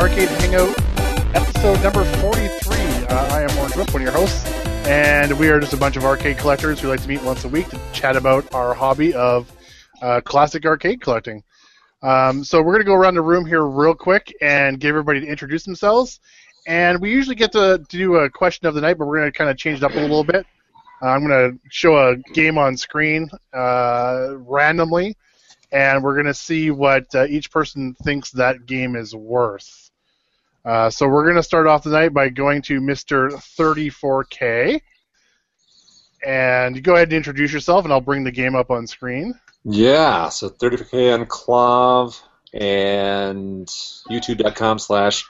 Arcade Hangout, episode number 43. Uh, I am Orange Whip, one of your hosts, and we are just a bunch of arcade collectors who like to meet once a week to chat about our hobby of uh, classic arcade collecting. Um, so we're going to go around the room here real quick and get everybody to introduce themselves. And we usually get to, to do a question of the night, but we're going to kind of change it up a little bit. Uh, I'm going to show a game on screen uh, randomly, and we're going to see what uh, each person thinks that game is worth. Uh, so we're going to start off the night by going to Mr. 34K. And you go ahead and introduce yourself, and I'll bring the game up on screen. Yeah, so 35k on Clav and youtube.com slash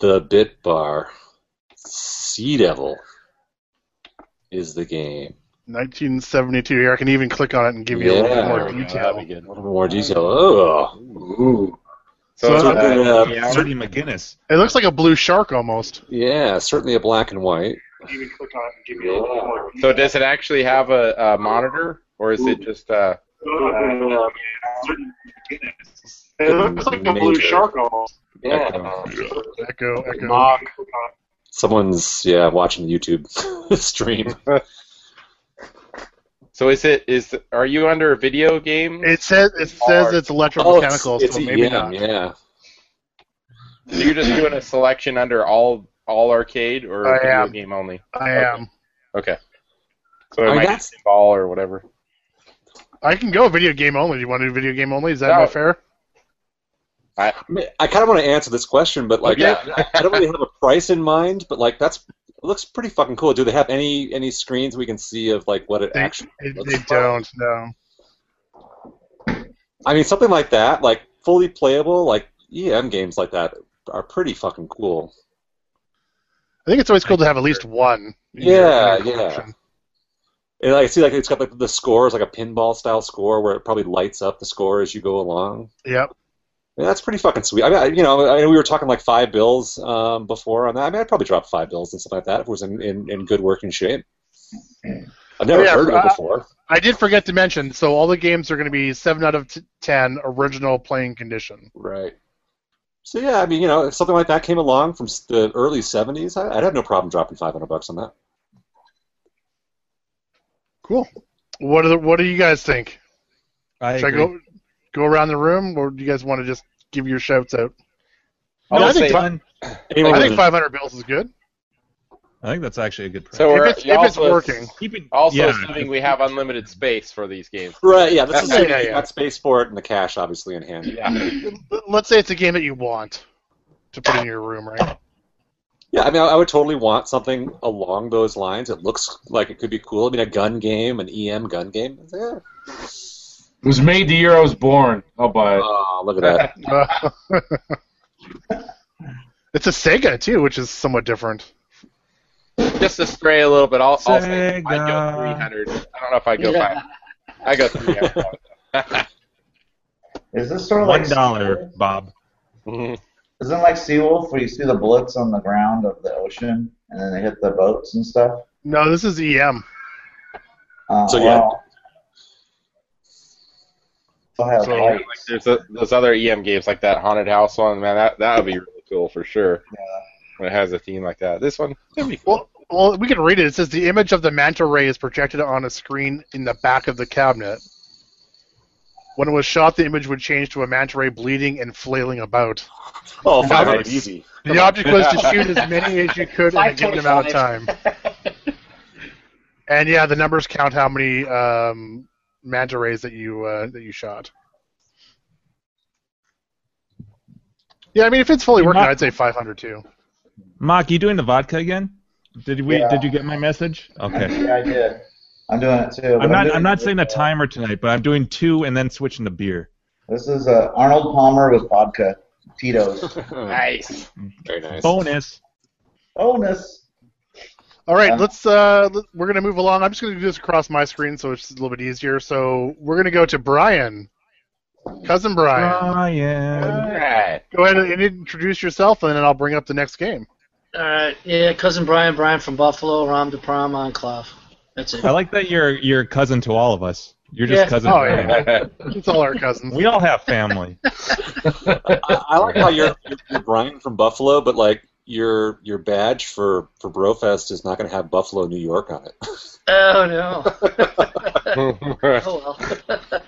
the bit bar. Sea Devil is the game. 1972. Here, I can even click on it and give you a little bit Yeah. more There we detail. A little more detail. Oh, ooh. So it's I'm like, gonna, uh, uh, yeah, Artie McGinnis. It looks like a blue shark almost. yeah, certainly a black and white. Even click on it and give you a little bit more So does it actually have a, a monitor, or is it just uh, It looks like a blue Major. shark almost. Yeah. Echo, echo. Someone's yeah watching the YouTube stream. so? Is it is are you under a video game? It says it says it's electromechanical, Oh, it's, E so maybe yeah, not. yeah. So you're just doing a selection under all all arcade or I video am. game only? I am. Okay. So it I might guess- be ball or whatever. I can go video game only. Do you want to do video game only? Is that No. not fair? I, mean, I kind of want to answer this question, but like, Yeah. I, I don't really have a price in mind. But like, that's it looks pretty fucking cool. Do they have any any screens we can see of like what it They, actually? they, looks they like? don't. No. I mean, something like that, like fully playable, like EM games like that are pretty fucking cool. I think it's always cool to have at least one. in your- Yeah, in your yeah. collection. And I see like it's got like the scores, like a pinball style score where it probably lights up the score as you go along. Yep. Yeah, that's pretty fucking sweet. I mean, I, you know, I mean, we were talking like five bills um, before on that. I mean, I'd probably drop five bills and stuff like that if it was in, in, in good working shape. I've never Oh, yeah, heard of I- it before. I did forget to mention. So all the games are going to be seven out of t- ten original playing condition. Right. So yeah, I mean, you know, if something like that came along from s- the early '70s, I- I'd have no problem dropping 500 bucks on that. Cool. What do the, what do you guys think? I Should I agree. go go around the room, or do you guys want to just give your shouts out? No, I'll I, think say- fun- Anyone I with think an- 500 bills is good. I think that's actually a good price. So If we're it's, you if it's also- working. Keep it- Also, yeah. assuming we have unlimited space for these games. Right, yeah, this is Yeah, assuming yeah, you've yeah. got space for it and the cash obviously in hand. Yeah. Let's say it's a game that you want to put in your room, right? Yeah, I mean, I, I would totally want something along those lines. It looks like it could be cool. I mean, a gun game, an EM gun game. Yeah. It was made the year I was born. I'll buy it. Oh, look at that. Uh, it's a Sega too, which is somewhat different. Just to stray a little bit, I'll, I'll say I Sega. go 300. I don't know if I go 500. I go 300. Is this sort of One like dollar, Bob. Mhm. Isn't it like Seawolf where you see the bullets on the ground of the ocean and then they hit the boats and stuff? No, this is E EM. Uh, Oh, So, yeah. well, Still have So, Yeah, lights. like there's a, those other EM games like that haunted house one, man. That that would be really cool for sure. When it has a theme like that, this one that'd be cool. Well, well, we can read it. It says the image of the manta ray is projected on a screen in the back of the cabinet. When it was shot, the image would change to a manta ray bleeding and flailing about. Oh, 500 Nice. easy. The object was to shoot as many as you could in a given amount of time. And yeah, the numbers count how many um, manta rays that you uh, that you shot. Yeah, I mean, if it's fully You working, might- I'd say 500 too. Mock, you doing the vodka again? Did we? Yeah. Did you get my message? Okay. Yeah, I did. I'm doing it too. but I'm not. doing I'm it not with, saying a uh, timer tonight, but I'm doing two and then switching to beer. This is uh, Arnold Palmer with vodka, Tito's. Nice. Very nice. Bonus. Bonus. All right, Yeah. let's. Uh, let- we're gonna move along. I'm just gonna do this across my screen, so it's a little bit easier. So we're gonna go to Brian, cousin Brian. Brian. All right. Go ahead and introduce yourself, and then I'll bring up the next game. Alright, Uh, yeah, cousin Brian, Brian from Buffalo, Ram de Prom, Enclave. That's it. I like that you're you're cousin to all of us. You're just Yeah. cousin. Oh, Brian. yeah. It's all our cousins. We all have family. I, I like how you're, you're, you're Brian from Buffalo, but like your your badge for for Brofest is not going to have Buffalo, New York on it. Oh no. yeah. Oh well.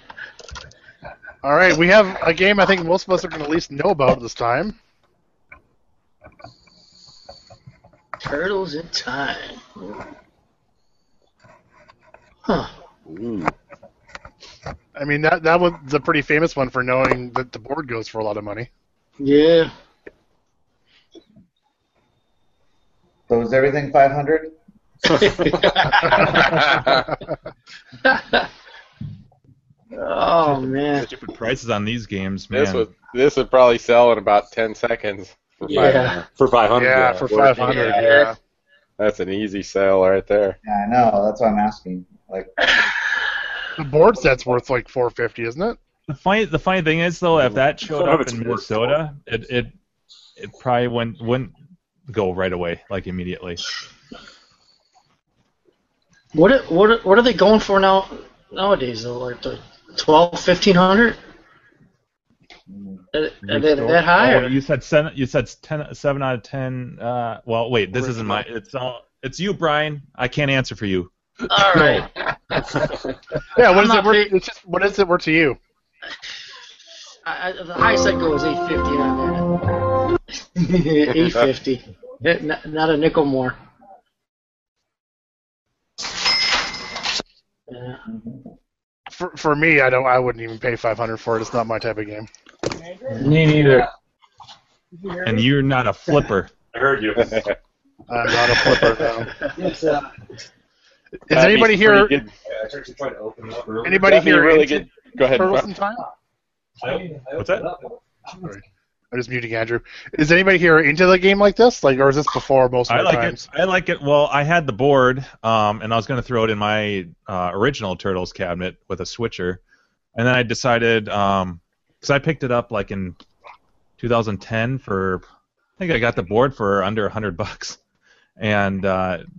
All right, we have a game I think most of us are going to at least know about this time. Turtles in time. Huh. Ooh. I mean, that that was a pretty famous one for knowing that the board goes for a lot of money. Yeah. So is everything 500? oh man. Stupid prices on these games, man. this would this would probably sell in about ten seconds. For Yeah. five. for five hundred. Yeah, for board- five hundred. yeah. Yeah. That's an easy sale right there. Yeah, I know. That's what I'm asking. Like, the board set's worth like four fifty, isn't it? The funny, the funny thing is though, if that Some of showed up it's in worth Minnesota, it, it it probably wouldn't wouldn't go right away, like immediately. What are- what are- what are they going for now nowadays though? Like the twelve, fifteen hundred? Are they- are they that high? Oh, or- you said seven. You said ten, seven out of ten. Uh, well, wait, this isn't my. It's all. It's you, Brian. I can't answer for you. All right. Yeah. What I'm is it not worth? paying- It's just what is it worth to you? I, I, the highest I go is eight fifty on that. eight fifty. Not, not a nickel more. Yeah. Uh, For for me, I don't. I wouldn't even pay five hundred for it. It's not my type of game. Me neither. And you're not a flipper. I heard you. I'm not a flipper. no. Is That'd be anybody here? pretty good- Anybody that'd be here? really into good. Go ahead. Turtles Brian. in time? What's that? I'm just muting Andrew. Is anybody here into the game like this? Like, or is this before most of I the like times? it. I like it. Well, I had the board, um, and I was going to throw it in my uh, original Turtles cabinet with a switcher, and then I decided because I picked it up like in 2010 for, I think I got the board for under 100 bucks, and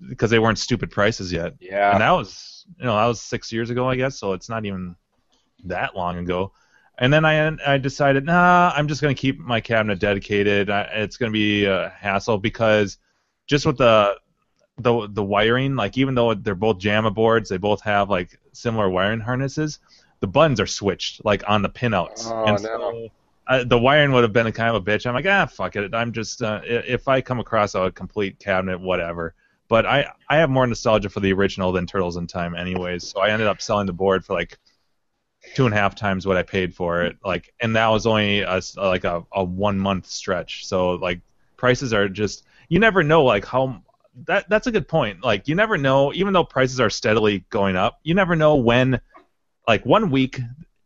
because they weren't stupid prices yet, Yeah. and that was you know that was six years ago, I guess. So it's not even that long ago. And then I I decided, nah, I'm just gonna keep my cabinet dedicated. I, it's gonna be a hassle because just with the the the wiring, like even though they're both JAMA boards, they both have like similar wiring harnesses. The buttons are switched, like on the pinouts, Oh, and no. so uh, the wiring would have been a kind of a bitch. I'm like, ah, fuck it. I'm just uh, i- if I come across a complete cabinet, whatever. But I I have more nostalgia for the original than Turtles in Time, anyways. So I ended up selling the board for like two and a half times what I paid for it. Like, and that was only a, s- like a, a one month stretch. So like prices are just you never know like how that that's a good point. Like you never know even though prices are steadily going up, you never know when like one week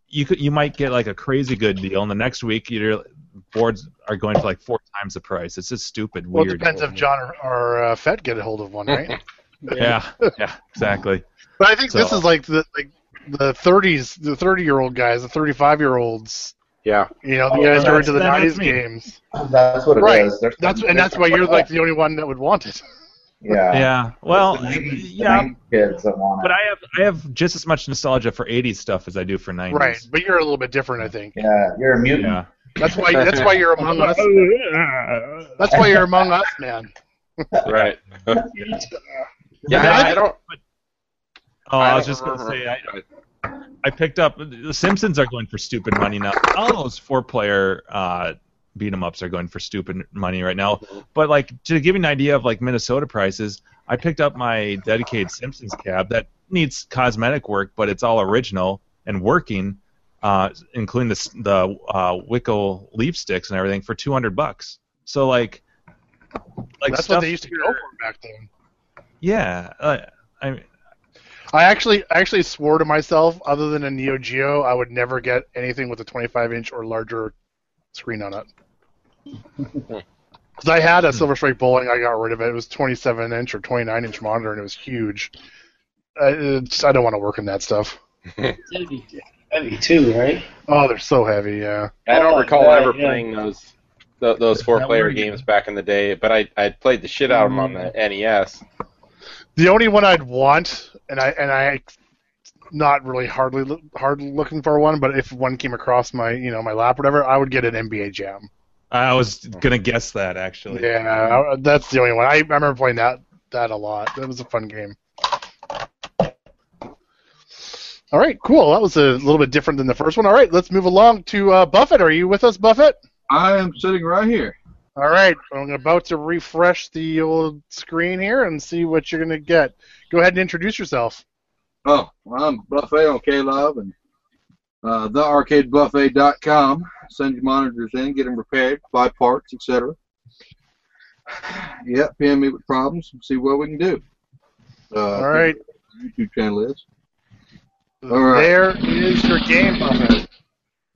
you could you might get like a crazy good deal and the next week your boards are going for like four times the price. It's just stupid Well, it weird. depends if John or, or uh, Fed get a hold of one, right? yeah. Yeah, exactly. But I think this So- is like the like the 30s, the 30 year old guys, the 35 year olds. Yeah. You know, the guys Oh, who are that's- into the that's 90s me. games. that's what it Right. is. They're- That's and that's why you're like the only one that would want it. Yeah. Yeah. Well, The 90s, the yeah, 90s kids that want but it. I have I have just as much nostalgia for 80s stuff as I do for 90s. Right, but you're a little bit different, I think. yeah, you're a mutant. Yeah. That's why that's why you're among us. That's why you're among us, man. Right. Yeah, I, I- I don't. Oh, I I, was don't just going to remember. say, I, I picked up. The Simpsons are going for stupid money now. All those four player uh, beat 'em ups are going for stupid money right now. But, like, to give you an idea of, like, Minnesota prices, I picked up my dedicated Simpsons cab that needs cosmetic work, but it's all original and working, uh, including the, s- the uh, Wickel leaf sticks and everything, for 200 bucks. So, like, like that's stuff what they used to go for back then. Yeah. Uh, I, I actually I actually swore to myself, other than a Neo Geo, I would never get anything with a 25 inch or larger screen on it. Because I had Hmm. a Silver Strike Bowling, I got rid of it. It was 27 inch or 29 inch monitor, and it was huge. I, it's, I don't want to work in that stuff. That'd be, that'd be two, right? Oh, Oh, they're so heavy. Yeah, I don't recall Yeah, ever yeah. playing those th- those four player games back in the day, but I I played the E shit Mm. out of them on the NES. the only one I'd want, and I and I not really hardly loo- hard looking for one, but if one came across my you know my lap, or whatever, I would get an NBA Jam. I was gonna guess that actually. Yeah, I- that's the only one. I, I remember playing that that a lot. That was a fun game. All right, cool. That was a little bit different than the first one. All right, let's move along to uh, Buffett. Are you with us, Buffett? I am sitting right here. All right, I'm about to refresh the old screen here and see what you're gonna get. Go ahead and introduce yourself. Oh, well, I'm Buffet on K-Love and uh, thearcadebuffet.com. Send your monitors in, get them repaired, buy parts, etc. Yep, PM me with problems and see what we can do. Uh, All right, YouTube channel is. All right. there is your game, Buffett.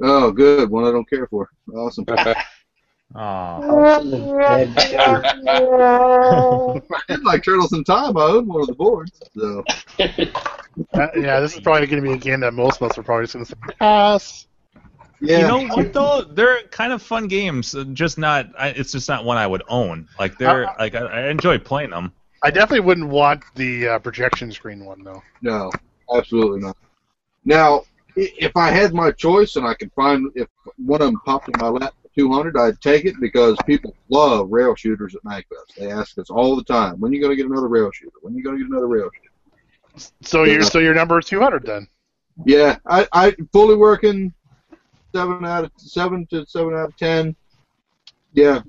Oh, good. One I don't care for. Awesome. Aw. Dead. I did like Turtles in Time. I own one of the boards. So, Uh, yeah, this is probably gonna be a game that most of us are probably just gonna say pass. yeah. You know what though? They're kind of fun games. uh, Just not. I, it's just not one I would own. Like they're Uh, like I, I enjoy playing them. I definitely wouldn't want the uh, projection screen one though. No, absolutely not. Now, i- if I had my choice and I could find if one of them popped in my lap for 200, I'd take it because people love rail shooters at MagFest. They ask us all the time, "When you going to get another rail shooter? When you going to get another rail shooter?" So you're so your number is 200 then. Yeah, I, I fully working seven out of seven to seven out of ten. Yeah,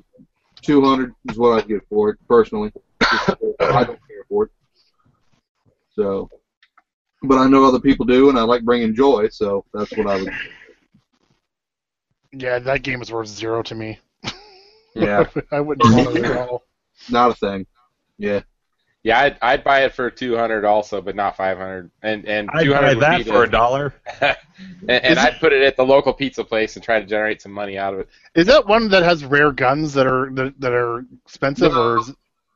200 is what I'd get for it personally. I don't care for it. So, but I know other people do, and I like bringing joy, so that's what I would. Yeah, that game is worth zero to me. Yeah, I wouldn't want it at all. not a thing. Yeah, Yeah, I'd, I'd buy it for two hundred also, but not five hundred. And and I'd two buy hundred that for a dollar. and, and I'd put it at the local pizza place and try to generate some money out of it. Is that one that has rare guns that are that, that are expensive or is,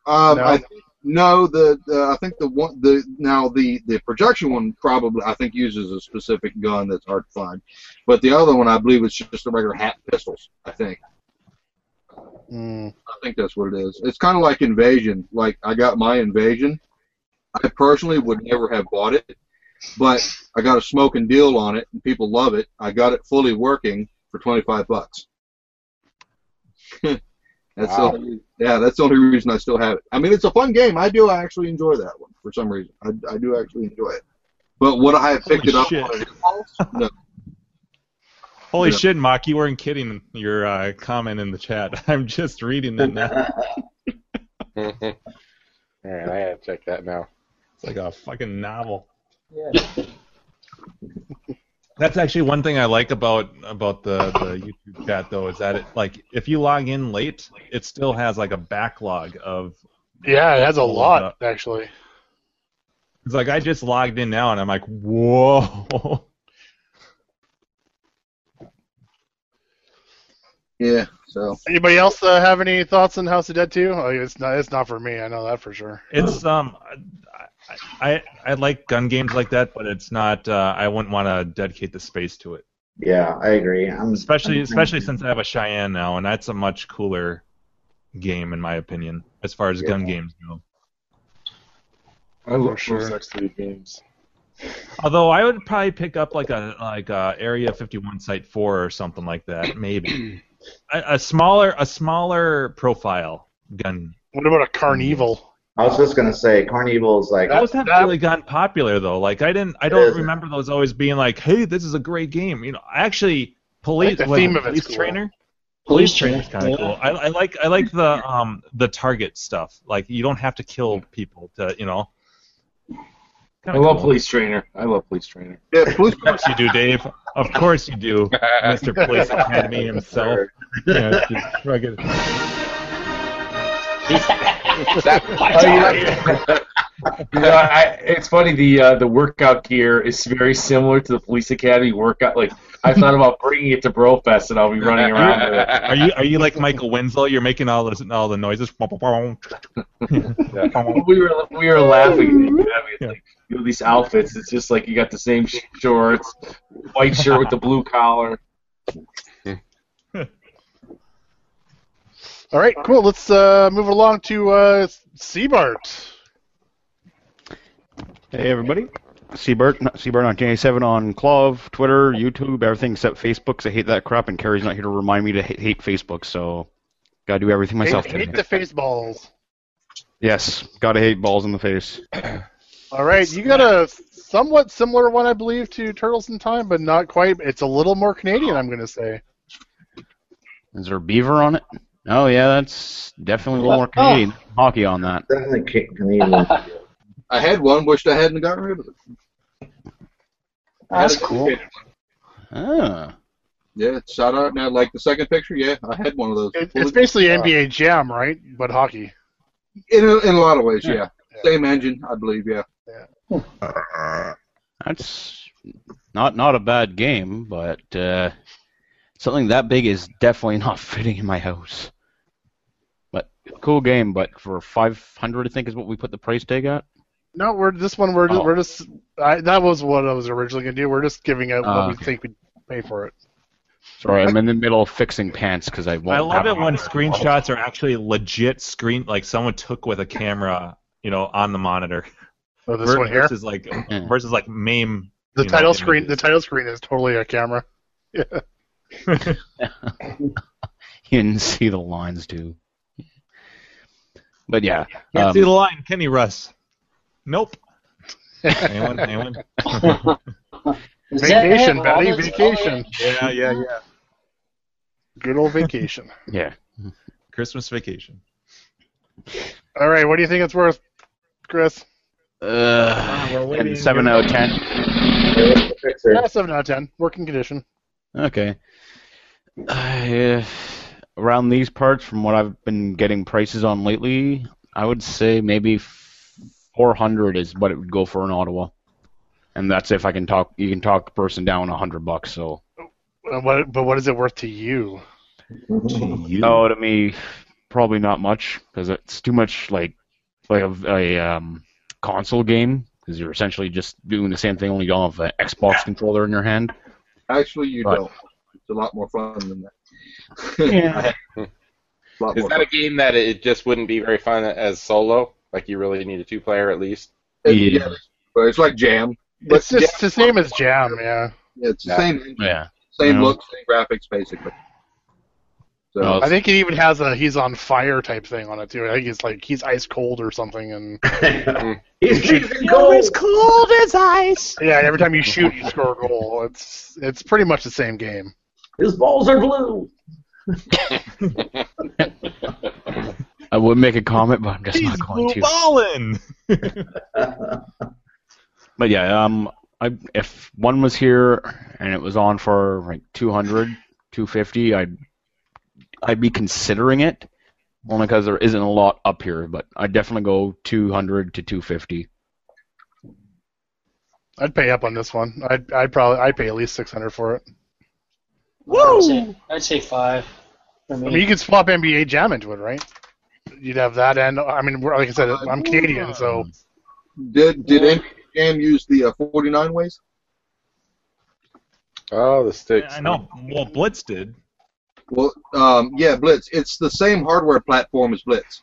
um, No. I think no, the, the I think the one the now the the projection one probably I think uses a specific gun that's hard to find, but the other one I believe is just the regular hat pistols. I think mm, I think that's what it is. It's kind of like Invasion. Like I got my Invasion. I personally would never have bought it, but I got a smoking deal on it, and people love it. I got it fully working for twenty five bucks. that's Wow. the only, yeah, that's the only reason I still have it. I mean, it's a fun game. I do actually enjoy that one for some reason. I, I do actually enjoy it. But would I have picked Holy it up shit. on an impulse? No. Holy Yeah. shit, Mock! You weren't kidding. Your uh, comment in the chat. I'm just reading that now. All right, I gotta check that now. It's like a fucking novel. That's actually one thing I like about about the, the YouTube chat though is that it like if you log in late, it still has like a backlog of yeah, it has a lot actually. it's like I just logged in now and I'm like, whoa. Yeah. So Anybody else uh, have any thoughts on House of Dead 2? Oh, it's not it's not for me. I know that for sure. It's um I, I I like gun games like that, but it's not uh, I wouldn't want to dedicate the space to it. Yeah, I agree. I'm Especially I'm- especially since I have a Cheyenne now and that's a much cooler game in my opinion, as far as gun games go. I love Those next three games. Although I would probably pick up like a like a Area 51 Site 4 or something like that, maybe. a, a smaller a smaller profile gun. What about a Carnival? I was just gonna say, Carnival is like Those haven't that- really gotten popular though. Like I didn't I It don't isn't. remember those always being like, hey, this is a great game. You know, actually, police the was it theme of it's police cool. trainer. Police Trainer, trainer's kind of yeah. cool. I, I like I like the um the target stuff. Like you don't have to kill people to you know. I Kinda love cool. police trainer. I love police trainer. yeah, police Of course you do, Dave. Of course you do. Mr. Police Academy himself. Yeah, just fucking- You know, I, it's funny. The uh, the workout gear is very similar to the police academy workout. Like I thought about bringing it to Brofest, and I'll be running around with it. Are you are you like Michael Winslow? You're making all this all the noises. we were we were laughing. I mean, it's like, you know, these outfits. It's just like you got the same sh- shorts, white shirt with the blue collar. All right, cool. Let's uh, move along to uh, Seabart. Hey everybody. Seabird, not Seabird on J7 on Clove, Twitter, YouTube, everything except Facebook. 'cause I hate that crap, and Carrie's not here to remind me to hate, hate Facebook. So, gotta do everything myself. Hit, hit today. the face balls. Yes, gotta hate balls in the face. All right, you got a somewhat similar one, I believe, to Turtles in Time, but not quite. It's a little more Canadian, I'm going to say. Is there a beaver on it? Oh yeah, that's definitely a little more Canadian hockey on that. Definitely ca- Canadian. I had one, wished I hadn't gotten rid of it. That's cool. Ah, Yeah, shout out now. Like the second picture, yeah, I had one of those. uh, It, it's basically NBA Jam, right? But hockey. in a, in a lot of ways, yeah. Same engine, I believe, yeah. that's not not a bad game, but uh, something that big is definitely not fitting in my house. But cool game, but for 500, I think is what we put the price tag at. No, we're this one. We're Oh. we're just. I, that was what I was originally going to do. We're just giving out Ah, what we okay. think we pay for it. Sorry, I'm in the middle of fixing pants because I won't. I love have it when screenshots are actually legit screen, like someone took with a camera, you know, on the monitor. So Oh, this Ver- one here, versus like versus like meme. the you know, title images. screen. The title screen is totally a camera. You didn't see the lines, too. But yeah, Can't um, see the line, can you, Russ? Nope. anyone? Anyone? Is that it? Vacation, Well, buddy, that's all it- vacation. Yeah, yeah, yeah. Good old vacation. yeah. Christmas vacation. All right, what do you think it's worth, Chris? we're Uh, waiting. seven out of ten. Yeah, seven out of ten. Working condition. Okay. Uh, around these parts, from what I've been getting prices on lately, I would say maybe 400 is what it would go for in Ottawa, and that's if I can talk. You can talk the person down 100 bucks. So Uh, What, but what is it worth to you? no, to me, probably not much because it's too much like like a, a um, console game because you're essentially just doing the same thing only you don't have an Xbox controller in your hand. Actually, you Right. don't. It's a lot more fun than that. Yeah. It's a lot Is more that a fun. game that it just wouldn't be very fun as solo? Like you really need a two player at least. It- Yeah. yeah, but it's like Jam. But It's just the same as Jam, yeah. Yeah, it's the Yeah. same engine, Yeah. same Yeah. look, same graphics, basically. So Well, I think it even has a he's on fire type thing on it too. I think it's like he's ice cold or something, and Mm. He's keeping going. cold as ice. yeah, every time you shoot, you score a goal. It's it's pretty much the same game. His balls are blue. I would make a comment, but I'm just He's not going blue to. ballin'. But yeah, um, I if one was here and it was on for like 200, 250, I'd I'd be considering it only because there isn't a lot up here. But I'd definitely go 200 to 250. I'd pay up on this one. I'd I'd probably I'd pay at least six hundred for it. I'd say, I'd say five. For I me. mean, you could swap NBA Jam into it, right? You'd have that, and I mean, we're- like I said, Uh, I'm Canadian, so did did any Jam use the uh, 49 ways? Oh, the sticks. I know. Well, Blitz did. Well, um, yeah, Blitz. It's the same hardware platform as Blitz.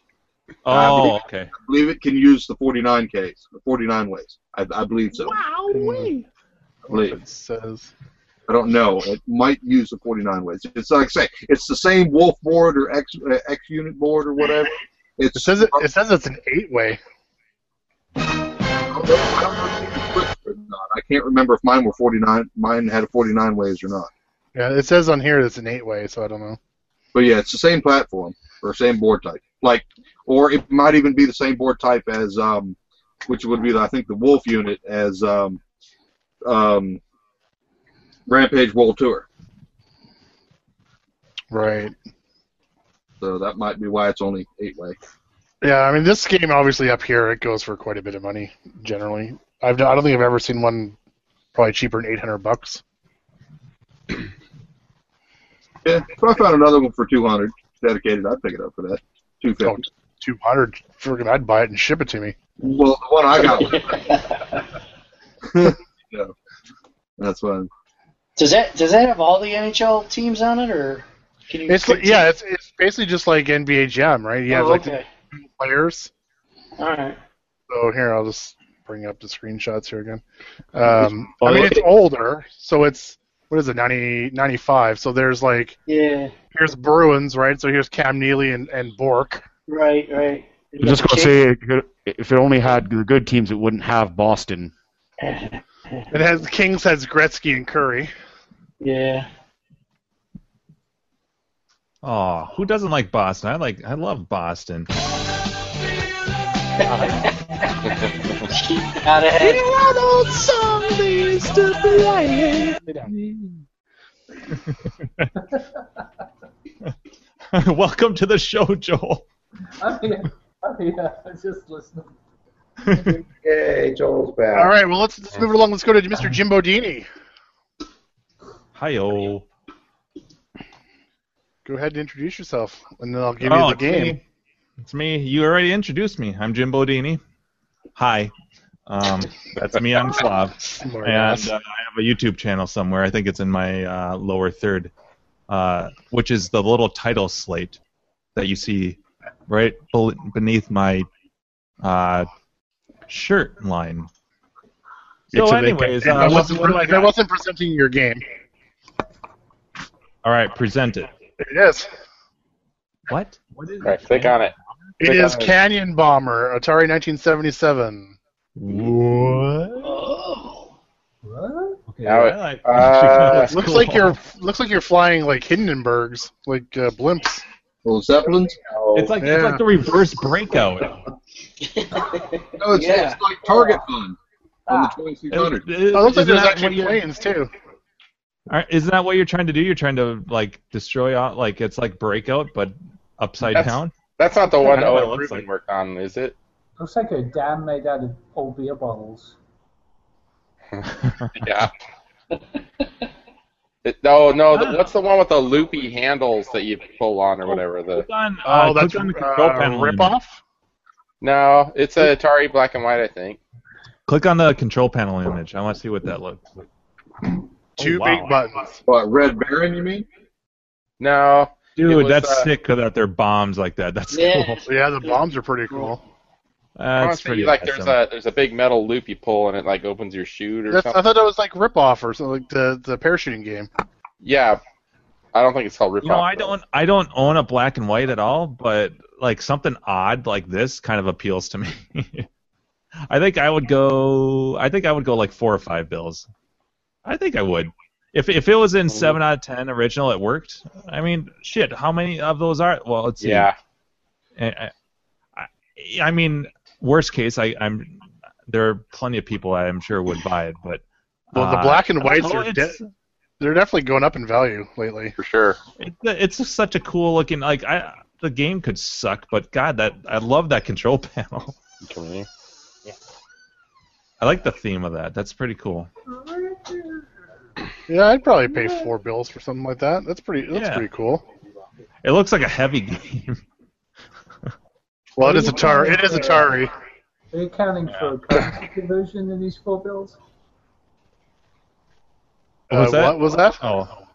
Ah, Oh, okay. I believe it can use the 49 Ks, the 49 ways. I, I believe so. I believe. it says I don't know. It might use the 49 ways. It's like I say, it's the same Wolf board or X uh, X unit board or whatever. It's it says it, it says it's an eight way. I don't know- I don't know if it's switched or not. I can't remember if mine were 49. Mine had a 49 ways or not. Yeah, it says on here it's an eight way, so I don't know. But yeah, it's the same platform or same board type. Like, or it might even be the same board type as um, which would be I think the Wolf unit as um, um, Rampage World Tour. Right. So that might be why it's only eight way. Yeah, I mean, this game obviously up here it goes for quite a bit of money generally. I've I don't think I've ever seen one probably cheaper than eight hundred bucks. Yeah, if I found another one for 200 dedicated, I'd pick it up for that. 250. Oh, two hundred. Freaking, I'd buy it and ship it to me. Well, the one I got. was- no, that's one. Does that does that have all the NHL teams on it, or can you? It's pick yeah, teams? it's, it's basically just like NBA Jam, right? You have Oh, like okay. the players. All right. So here I'll just bring up the screenshots here again. Um, I mean, Oh, it's older, so it's what is it, 90, 95. So there's like Yeah. here's Bruins, right? So here's Cam Neely and, and Bork. Right. Right. I'm just gonna say it could- if it only had the good teams, it wouldn't have Boston. It has Kings has Gretzky and Curry. Yeah. Oh, who doesn't like Boston? I like I love Boston. Out of head. Welcome to the show, Joel. I'm here. I'm here. I just listening. Yay, Joel's back. All right, well let's, let's move it along. Let's go to Mr. Jimbo Dini. Hi-oh. Go ahead and introduce yourself, and then I'll give Oh, you the it's game. me. It's me. You already introduced me. I'm Jim Bodini. Hi. Um, that's me. I'm Slav. Smart and ass. uh, I have a YouTube channel somewhere. I think it's in my uh, lower third, uh, which is the little title slate that you see right bel- beneath my uh, shirt line. So, Except they anyways, can't- uh, that, what, wasn't, what do I that got? wasn't presenting your game. All right, present it. It is. What? What is Right, click on it. It is Canyon Bomber, Atari 1977. What? Okay, Now it- well, I- uh, looks like you're looks like you're flying like Hindenburgs, like uh, blimps. Little Zeppelins? Oh, It's like it's Yeah. like the reverse breakout. No, it's, Yeah. it's like Target Fun on the 2300. Oh, it looks like Isn't there's that what actually you're- planes too. Aren't- Isn't that what you're trying to do? You're trying to like destroy all like it's like breakout but upside That's- down. that's not the I one know what it Owen looks Rubin like. worked on, is it? Looks like a dam made out of old beer bottles. Yeah. It- no, no. Ah. The, what's the one with the loopy handles that you pull on or whatever? The Click on, uh, Oh, that's click a on the control uh, panel. and- ripoff. no, it's a Atari black and white, I think. Click on the control panel image. I want to see what that looks. like. Two Oh, wow. big buttons. What, Red Baron, you mean? No, Dude, It was, that's uh, sick that they're bombs like that. That's Yeah. cool. Yeah, the bombs are pretty cool. I That's want Uh, pretty like awesome. there's a there's a big metal loop you pull and it like opens your chute or That's, I something. thought that was like ripoff or something, like the the parachuting game. Yeah, I don't think it's called ripoff. you know, I though. don't I don't own a black and white at all, but like something odd like this kind of appeals to me. I think I would go I think I would go like four or five bills. I think I would. If if it was in seven out of ten original, it worked. I mean, shit, how many of those are well let's see. Yeah, I, I, I mean, worst case, I, I'm there are plenty of people I am sure would buy it, but Well, the uh, black and whites oh, are de- it's- they're definitely going up in value lately. for sure. It, it's just such a cool looking. Like I, the game could suck, but God, that I love that control panel. Come here. I like the theme of that. That's pretty cool. Yeah, I'd probably pay four bills for something like that. That's pretty. That's Yeah. pretty cool. It looks like a heavy game. Well, it is Atari. It is Atari. Are you counting for a currency conversion in these four bills? What was Uh, that? What was that? Oh,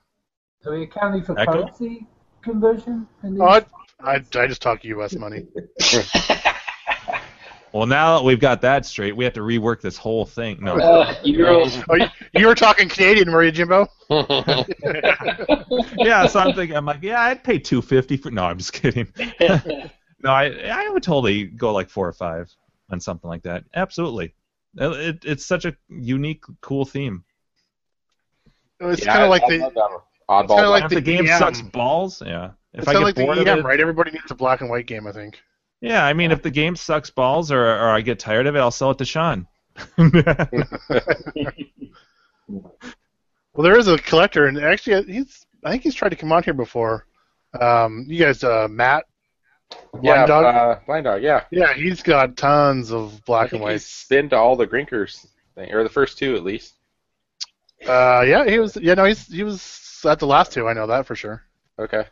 Are you counting for Echo? currency conversion in these? Oh, I, I, I just talk U.S. money. well, now that we've got that straight, we have to rework this whole thing. No, Uh, Euros. Oh, you, you were talking Canadian, were you, Jimbo? yeah, so I'm thinking, I'm like, yeah, I'd pay two fifty for. No, I'm just kidding. no, I I would totally go like four or five on something like that. Absolutely, it, it- it's such a unique, cool theme. It's Yeah, kind I- of like I the love that one. it's kinda oddball. like if the the, game EM. sucks balls, yeah. If it's I kind get of like bored the of EM, it, right? Everybody needs a black and white game, I think. yeah. I mean, if the game sucks balls or or I get tired of it, I'll sell it to Sean. yeah, Well, there is a collector, and actually, he's I think he's tried to come on here before. Um, you guys, uh, Matt, yeah, Blind Dog? Uh, blind dog. Yeah, yeah, he's got tons of I black and think whites. he's into all the Grinkers thing, or the first two at least. Uh, yeah, he was. Yeah, no, he's he was at the last two. I know that for sure. Okay.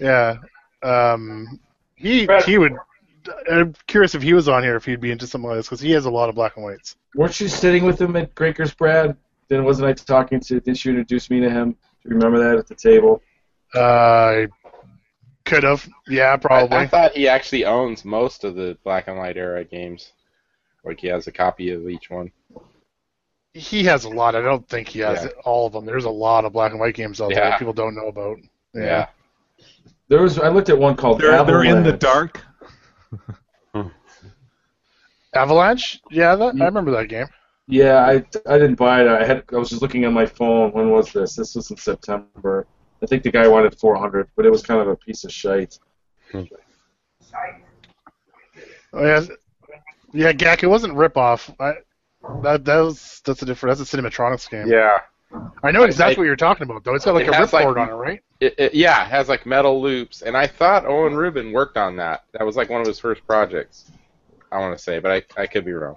Yeah, um, he he would. I'm curious if he was on here if he'd be into something like this because he has a lot of black and whites. Weren't you sitting with him at Grinker's, Brad? Then wasn't I talking to? Didn't you introduce me to him? Do you remember that at the table? Uh, I could have. Yeah, I- probably. I, thought he actually owns most of the black and white era games. Like he has a copy of each one. He has a lot. I don't think he has Yeah. all of them. There's a lot of black and white games out there Yeah. that people don't know about. Yeah. There was I looked at one called They're, they're in the Avalanche. dark. Avalanche? Yeah, that, I remember that game. Yeah, I, I didn't buy it. I had I was just looking at my phone. When was this? This was in September. I think the guy wanted 400, but it was kind of a piece of shite. Oh, yeah. Yeah, Gak, it wasn't ripoff. I, that that was that's a different that's a Cinematronics game. Yeah. I know exactly I- what you're talking about though. It's got like It a has, ripcord like, on it, right? It, it, yeah, it has like metal loops, and I thought Owen Rubin worked on that. That was like one of his first projects, I want to say, but I, I could be wrong.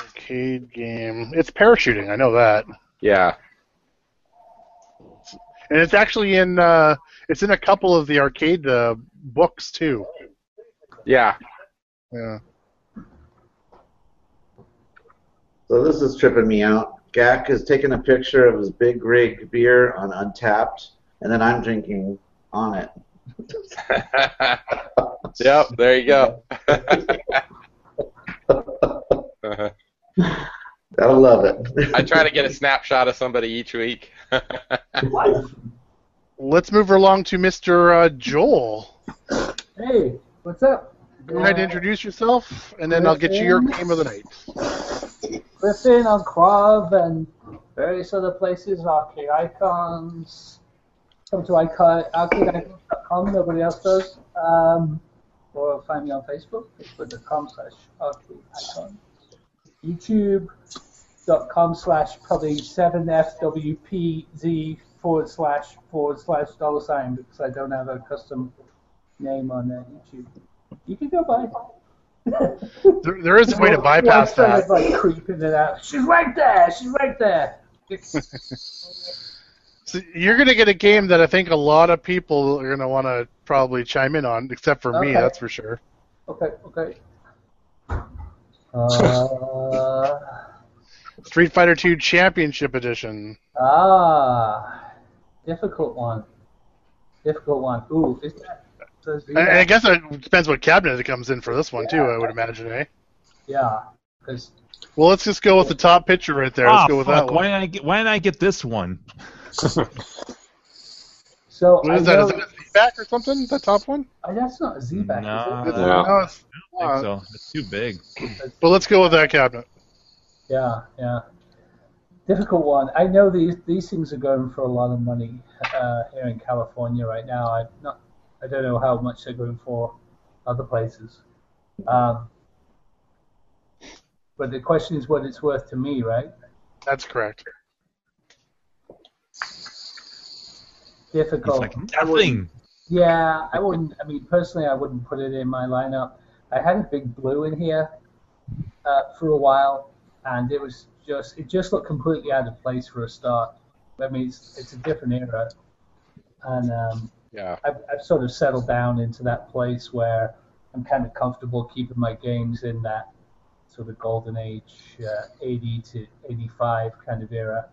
Arcade game. It's parachuting. I know that, Yeah, and it's actually in uh, it's in a couple of the arcade uh, books too. yeah, Yeah. So this is tripping me out. Gak is taking a picture of his big rig beer on Untapped, and then I'm drinking on it. yep. There you go. I love it. I try to get a snapshot of somebody each week. Let's move along to Mr. Uh, Joel. Hey, what's up? Go ahead and introduce yourself, and then I'll get you your game of the night. Griffin on Quav and various other places, Arcade Icons. Come to iCut, arcadeicons.com, nobody else does. Um, or find me on Facebook, facebook.com slash arcadeicons. YouTube.com slash probably 7FWPZ forward slash forward slash dollar sign because I don't have a custom name on uh, YouTube. You can go by. There, there is a way to Well, bypass well, I that. started, like creeping it out. She's right there. She's right there. So you're going to get a game that I think a lot of people are going to want to probably chime in on, except for me, Okay. that's for sure. Okay. Okay. Uh, Street Fighter II Championship Edition. ah, difficult one. Difficult one. Ooh, is that? does And and I that- guess it depends what cabinet it comes in for this one, too, I would imagine, eh? Yeah. 'cause- Well, let's just go with the top picture right there. Let's Ah, go with fuck, that one. Why didn't I get Why didn't I get this one? so What is I that? Is know- that a feedback or something? That top one? oh, that's not a Z back. No. Is it? It's- Yeah. no, it's- I think so. It's too big. But let's go with that cabinet. Yeah. Yeah. Difficult one. I know these these things are going for a lot of money uh, here in California right now. I'm not. I don't know how much they're going for other places. Um, but the question is what it's worth to me, right? That's correct. It's Difficult. like I wouldn't- nothing. yeah, I wouldn't. I mean, personally, I wouldn't put it in my lineup. I had a big blue in here uh, for a while, and it was just it just looked completely out of place for a start. I mean, it's, it's a different era, and um, Yeah, I've, I've sort of settled down into that place where I'm kind of comfortable keeping my games in that sort of golden age, uh, 80 to 85 kind of era.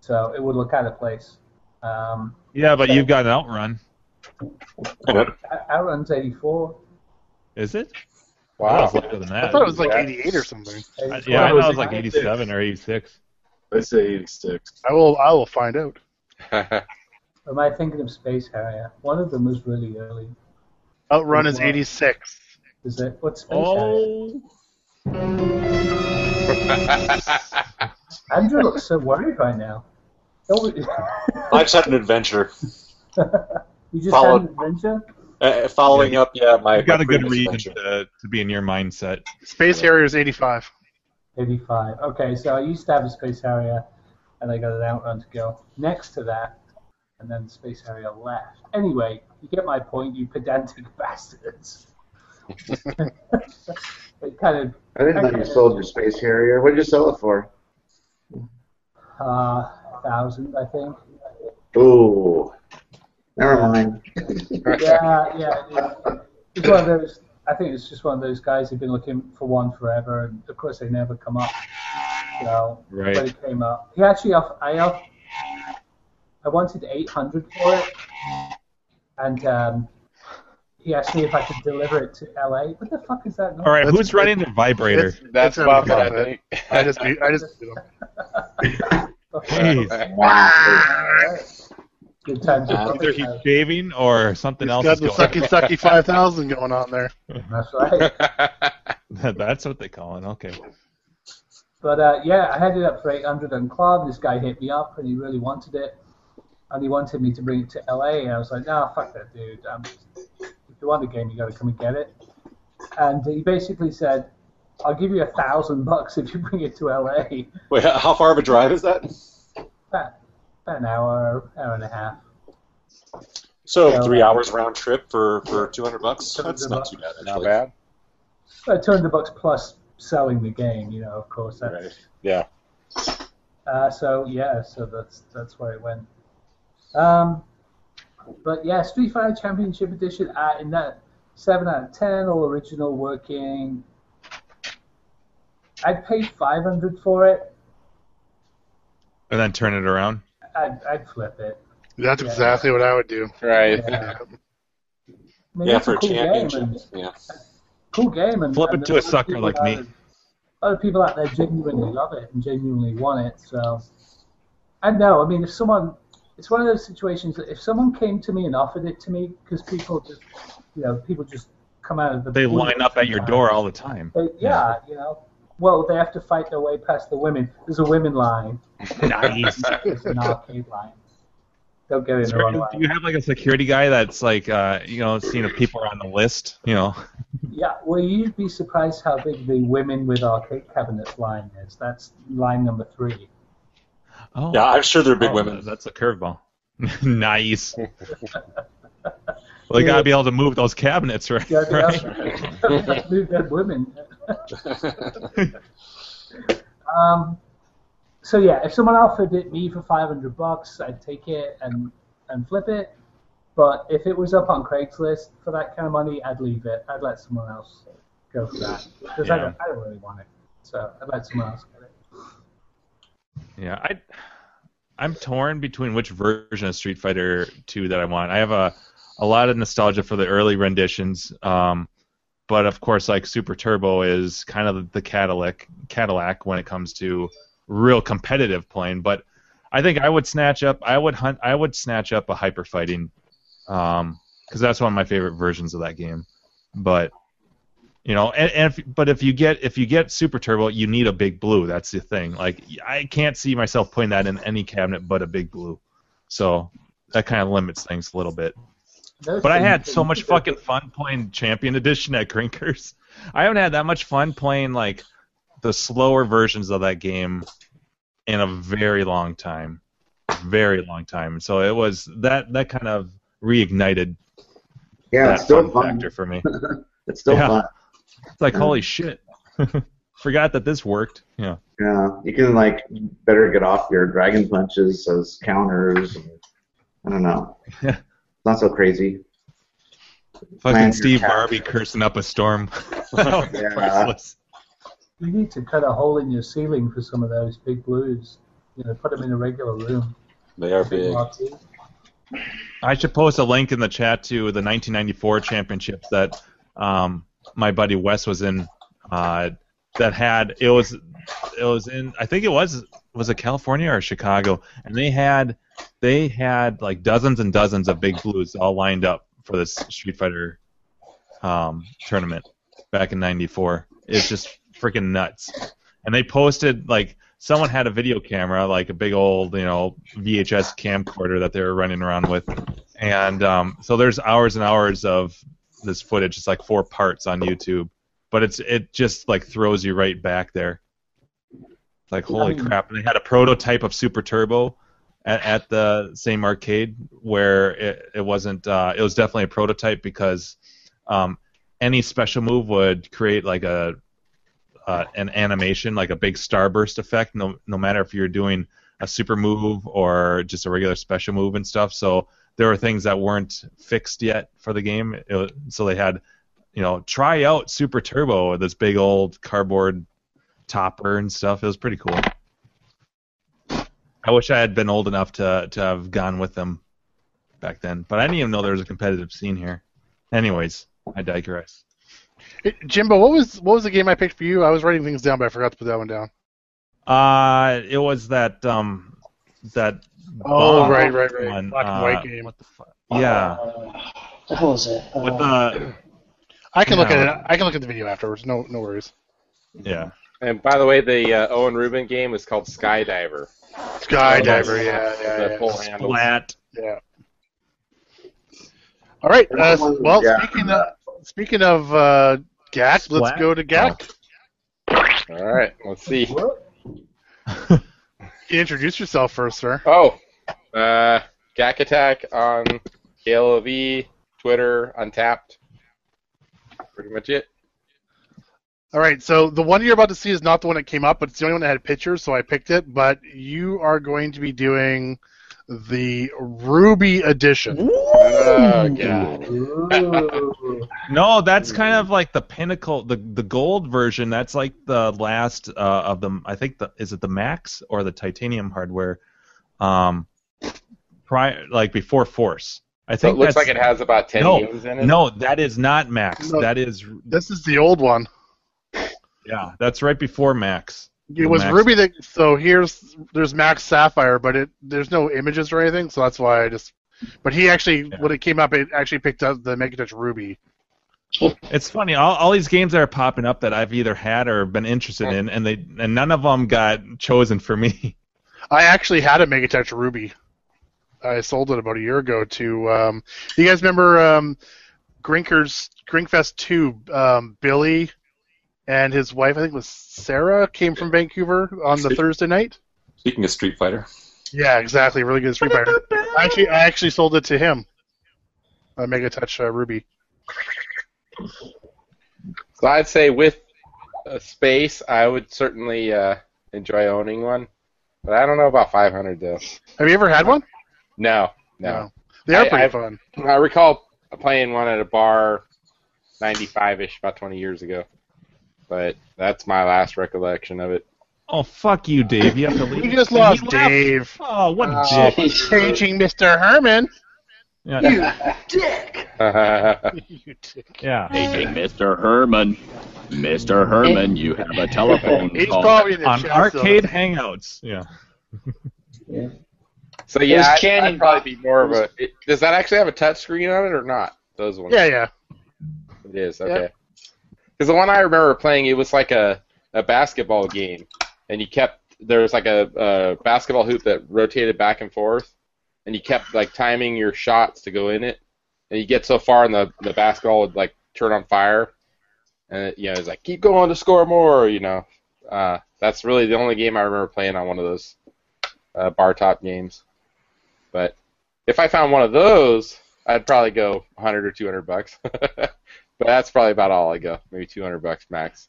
So it would look out of place. Um, Yeah, but you've got an outrun. Out- Outrun's 84. Is it? I wow. thought it was later than that. I thought it was like 88 or something. 84. yeah, I was know it was like 86. 87 or 86. I say 86. I will. I will find out. Uh, Or Am I thinking of Space Harrier? One of them was really early. Outrun is Wow. 86. Is it? What's Space Harrier? Oh, Andrew looks so worried right now. Oh, I just had an adventure. you just Follow- had an adventure? Uh, following up, yeah, my. I've got my a good previous reason adventure. to, to be in your mindset. Space Harrier is 85. 85. Okay, so I used to have a Space Harrier, and I got an Outrun to go next to that, and then Space Harrier left. Anyway, you get my point, you pedantic bastards. it kind I didn't know you sold your Space Harrier. What did you sell it for? of uh, thousand, I think. Ooh. Never mind. Yeah, yeah. it- It's one of those. I think it's just one of those guys who've been looking for one forever, and of course they never come up. So Right. but it came up. He actually off I off I wanted eight hundred for it. And um, he asked me if I could deliver it to LA. What the fuck is that? All right, who's running the vibrator? It's- That's it's about not that. I profit. think. I just, I just, Jeez. Good times. Either he's shaving or something he's else. got Is the going sucky sucky five thousand going on there. That's right. on. That's what they call it. Okay. But uh, yeah, I headed up for 800 on club. This guy hit me up and he really wanted it. And he wanted me to bring it to LA. And I was like, nah, fuck that, dude. Um if you want the game, you got to come and get it. And he basically said, I'll give you a thousand bucks if you bring it to LA. Wait, how how far of a drive is that? About, about an hour, hour and a half. So Yeah. three hours round trip for, for two hundred bucks. 200 That's not too bad. Not actually. bad. About 200 bucks plus selling the game, you know, of course. That's, Yeah. Uh, so yeah, so that's that's where it went. Um, but yeah, Street Fighter Championship Edition uh, in that seven out of ten, all original working. I paid five hundred for it. And then turn it around. I'd, I'd flip it. That's Yeah. exactly what I would do. Right. Yeah, I mean, Yeah, it's for a cool championship. Game and, Yeah. cool game and Flip it and to a there's other sucker people like out me. there- Other people out there genuinely love it and genuinely want it. So I know. I mean, if someone, it's one of those situations that if someone came to me and offered it to me, because people just, you know, people just come out of the They blue line up at your sometimes. door all the time. They, yeah, you know. Well, they have to fight their way past the women. There's a women line. Nice. There's an arcade line. They'll get in Is the wrong there- Do you line. have like a security guy that's like, uh, you know, seeing if people are on the list? You know, Yeah, well, you'd be surprised how big the women with arcade cabinets line is. That's line number three. oh, Yeah, I'm sure they're big oh, women. That's a curveball. nice. well, they gotta be able to move those cabinets, right? Yeah, they right? have new dead women. um, so yeah, if someone offered it me for five hundred bucks, I'd take it and and flip it. But if it was up on Craigslist for that kind of money, I'd leave it. I'd let someone else go for that because I, Yeah. don't, I don't really want it. So I'd let someone else get it. Yeah, I I'm torn between which version of Street Fighter 2 that I want. I have a a lot of nostalgia for the early renditions, um, but of course, like Super Turbo is kind of the Cadillac Cadillac when it comes to real competitive playing. But I think I would snatch up. I would hunt. I would snatch up a Hyper Fighting, because that's one of my favorite versions of that game. But you know, and, and if, but if you get if you get Super Turbo, you need a big blue. That's the thing. Like I can't see myself putting that in any cabinet but a big blue. So that kind of limits things a little bit. Those But I things had that so you much could do- fucking fun playing Champion Edition at Grinkers. I haven't had that much fun playing like the slower versions of that game in a very long time, very long time. So it was that that kind of reignited Yeah, that it's still fun, fun. factor for me. It's still Yeah. fun. It's like holy shit, forgot that this worked. Yeah, Yeah, you can like better get off your dragon punches as counters. And, I don't know. Yeah. Not so crazy. fucking Plan Steve your attack. Barbie cursing up a storm. That was Yeah. priceless. You need to cut a hole in your ceiling for some of those big blues. You know, put them in a regular room. They are big. Marquee. I should post a link in the chat to the 1994 championships that um, my buddy Wes was in. Uh, that had it was it was in I think it was was it California or Chicago, and they had they had like dozens and dozens of big blues all lined up for this Street Fighter um, tournament back in '94. It's just freaking nuts. And they posted like someone had a video camera, like a big old you know VHS camcorder that they were running around with, and um, so there's hours and hours of this footage. It's like four parts on YouTube, but it's it just like throws you right back there. It's like holy I mean- crap! And they had a prototype of Super Turbo at, at the same arcade where it, it wasn't. Uh, it was definitely a prototype because um, any special move would create like a uh, an animation, like a big starburst effect. No, no matter if you're doing a super move or just a regular special move and stuff. So there were things that weren't fixed yet for the game. It wa- so they had, you know, try out Super Turbo, this big old cardboard topper and stuff. It was pretty cool. I wish I had been old enough to to have gone with them back then, but I didn't even know there was a competitive scene here. Anyways, I digress. Jimbo, what was what was the game I picked for you? I was writing things down, but I forgot to put that one down. Uh, it was that um, that. Oh, Bob right, right, right. one, Black and uh, white game. Yeah. What was it? With Uh, the I can look Yeah. at it. I can look at the video afterwards. No, no worries. yeah. And by the way, the uh, Owen Rubin game is called Skydiver. Skydiver. Yeah, The yeah, yeah. full handle. Flat. yeah. All right. Uh, well, Yeah. speaking of speaking of uh, Gak, let's Splat? go to Gak. Oh. All right, let's see. Introduce yourself first, sir. Oh, uh, Gack Attack on KLOV, Twitter, Untapped. Pretty much it. All right, so the one you're about to see is not the one that came up, but it's the only one that had pictures, so I picked it. But you are going to be doing the Ruby edition. Oh, God. Ooh. No, that's kind of like the pinnacle, the the gold version. That's like the last uh, of the. I think the is it the Max or the Titanium hardware, um, prior like before Force. I So think it looks that's- like it has about 10 No, games in it. No, that is not Max. No. That is This is the old one. yeah, that's right before Max. It was Max. Ruby that. So here's there's Max Sapphire, but it there's no images or anything, so that's why I just. But he actually, Yeah. when it came up, it actually picked up the Mega Touch Ruby. It's funny. All, all these games that are popping up that I've either had or been interested in, and they and none of them got chosen for me. I actually had a Mega Touch Ruby. I sold it about a year ago to. Um, you guys remember um, Grinkers Grinkfest Two? Um, Billy and his wife, I think it was Sarah, came from Vancouver on the Thursday night. Speaking of Street Fighter, Yeah, exactly. Really good Street Fighter. I Actually, I actually sold it to him. A Mega Touch uh, Ruby. So I'd say with a space, I would certainly uh, enjoy owning one. But I don't know about 500, though. Have you ever had one? No, no. They are I- pretty I've- fun. I recall playing one at a bar 95 ish, about 20 years ago. But that's my last recollection of it. Oh fuck you, Dave. You have to leave. You just And he lost left. Dave. Uh, Oh, what a Oh. dick. Paging Mr. Herman. Yeah. you dick. yeah. Paging Mr. Herman. Mr. Herman, you have a telephone He's call. probably in the on chat, so- arcade hangouts. Yeah. It so, was yeah, I, Canyon would probably be more of a. It, does that actually have a touch screen on it or not? Those ones? Yeah, yeah. It is, okay. Because the one I remember playing, it was like a, a basketball game. And you kept. There was like a, a basketball hoop that rotated back and forth. And you kept like timing your shots to go in it. And you get so far, and the, the basketball would like turn on fire. And it, you know, it's like, keep going to score more, you know. Uh, that's really the only game I remember playing on one of those uh, bar top games. But if I found one of those, I'd probably go 100 or 200 bucks. but that's probably about all I go. Maybe 200 bucks max.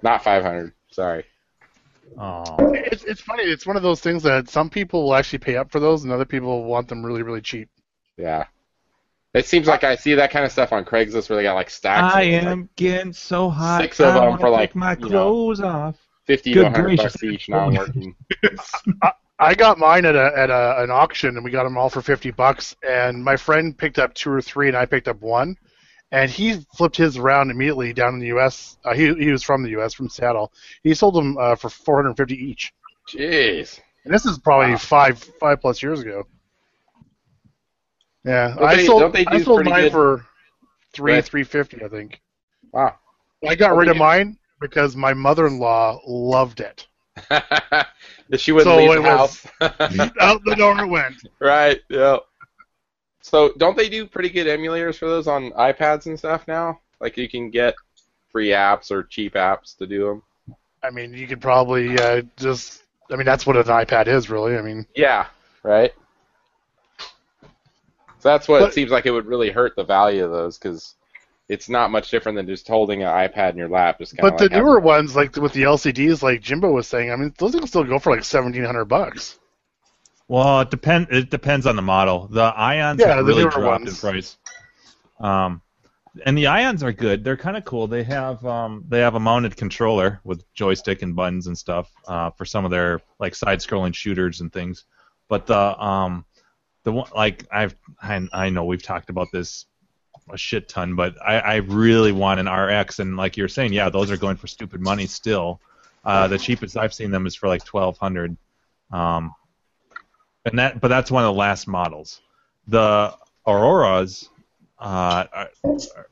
Not 500. Sorry. Oh. It's, it's funny. It's one of those things that some people will actually pay up for those, and other people want them really, really cheap. Yeah. It seems like I see that kind of stuff on Craigslist where they got like stacks. I of, like, am getting so hot. Six of I them wanna for, like, take my you know, clothes off. 50 Good to 100 gracious. bucks each non-working. I got mine at a at a, an auction, and we got them all for fifty bucks. And my friend picked up two or three, and I picked up one. And he flipped his around immediately down in the U.S. Uh, he he was from the U.S. from Seattle. He sold them uh, for four hundred fifty each. Jeez. And this is probably five five plus years ago. Yeah, Don't I they- sold don't they I do sold pretty mine good- for three Right. three fifty, I think. Wow. I got Don't rid they of do- mine because my mother in law loved it. she wouldn't So leave the it was- house. Out the door it went. right. Yeah. So don't they do pretty good emulators for those on iPads and stuff now? Like you can get free apps or cheap apps to do them. I mean, you could probably uh, just. I mean, that's what an iPad is, really. I mean, Yeah. Right. So that's what But- it seems like. It would really hurt the value of those because it's not much different than just holding an iPad in your lap. Just kind but of. the newer ones, like with the LCDs, like Jimbo was saying, I mean, those things still go for like seventeen hundred bucks. Well, it depend. It depends on the model. The ions Yeah, have the really newer dropped ones. in price. Um, and the ions are good. They're kind of cool. They have um, they have a mounted controller with joystick and buttons and stuff uh, for some of their like side-scrolling shooters and things. But the um, the one like I've I, I know we've talked about this a shit ton, but I, I really want an RX, and like you're saying, yeah, those are going for stupid money still. Uh, the cheapest I've seen them is for like twelve hundred, um, and that but that's one of the last models. The Auroras uh, are,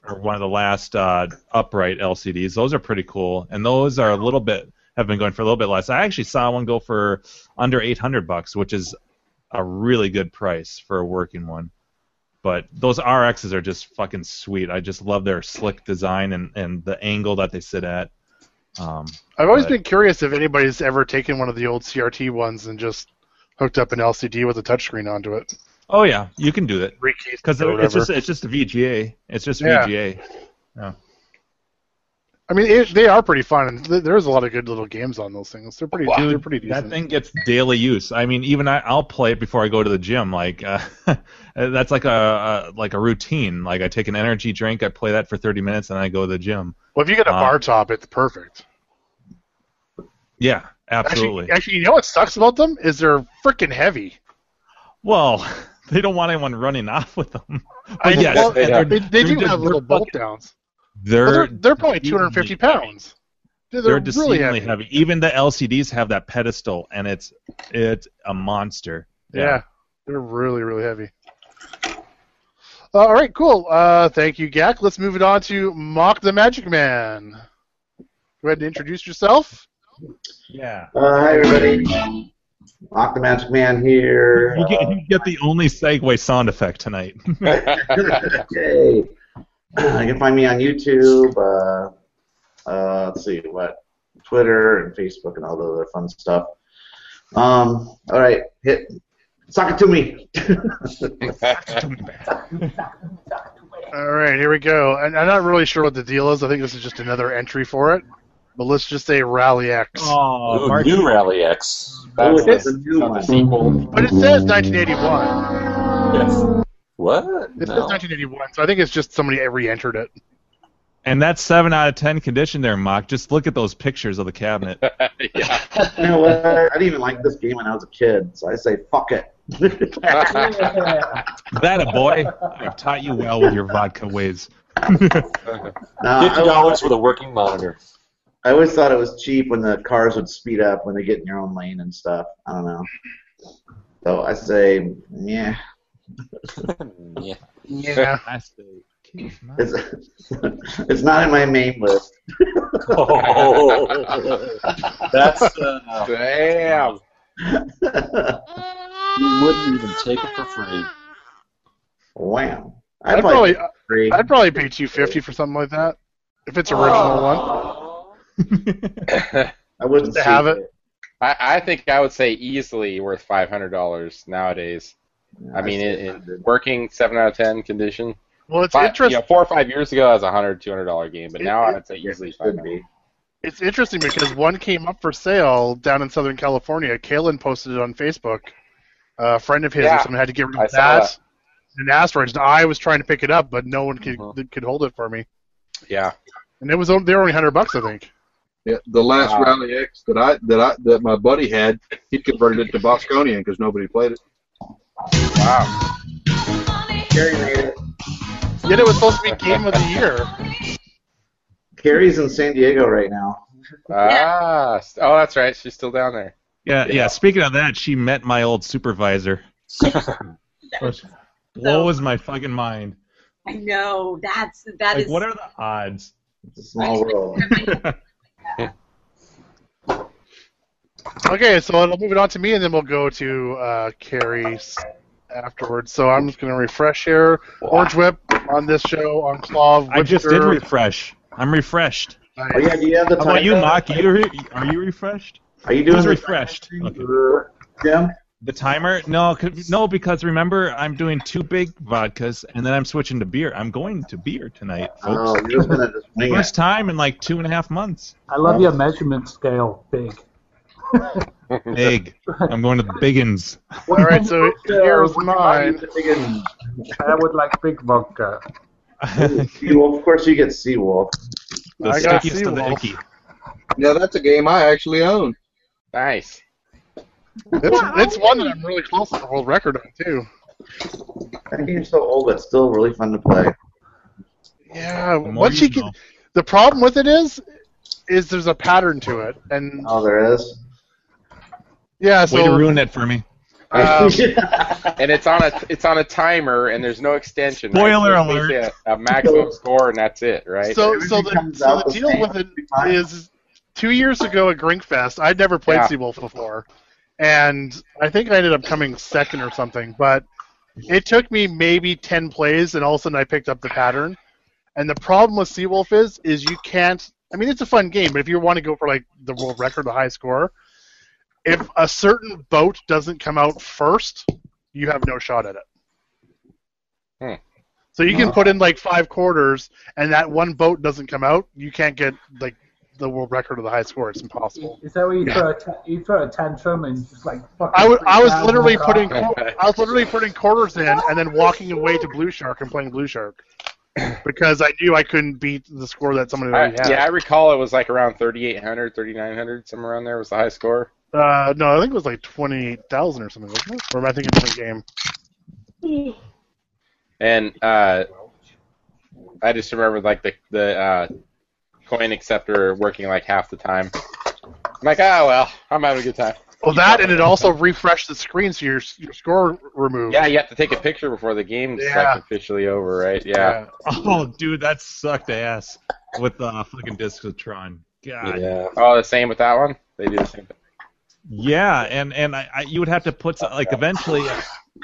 are one of the last uh, upright LCDs. Those are pretty cool, and those are a little bit have been going for a little bit less. I actually saw one go for under eight hundred bucks, which is a really good price for a working one. But those RXs are just fucking sweet. I just love their slick design and, and the angle that they sit at. Um, I've always but- been curious if anybody's ever taken one of the old CRT ones and just hooked up an LCD with a touchscreen onto it. Oh yeah, you can do that because or it's whatever. just it's just a VGA. It's just Yeah. VGA. Yeah. I mean, it, they are pretty fun, and th- there's a lot of good little games on those things. They're pretty, they're Dude, pretty decent. that thing gets daily use. I mean, even I, I'll play it before I go to the gym. Like uh, that's like a, a like a routine. Like I take an energy drink, I play that for 30 minutes, and I go to the gym. well, if you get a Uh, bar top, it's perfect. Yeah, absolutely. Actually, actually, you know what sucks about them is they're freaking heavy. Well, they don't want anyone running off with them. But yes, well, and they're- they, they do they're- have little bolt downs. They're But They're, they're probably 250 pounds. They're, they're, really deceivingly heavy. heavy. Even the LCDs have that pedestal, and it's it's a monster. Yeah. they're really, really heavy. Uh, all right, cool. Uh, thank you, Gak. Let's move it on to Mock the Magic Man. Go ahead and introduce yourself. Yeah. Uh, hi, everybody. Mock the Magic Man here. You get, you get the only segue sound effect tonight. Yay. Uh, You can find me on YouTube. Uh, uh, let's see what Twitter and Facebook and all the other fun stuff. Um, all right, hit sock it to me. All right, here we go. And I'm not really sure what the deal is. I think this is just another entry for it. But let's just say Rally X. Oh, Ooh, new Rally X. Oh, That's it's the- a new one. But it says 1981. What? It says No. 1981, so I think it's just somebody re-entered it. and that's seven out of ten condition there, Mock. Just look at those pictures of the cabinet. yeah. You know what? I didn't even like this game when I was a kid, so I say fuck it. that a boy. I've taught you well with your vodka ways. Nah, Fifty I, dollars for the working monitor. I always thought it was cheap when the cars would speed up when they get in your own lane and stuff. I don't know. So I say, yeah. yeah. Yeah. I say, "Kiss my-" It's, it's not in my main list. Oh. that's uh, Damn. You wouldn't even take it for free. wow. I'd, probably, free. I'd probably pay 250 for something like that if it's original one. I, I wouldn't to have see it. I think I would say easily worth five hundred dollars nowadays. Yeah, I mean, see in, it. in working seven out of ten condition. Well, it's Five, interesting. You know, four or five years ago, that was a hundred, two hundred dollar game, but It- now it- I'd say easily it five should hundred. be. It's interesting because one came up for sale down in Southern California. Kalen posted it on Facebook. a friend of his Yeah, or someone had to get rid of I that, saw that. and asteroids. And I was trying to pick it up, but no one could Mhm. could hold it for me. Yeah. And it was on- they were only hundred bucks, I think. Yeah, the last Wow. Rally X that I that I that my buddy had, he converted it to Bosconian because nobody played it. Wow. Carrie made it. Yet it was supposed to be game of the year. Carrie's in San Diego right now. Ah. st- Oh, that's right. She's still down there. yeah, yeah. Speaking of that, she met my old supervisor. Which blows my fucking mind. I know that's that like, is. what are the odds? It's a small world. Okay, so I'll move it on to me, and then we'll go to uh, Carrie s- afterwards. So I'm just going to refresh here. Orange Whip on this show on Claw. I just did Whisker. refresh. I'm refreshed. Oh, yeah, do you have the How time? about you, Mock? You re- are you refreshed? Are you doing Who's the refreshed? Okay. Jim? The timer? No, 'cause- no, because remember, I'm doing two big vodkas, and then I'm switching to beer. I'm going to beer tonight, folks. Oh, you're just gonna just wing it. First time in like two and a half months. I love your measurement scale, big. Big. I'm going to Biggins. All right, so here's Would you mine. I would like big vodka. the Seawolf, of course you get Seawolf. I got stickiest of the Seawolf. icky. Yeah, that's a game I actually own. Nice. It's, it's one that I'm really close to the world record on too. That game's so old, but it's still really fun to play. Yeah, more once you you get the problem with it is, is there's a pattern to it, and oh, there is. Yeah, so uh, Way to ruin it for me. Um, and it's on a it's on a timer, and there's no extension. Spoiler right? So it's alert. A, a maximum score, and that's it, right? So, so, the, so the deal with it is, two years ago at Grinkfest, I'd never played Yeah. Seawolf before, and I think I ended up coming second or something. But it took me maybe ten plays, and all of a sudden I picked up the pattern. And the problem with Seawolf is, is you can't. I mean, it's a fun game, but if you want to go for like the world record, the high score, if a certain boat doesn't come out first, you have no shot at it. Hmm. So you can put in like five quarters, and that one boat doesn't come out. You can't get like the world record or the high score. It's impossible. Is that where Oh, you throw a t- you throw a tantrum and just like fucking I, would, freak I was out, literally walk putting off? qu- I was literally putting quarters in, and then walking away to Blue Shark and playing Blue Shark because I knew I couldn't beat the score that somebody I, already had. yeah, I recall it was like around 3,800, 3,900, somewhere around there was the high score. Uh, no, I think it was like twenty eight thousand or something, wasn't it? Or am I thinking different game? And uh, I just remember like the the uh, coin acceptor working like half the time. I'm like, ah, well, I'm having a good time. Well, that and it also refreshed the screen, so your your score removed. Yeah, you have to take a picture before the game's Yeah. like officially over, right? Yeah. Yeah. Oh, dude, that sucked ass with the uh, fucking Discotron. God. Yeah. Oh, the same with that one. They do the same thing. Yeah, and and I, I you would have to put some, like eventually I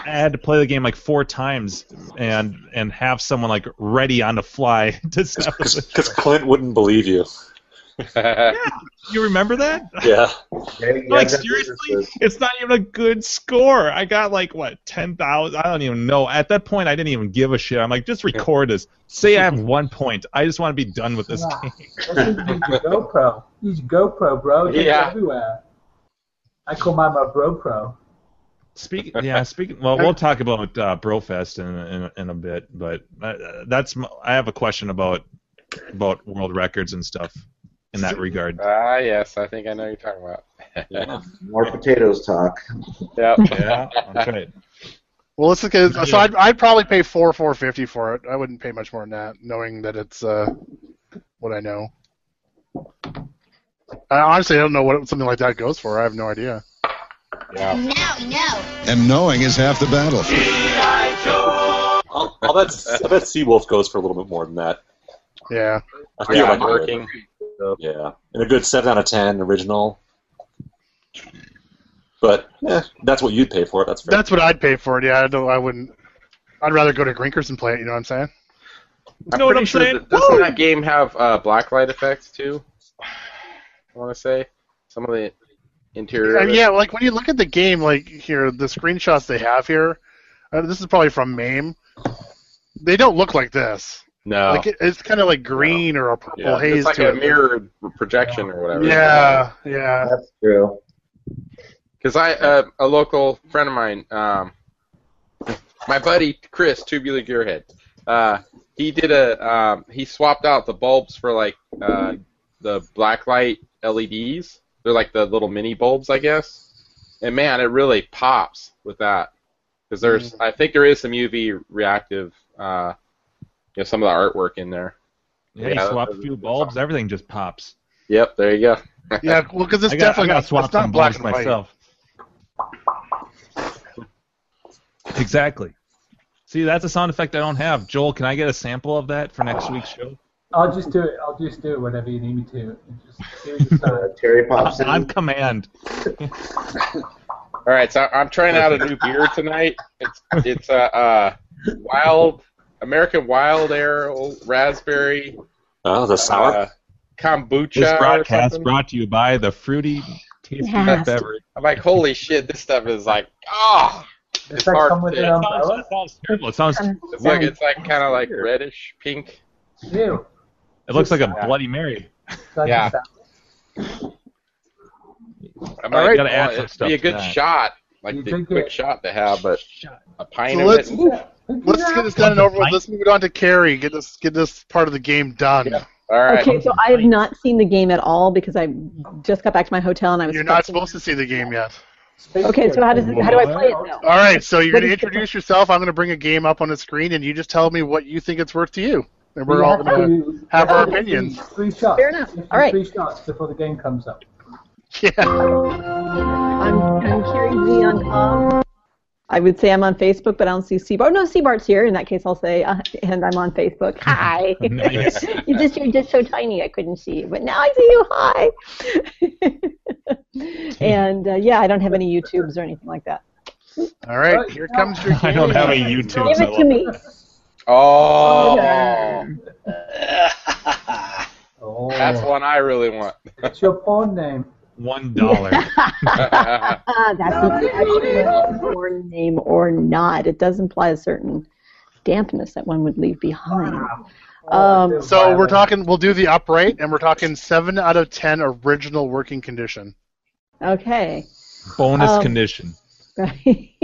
had to play the game like four times and and have someone like ready on the fly to step. Because Clint wouldn't believe you. yeah. You remember that? Yeah. like seriously, it's not even a good score. I got like what ten thousand. I don't even know. At that point, I didn't even give a shit. I'm like, just record this. Say I have one point. I just want to be done with this Yeah. game. That's what you use your GoPro. Use GoPro, bro. It's Yeah. everywhere. I call mine my Bro Pro. Speak, yeah, speaking. Well, we'll talk about uh, Brofest in, in in a bit, but uh, that's my, I have a question about about world records and stuff in that regard. Ah, yes, I think I know what you're talking about. More potatoes talk. yep. Yeah, that's right. Well, let's look at. So I'd, I'd probably pay four four fifty for it. I wouldn't pay much more than that, knowing that it's uh, what I know. I honestly don't know what something like that goes for. I have no idea. Yeah. And knowing is half the battle. I'll, I'll bet, I bet Seawolf goes for a little bit more than that. Yeah. I think Yeah, it might be- working. Yeah. And a good 7 out of 10 original. But eh, that's what you'd pay for it. That's fair. That's what I'd pay for it. Yeah, I don't. I wouldn't. I'd rather go to Grinkers and play it. You know what I'm saying? I'm know what pretty I'm sure saying? that- doesn't that game have uh, blacklight effects too? I want to say some of the interior. Yeah, of it. yeah, like when you look at the game, like here, the screenshots they have here, uh, this is probably from MAME. They don't look like this. No. Like it, it's kind of like green or a purple Yeah. haze it's like to a it. mirror projection or whatever. Yeah, yeah. That's true. Because I uh, a local friend of mine, um, my buddy Chris Tubular Gearhead, uh, he did a um, he swapped out the bulbs for like uh, the blacklight LEDs. E They're like the little mini bulbs, I guess. And man, it really pops with that. Because there's Mm. I think there is some UV reactive, uh, you know, some of the artwork in there. Yeah, Yeah, you swap a that- few bulbs, everything just pops. Yep, there you go. Yeah, well, because it's I got, I definitely got not, swapped it's not some black bulbs and white. myself. Exactly. See, that's a sound effect I don't have. Joel, can I get a sample of that for next week's show? I'll just do it. I'll just do it whenever you need me to. And Just do the Uh, Terry pops On in. command. All right, so I'm trying out a new beer tonight. It's it's a uh, wild American wild ale raspberry oh, the sour? uh, kombucha. This or broadcast something. brought to you by the fruity tasty Yes. beverage. I'm like, holy shit, this stuff is like, ah, Does it's that hard. come with to- an umbrella? sounds terrible. It sounds. It's like it's like kind of like reddish pink. Ew. It looks like a Bloody Mary. That Yeah. just- I'm All like, right. well, Gotta add some it'd stuff be a to good that. shot, like You the drink quick it. shot to have, but a pint So of let's it. let's get this done and over with. Let's move it on to Carrie. Get this get this part of the game done. Yeah. All right. Okay, so I have not seen the game at all because I just got back to my hotel and I was. You're not fucking- supposed to see the game yet. Space Okay, so Jam. how does it, how do I play it though? All right, so you're What going to is the- introduce yourself. I'm going to bring a game up on the screen, and you just tell me what you think it's worth to you. and we're all going to have our opinions. Three shots. Fair enough. You have to All right. Three shots before the game comes up. I'm, I'm hearing Z on um, I would say I'm on Facebook, but I don't see Seabart. Oh, no, Seabart's here. In that case, I'll say, uh, and I'm on Facebook. Hi. Nice. you just, you're just so tiny, I couldn't see you, but now I see you. Hi. and uh, yeah, I don't have any YouTubes or anything like that. All right, here comes your. I don't have a YouTube. Give it to me. Oh. Uh, Oh. That's one I really want. It's your porn name. One That's the actual born name or not. It does imply a certain dampness that one would leave behind. Um, So we're talking. We'll do the upright, and we're talking seven out of ten original working condition. okay. Bonus Um, condition. Right.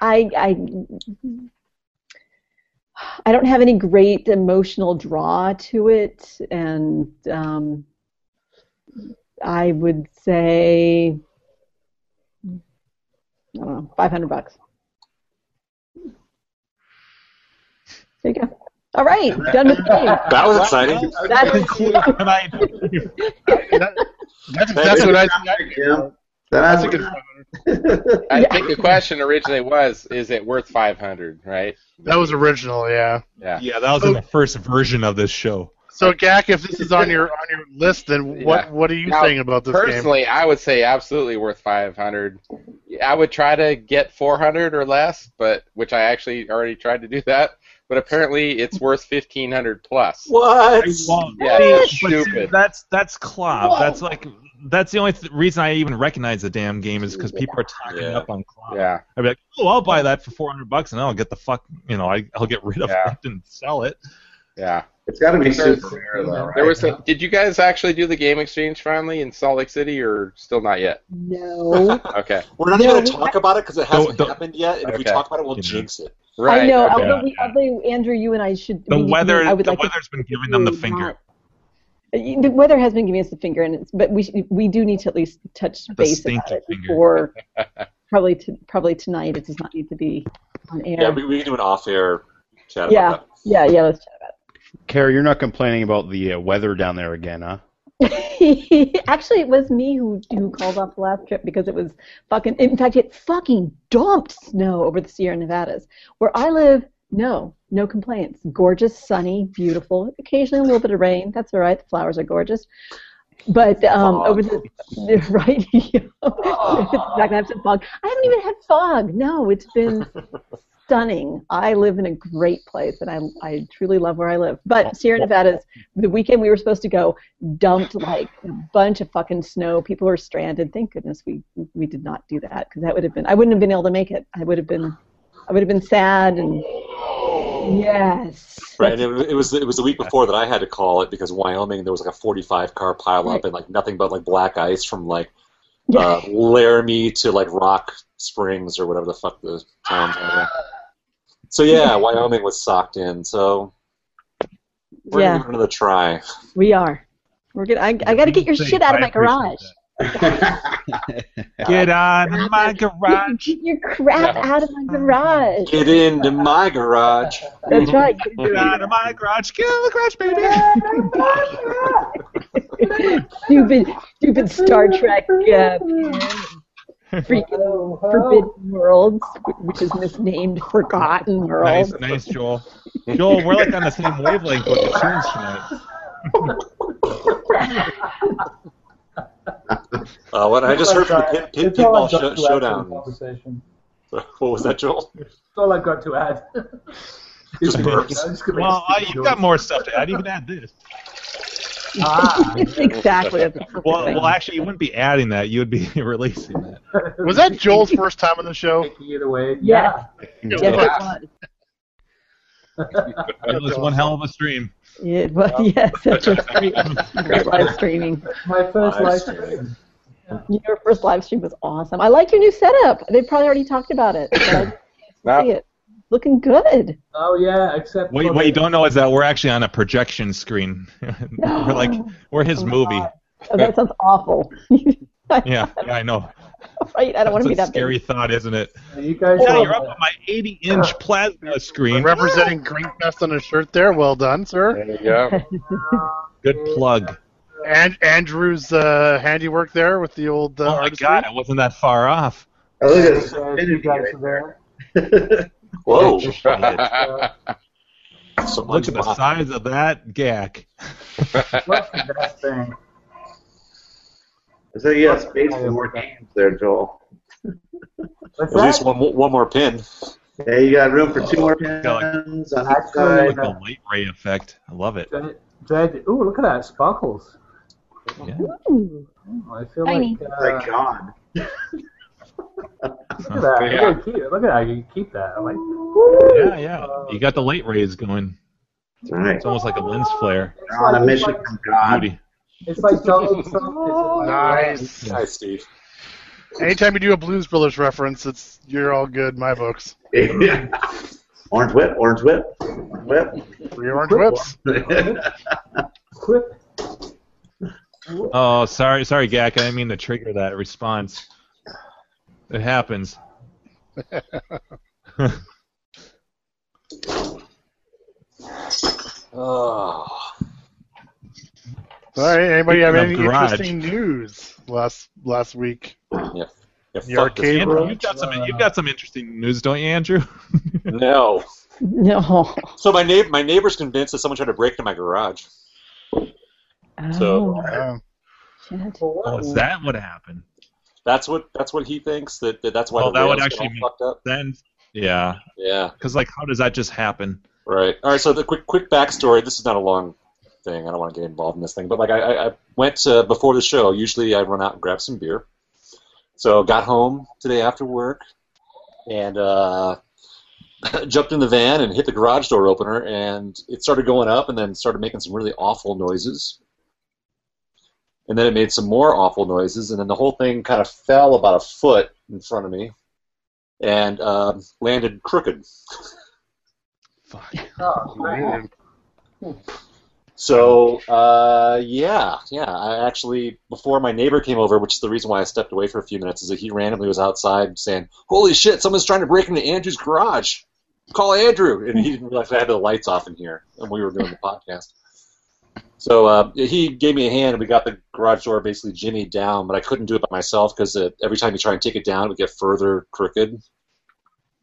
I, I I don't have any great emotional draw to it, and um, I would say I don't know, five hundred bucks. There you go. All right, done with the game. That was exciting. That's That's, that's what I. That's a good. I think the question originally was, is it worth 500, right? That was original, yeah. Yeah. Yeah, that was in the first version of this show. So Gak, if this is on your on your list, then what Yeah. what are you Now, saying about this Personally, I would say absolutely worth 500. I would try to get 400 or less, but which I actually already tried to do that. But apparently, it's worth 1500 plus. What? Yeah, it's stupid. That's that's Klopp. That's like that's the only th- reason I even recognize the damn game is because people are talking up on Klopp. Yeah. I'd be like, oh, I'll buy that for four hundred bucks, and I'll get the fuck, you know, I, I'll get rid of Yeah. it and sell it. Yeah. It's got to be There was- super rare, though, right? There was a, did you guys actually do the game exchange finally in Salt Lake City or still not yet? No. Okay. We're not even going to talk about it because it hasn't happened yet, and if we Okay. talk about it, we'll jinx it. Right. I know. okay. Although, we, although Andrew, you and I should. The we- we- weather, I would the like to weather's been giving them the finger. The weather has been giving us the finger, and it's, but we sh- we do need to at least touch base about stinky it finger. before probably to, probably tonight. It does not need to be on air. Yeah, we, we can do an off-air chat yeah, about yeah, yeah. Let's chat about Carrie, you're not complaining about the uh, weather down there again, huh? it. Actually, it was me who who called off the last trip because it was fucking. In fact, it fucking dumped snow over the Sierra Nevadas where I live. No, no complaints. Gorgeous, sunny, beautiful. Occasionally a little bit of rain. That's all right. The flowers are gorgeous. But um, over the right, exactly. I have some fog. I haven't even had fog. No, it's been stunning. I live in a great place, and I I truly love where I live. But Sierra Nevada's the weekend we were supposed to go dumped like a bunch of fucking snow. People were stranded. Thank goodness we we did not do that because that would have been I wouldn't have been able to make it. I would have been I would have been sad and yes. it. Right, and it, it was it was the week before that I had to call it because Wyoming there was like a 45 car pileup Right. and like nothing but like black ice from like uh, Laramie to like Rock Springs or whatever the fuck the towns are. there. So yeah, Wyoming was socked in. So we're Yeah. gonna give it another try. We are. We're good. I, I got to get your shit out of my garage. Get out of my garage. Get your crap Yeah. out of my garage. Get into my garage. That's right. Mm-hmm. Get out of my garage. Get out of the garage, baby. stupid, stupid Star Trek uh, Oh, freaking forbidden worlds, which is misnamed Forgotten Nice, Worlds. nice, Joel. Joel, we're like on the same wavelength with the tunes tonight. Uh, what I just heard from the pin, pin It's all pinball I've got sh- to add to the showdown. conversation. What was that, Joel? That's all I've got to add. Just I'm just burps. gonna Well, I, make you've got more stuff to add. You can add this. Ah. exactly. That's the perfect Well, thing. well, actually, you wouldn't be adding that. You would be releasing that. game? Was that Joel's first time on the show? Taking it away. Yes. Yeah. Yes, it was. It was one hell of a stream. It was. Yes, that's your stream. Great live streaming. My first Live live streaming. stream. Your first live stream was awesome. I like your new setup. They probably already talked about it. But I didn't see it. Looking good. Oh yeah, except What, for what you the- don't know is that we're actually on a projection screen. we're like, we're his movie. Oh, that sounds awful. yeah, yeah, I know. Right? I don't want That's to be a that big. scary thought, isn't it? You guys Yeah, are- you're up on my 80-inch plasma screen. Representing Greenfest on his shirt there. Well done, sir. There you Good plug. And Andrew's uh, handiwork there with the old. Uh, Oh my god, I wasn't that far off. Oh, look at this. You guys are there. Whoa. uh, Look at the size of that gack. What's the best thing? So yeah, space for more games there, Joel. What's At that? least one one more pin. Yeah, you got room for two more Got, pins like, on each Actually, side. uh, The light ray effect. I love it. Dread. Ooh, look at that. It sparkles. Yeah. Ooh, Ooh, I feel Tiny. like. Uh, Like God. look at that. Yeah. Look, at that. look at that. You keep that. I like Uh, Yeah, yeah. You got the light rays going. right. It's almost like a lens flare. They're on a mission from God. Beauty. It's like Donald Trump. It's Nice. Hi, Steve. Anytime you do a Blues Brothers reference, it's you're all good in my books. orange whip, orange whip, orange whip. Three orange whips. Quip. Oh, sorry, sorry, Gak. I didn't mean to trigger that response. It happens. Oh. All right. Anybody have Speaking any of garage. interesting news last last week? Yeah. yeah The fuck this arcade one. Andrew, you've got some you've got some interesting news, don't you, Andrew? No. No. So my neighbor, my neighbor's convinced that someone tried to break into my garage. So- Oh, Um, shit. Oh, is that what happened? That's what that's what he thinks that, that that's why Well, the that would rails get actually all be- fucked up. Then yeah, Yeah. because like, how does that just happen? Right. All right. So the quick quick backstory. This is not a long thing. I don't want to get involved in this thing. But like, I, I- I went uh, before the show. Usually, I run out and grab some beer. So got home today after work, and uh, jumped in the van and hit the garage door opener, and it started going up, and then started making some really awful noises. And then it made some more awful noises, and then the whole thing kind of fell about a foot in front of me, and uh, landed crooked. Fuck. Oh, man. So uh, yeah, yeah. I actually before my neighbor came over, which is the reason why I stepped away for a few minutes, is that he randomly was outside saying, "Holy shit, someone's trying to break into Andrew's garage! Call Andrew!" And he didn't realize I had the lights off in here, and we were doing the podcast. So uh, he gave me a hand, and we got the garage door basically jimmied down. But I couldn't do it by myself because every time you try and take it down, it would get further crooked.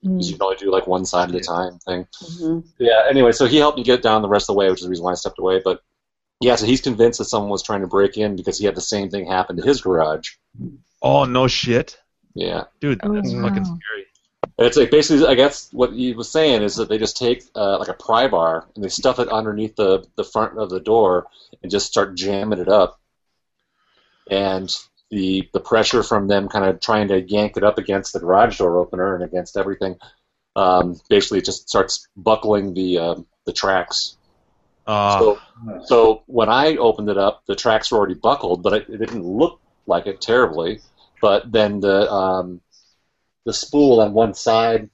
'cause You Mm, can only do like one side at a time thing. mhm. Yeah. Anyway, so he helped me get down the rest of the way, which is the reason why I stepped away. But yeah, so he's convinced that someone was trying to break in because he had the same thing happen to his garage. Oh no shit, Yeah, dude, Oh, that's wow. fucking scary. and it's like basically, I guess what he was saying is that they just take uh, like a pry bar and they stuff it underneath the the front of the door and just start jamming it up, and the the pressure from them kind of trying to yank it up against the garage door opener and against everything, um, basically it just starts buckling the um, the tracks. Uh, So, so when I opened it up, the tracks were already buckled, but it, it didn't look like it terribly. But then the um, the spool on one side,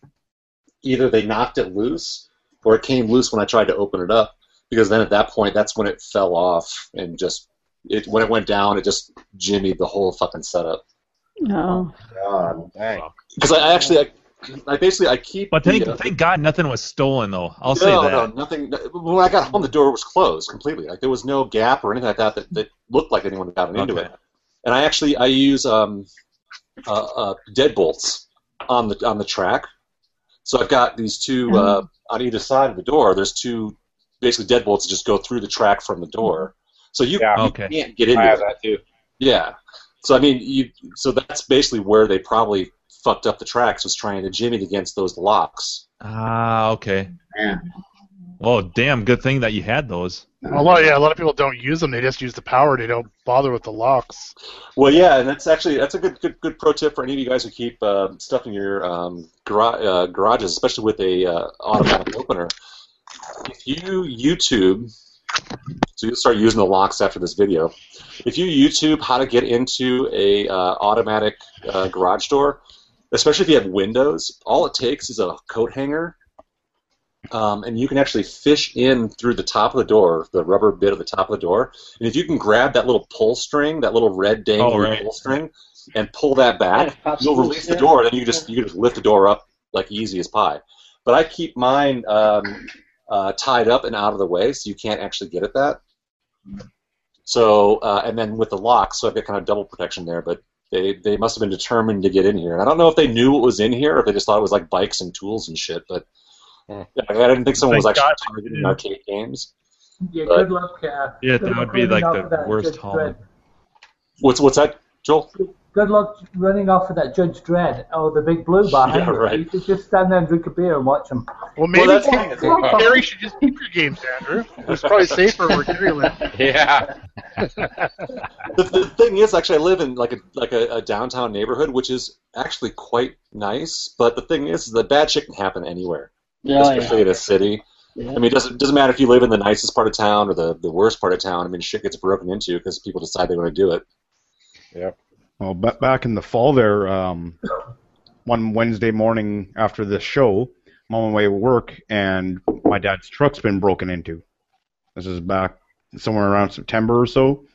either they knocked it loose or it came loose when I tried to open it up. Because then at that point, that's when it fell off and just it when it went down, it just jimmied the whole fucking setup. No. God. Dang. Because I actually, I, I basically I keep. but thank the, uh, thank God nothing was stolen though. I'll say no, that. no, nothing. no- When I got home, the door was closed completely. Like there was no gap or anything like that that, that looked like anyone had gotten into Okay. it. And I actually I use um, uh, uh, deadbolts on the on the track. So I've got these Mm-hmm. two uh, on either side of the door. There's two basically deadbolts that just go through the track from the door. So you, Yeah. you Okay. can't get I into have it. that too. Yeah. So I mean, you so that's basically where they probably fucked up the tracks was trying to jimmy it against those locks. Ah, okay. Yeah. Oh, damn! Good thing that you had those. a lot, yeah, a lot of people don't use them. They just use the power. They don't bother with the locks. Well, yeah, and that's actually that's a good good good pro tip for any of you guys who keep uh, stuff in your um, gara- uh, garages, especially with a uh, automatic opener. If you YouTube, so you'll start using the locks after this video. If you YouTube how to get into a uh, automatic uh, garage door, especially if you have windows, all it takes is a coat hanger um, and you can actually fish in through the top of the door, the rubber bit of the top of the door. And if you can grab that little pull string, that little red dangling Oh, right. pull string, and pull that back, pops you'll loose, release the yeah. door. Then you just you can just lift the door up like easy as pie. But I keep mine um, uh, tied up and out of the way, so you can't actually get at that. So uh, and then with the lock, so I've got kind of double protection there. But they they must have been determined to get in here. And I don't know if they knew what was in here, or if they just thought it was like bikes and tools and shit. But yeah, I didn't think someone was Thank actually God targeting arcade games. Yeah, But- good luck. Uh, Yeah, good that luck would be, running like, off the of that worst Judge haul. Dredd. What's what's that, Joel? Good luck running off of that Judge Dredd or the Big Blue behind Yeah, you. right. You could just stand there and drink a beer and watch them. Well, maybe Gary should just keep your games, Andrew. It's probably safer where Gary lives. Yeah. the, the thing is, actually, I live in like a like a, a downtown neighborhood, which is actually quite nice. But the thing is, the bad shit can happen anywhere, Yeah, especially in a city. Yeah. I mean, it doesn't doesn't matter if you live in the nicest part of town or the, the worst part of town. I mean, shit gets broken into because people decide they want to do it. Yep. Well, ba- back in the fall there, um, one Wednesday morning after the show, I'm on my way to work, and my dad's truck's been broken into. This is back somewhere around September or so.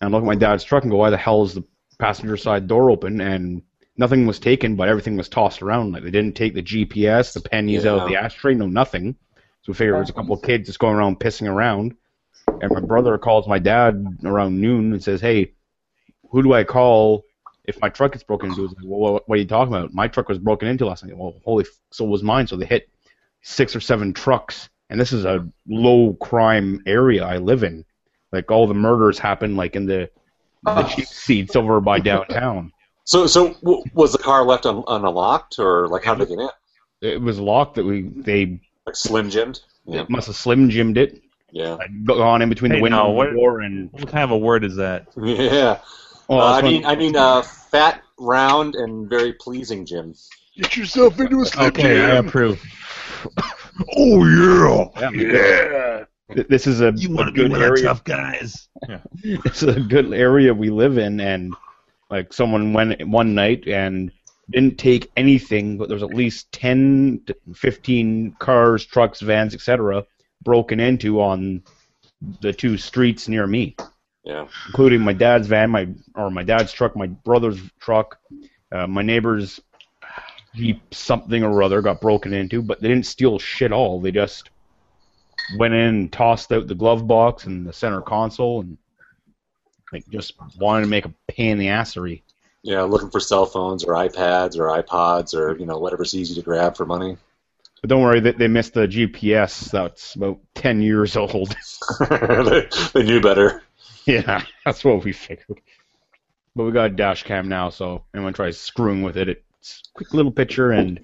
And I look at my dad's truck and go, why the hell is the passenger side door open? And nothing was taken, but everything was tossed around. Like they didn't take the GPS, the pennies out of the Yeah. ashtray, no nothing. So we figured it was a couple of kids just going around pissing around. And my brother calls my dad around noon and says, "Hey, who do I call if my truck gets broken into?" He's like, well, what, what are you talking about? My truck was broken into last night. Well, holy, f- so was mine. So they hit six or seven trucks, and this is a low crime area I live in. Like all the murders happen like in the the cheap seats over by downtown. So, so w- was the car left un- unlocked, or like how did they get in? It was locked that we they Like slim jimmed? Yeah. must have slim jimmed it. Yeah. Gone in between Hey, the window no, and what- the door and What kind of a word is that? Yeah. Well, Uh, that's I what- mean, I mean, uh, fat, round, and very pleasing, Jim. Get yourself into a slip Okay, I approve. oh yeah. Yeah. Th- This is a, a wanna be good one of the area. tough guys. Yeah. This is a good area we live in, and like someone went one night and didn't take anything, but there was at least 10 to 15 cars, trucks, vans, etc., broken into on the two streets near me, Yeah. including my dad's van, my or my dad's truck, my brother's truck, uh, my neighbor's Jeep, something or other, got broken into, but they didn't steal shit all. They just went in and tossed out the glove box and the center console and like just wanted to make a pain in the assery. Yeah, looking for cell phones or iPads or iPods or you know whatever's easy to grab for money. But don't worry, they, they missed the GPS that's about ten years old. they, they knew better. yeah, that's what we figured. But we got a dash cam now, so anyone tries screwing with it, it's a quick little picture and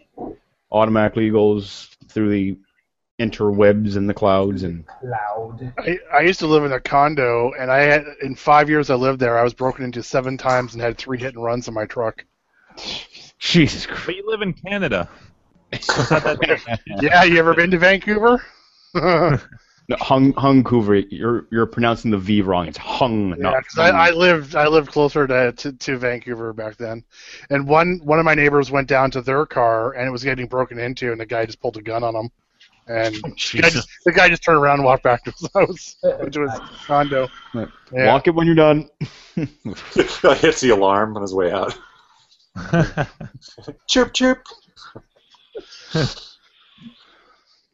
automatically goes through the interwebs and the clouds and Loud. I, I used to live in a condo, and I had in five years I lived there. I was broken into seven times and had three hit and runs in my truck. Jesus Christ. But you live in Canada. Yeah, you ever been to Vancouver? yeah, No, hung Hungcouver, you're you're pronouncing the V wrong. It's hung, not 'cause I, I lived I lived closer to, to to Vancouver back then, and one one of my neighbors went down to their car and it was getting broken into, and the guy just pulled a gun on him, and the, guy just, the guy just turned around and walked back to his house, to his condo. Right. Yeah. Lock it when you're done. Hits the alarm on his way out. chirp chirp.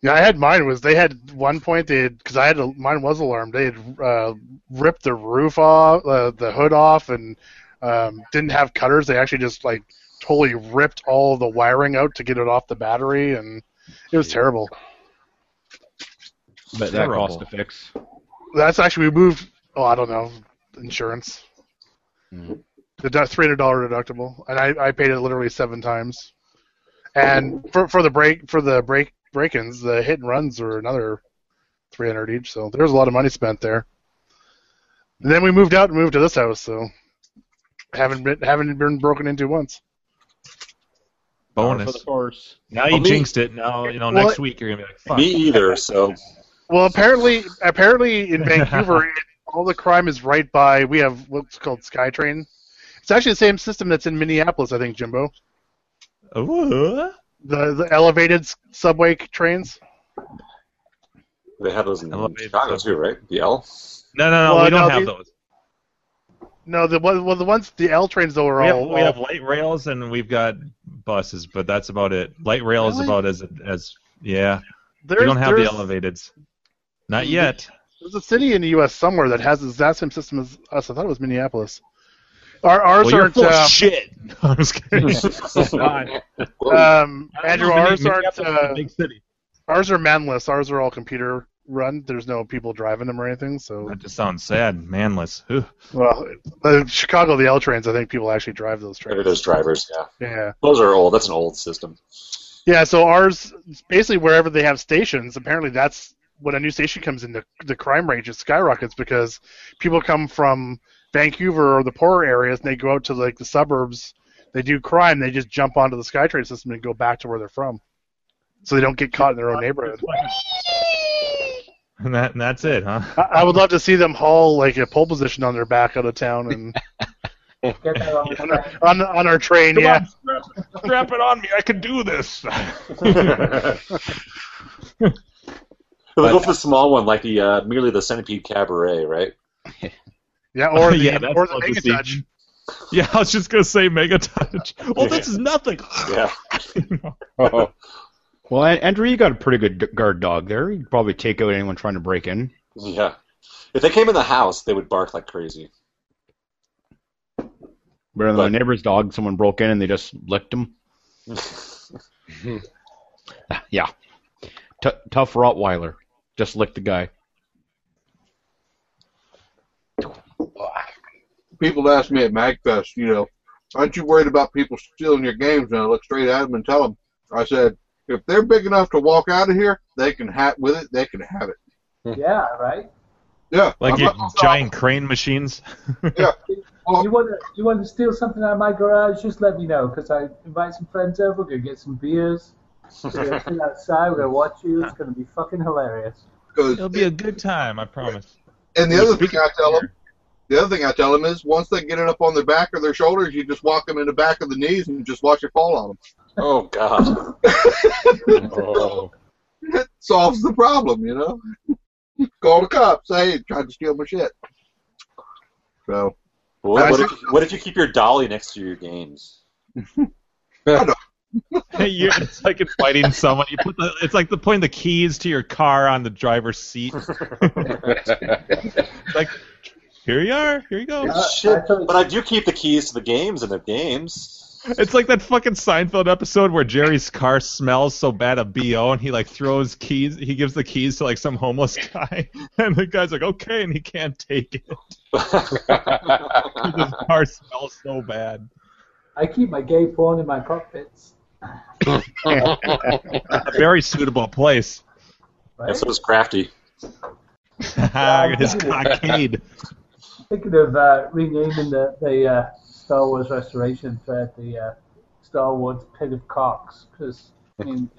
Yeah, I had mine was they had one point they had because I had a, mine was alarmed. They had uh, ripped the roof off, uh, the hood off, and um, didn't have cutters. They actually just like totally ripped all the wiring out to get it off the battery, and it was terrible. But that Terrible. cost to fix. That's actually we moved. Oh, I don't know, insurance. Mm. The three hundred dollar deductible, and I, I paid it literally seven times. And for for the break for the break break-ins, the hit and runs were another three hundred each. So there was a lot of money spent there. And then we moved out and moved to this house, so haven't been haven't been broken into once. For the Bonus. course. Now you Well, me- jinxed it. Now you know Well, next week you're gonna be like, fuck. Me either. So Well, apparently, apparently in Vancouver, it- all the crime is right by. We have what's called SkyTrain. It's actually the same system that's in Minneapolis, I think, Jimbo. Ooh. The the elevated s- subway c- trains. They have those in Chicago too, right? The L. No, no, no. Well, we don't no, have the- those. No, the one- well, the ones the L trains though are We have, all. we all- have light rails and we've got buses, but that's about it. Light rail is Really? about as as yeah. There's- we don't have the there's- elevateds. Not yet. There's a city in the U.S. somewhere that has the exact same system as us. I thought it was Minneapolis. Our ours Well, you're aren't. full of uh, shit. I'm just kidding. um, I don't Andrew, know if ours Minne- aren't. Minneapolis is a Uh, big city. ours are manless. Ours are all computer run. There's no people driving them or anything. So That just sounds sad, manless. Ugh. well, uh, Chicago, the L trains. I think people actually drive those trains. Maybe those drivers. Yeah. Yeah. Those are old. That's an old system. Yeah, so ours basically wherever they have stations, apparently that's when a new station comes in, the the crime rate just skyrockets because people come from Vancouver or the poorer areas and they go out to like the suburbs. They do crime, they just jump onto the SkyTrain system and go back to where they're from, so they don't get caught in their own neighborhood. And, that, and that's it, huh? I, I would love to see them haul like a pole position on their back out of town and on, our- on on our train. Come yeah, on, strap, strap it on me. I can do this. But they go for the small one, like the uh, merely the Centipede Cabaret, right? yeah, or the, Yeah, that's or the fun to mega see. touch. yeah, I was just gonna say mega touch. Well, this is nothing. Yeah. well, An- Andrew, you got a pretty good d- guard dog there. You'd probably take out anyone trying to break in. Yeah. If they came in the house, they would bark like crazy. Better than my neighbor's dog. Someone broke in and they just licked him. yeah. T- tough Rottweiler. Just licked the guy. People ask me at MagFest, you know, aren't you worried about people stealing your games? And I look straight at them and tell them, I said, if they're big enough to walk out of here, they can have with it. They can have it. Yeah, right. Yeah, Like I'm your not gonna stop. giant crane machines. you want to you want to steal something out of my garage? Just let me know because I invite some friends over. We're gonna get some beers. We're gonna sit outside. We're gonna watch you. It's gonna be fucking hilarious. 'Cause- It'll be a good time, I promise. and the other thing I tell them, the other thing I tell them is, once they get it up on their back or their shoulders, you just walk them in the back of the knees and just watch it fall on them. Oh God. oh. It solves the problem, you know. Call the cops. Hey, tried to steal my shit. So Well, what, what if, what if you keep your dolly next to your games? you it's like inviting someone. You put the, it's like the putting the keys to your car on the driver's seat. like, here you are. Here you go. Shit. But I do keep the keys to the games and the games. It's like that fucking Seinfeld episode where Jerry's car smells so bad of BO and he like throws keys he gives the keys to like some homeless guy and the guy's like, Okay, and he can't take it. His car smells so bad. I keep my gay porn in my cockpits. A very suitable place. And so is Crafty. His cockade. Thinking of uh, renaming the the uh, Star Wars Restoration thread the uh, Star Wars Pit of Cocks because I mean,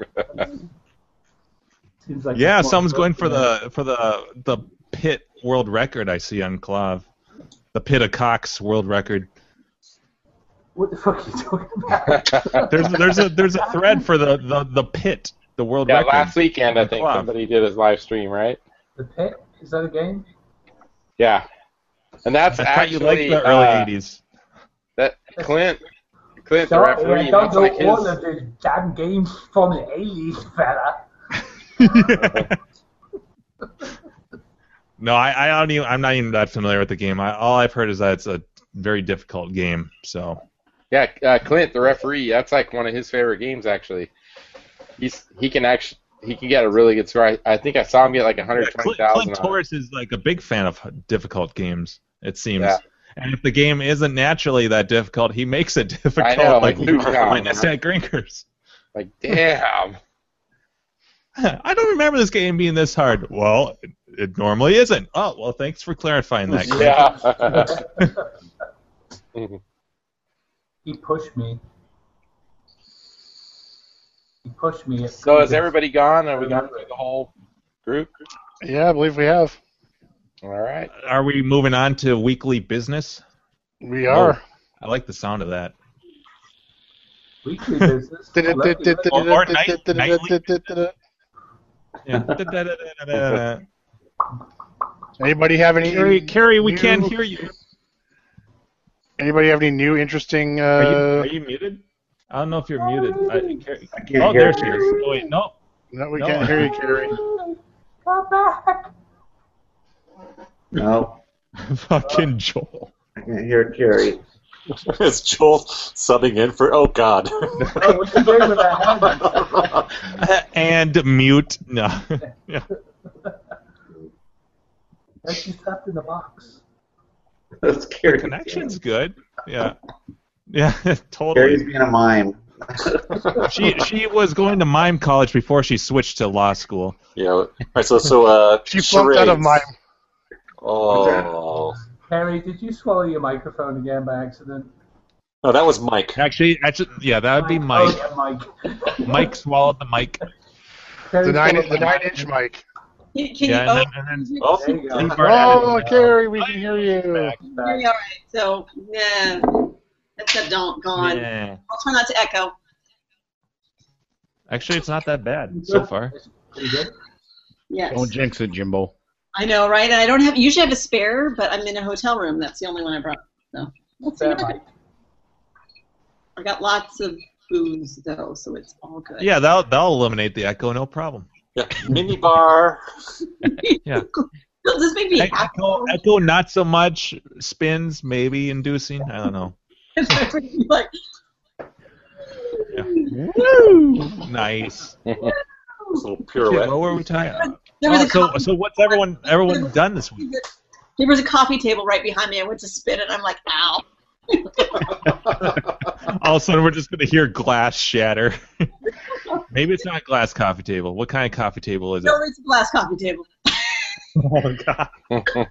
seems like Yeah, it's more someone's going for appropriate. the for the the pit world record I see on Clav. The pit of cocks world record. What the fuck are you talking There's there's a there's a thread for the the, the pit, the world Yeah, record. last weekend I think Wow. somebody did his live stream, right? The pit? Is that a game? Yeah. And that's I thought you actually liked the early uh, eighties. that Clint Clint the Don't- referee. yeah, don't That's like know all his of these damn games from the 80s, fella. No, I, I don't even. I'm not even that familiar with the game. I, all I've heard is that it's a very difficult game. So Yeah, uh, Clint, the referee. That's like one of his favorite games, actually. He's he can actually he can get a really good score. I, I think I saw him get like one hundred twenty Clint, thousand. Clint Torres is like a big fan of difficult games. It seems. Yeah. And if the game isn't naturally that difficult, he makes it difficult. I know, like like, dude, yeah. witnessed at Grinkers. Like damn. I don't remember this game being this hard. Well, it, it normally isn't. Oh well, thanks for clarifying that. Clint. He pushed me. He pushed me. so is everybody gone? Are we gone through the whole group? Yeah, I believe we have. All right. Are we moving on to weekly business? We are. Oh, I like the sound of that. Weekly business. Or- or night- nightly? Yeah. Anybody have any? Carrie- Carrie, we can't hear you. Anybody have any new interesting? Uh, Are you, are you muted? I don't know if you're muted. I, Carrie- can't oh, hear there she you. is. Oh, wait, no. No, we No. can't hear you, Carrie. No. Fucking Joel. I can't hear Carrie. it's Joel subbing in for. Oh God. and mute. No. yeah. That's she's trapped in the box. That's Carrie. Connection's good. Yeah. Yeah, totally. Carrie's being a mime. she she was going to mime college before she switched to law school. Yeah. All right. So so uh. She flunked out of charades. mime. Oh. Harry, did you swallow your microphone again by accident? No, that was Mike. Actually, actually, yeah, that would be Mike. Oh, yeah, Mike. Mike swallowed the mic. The nine, the nine-inch mic. Can, can Yeah, you, oh, and then, and then Oh, There you go. Steve Martin added Oh, Carrie, we can hear you. you're all right. So, yeah, except don't, gone. Yeah. I'll try not to echo. Actually, it's not that bad so far. Yes. Don't jinx it, Jimbo. I know, right? And I don't have, usually I have a spare, but I'm in a hotel room. That's the only one I brought. So, we'll see what happens. I got lots of booze, though, so it's all good. Yeah, that'll that'll eliminate the echo, no problem. Yeah. Mini bar. Yeah. Does this make me happy? Echo, echo, not so much. Spins, maybe inducing. I don't know. like, Nice. little Shit, pirouette. what were we talking about? There was Oh, a so, so what's everyone everyone done this week? there was a coffee table right behind me. I went to spin it. I'm like, ow. All of a sudden, we're just gonna hear glass shatter. Maybe it's not a glass coffee table. What kind of coffee table is it? No, it's a glass coffee table. Oh God. But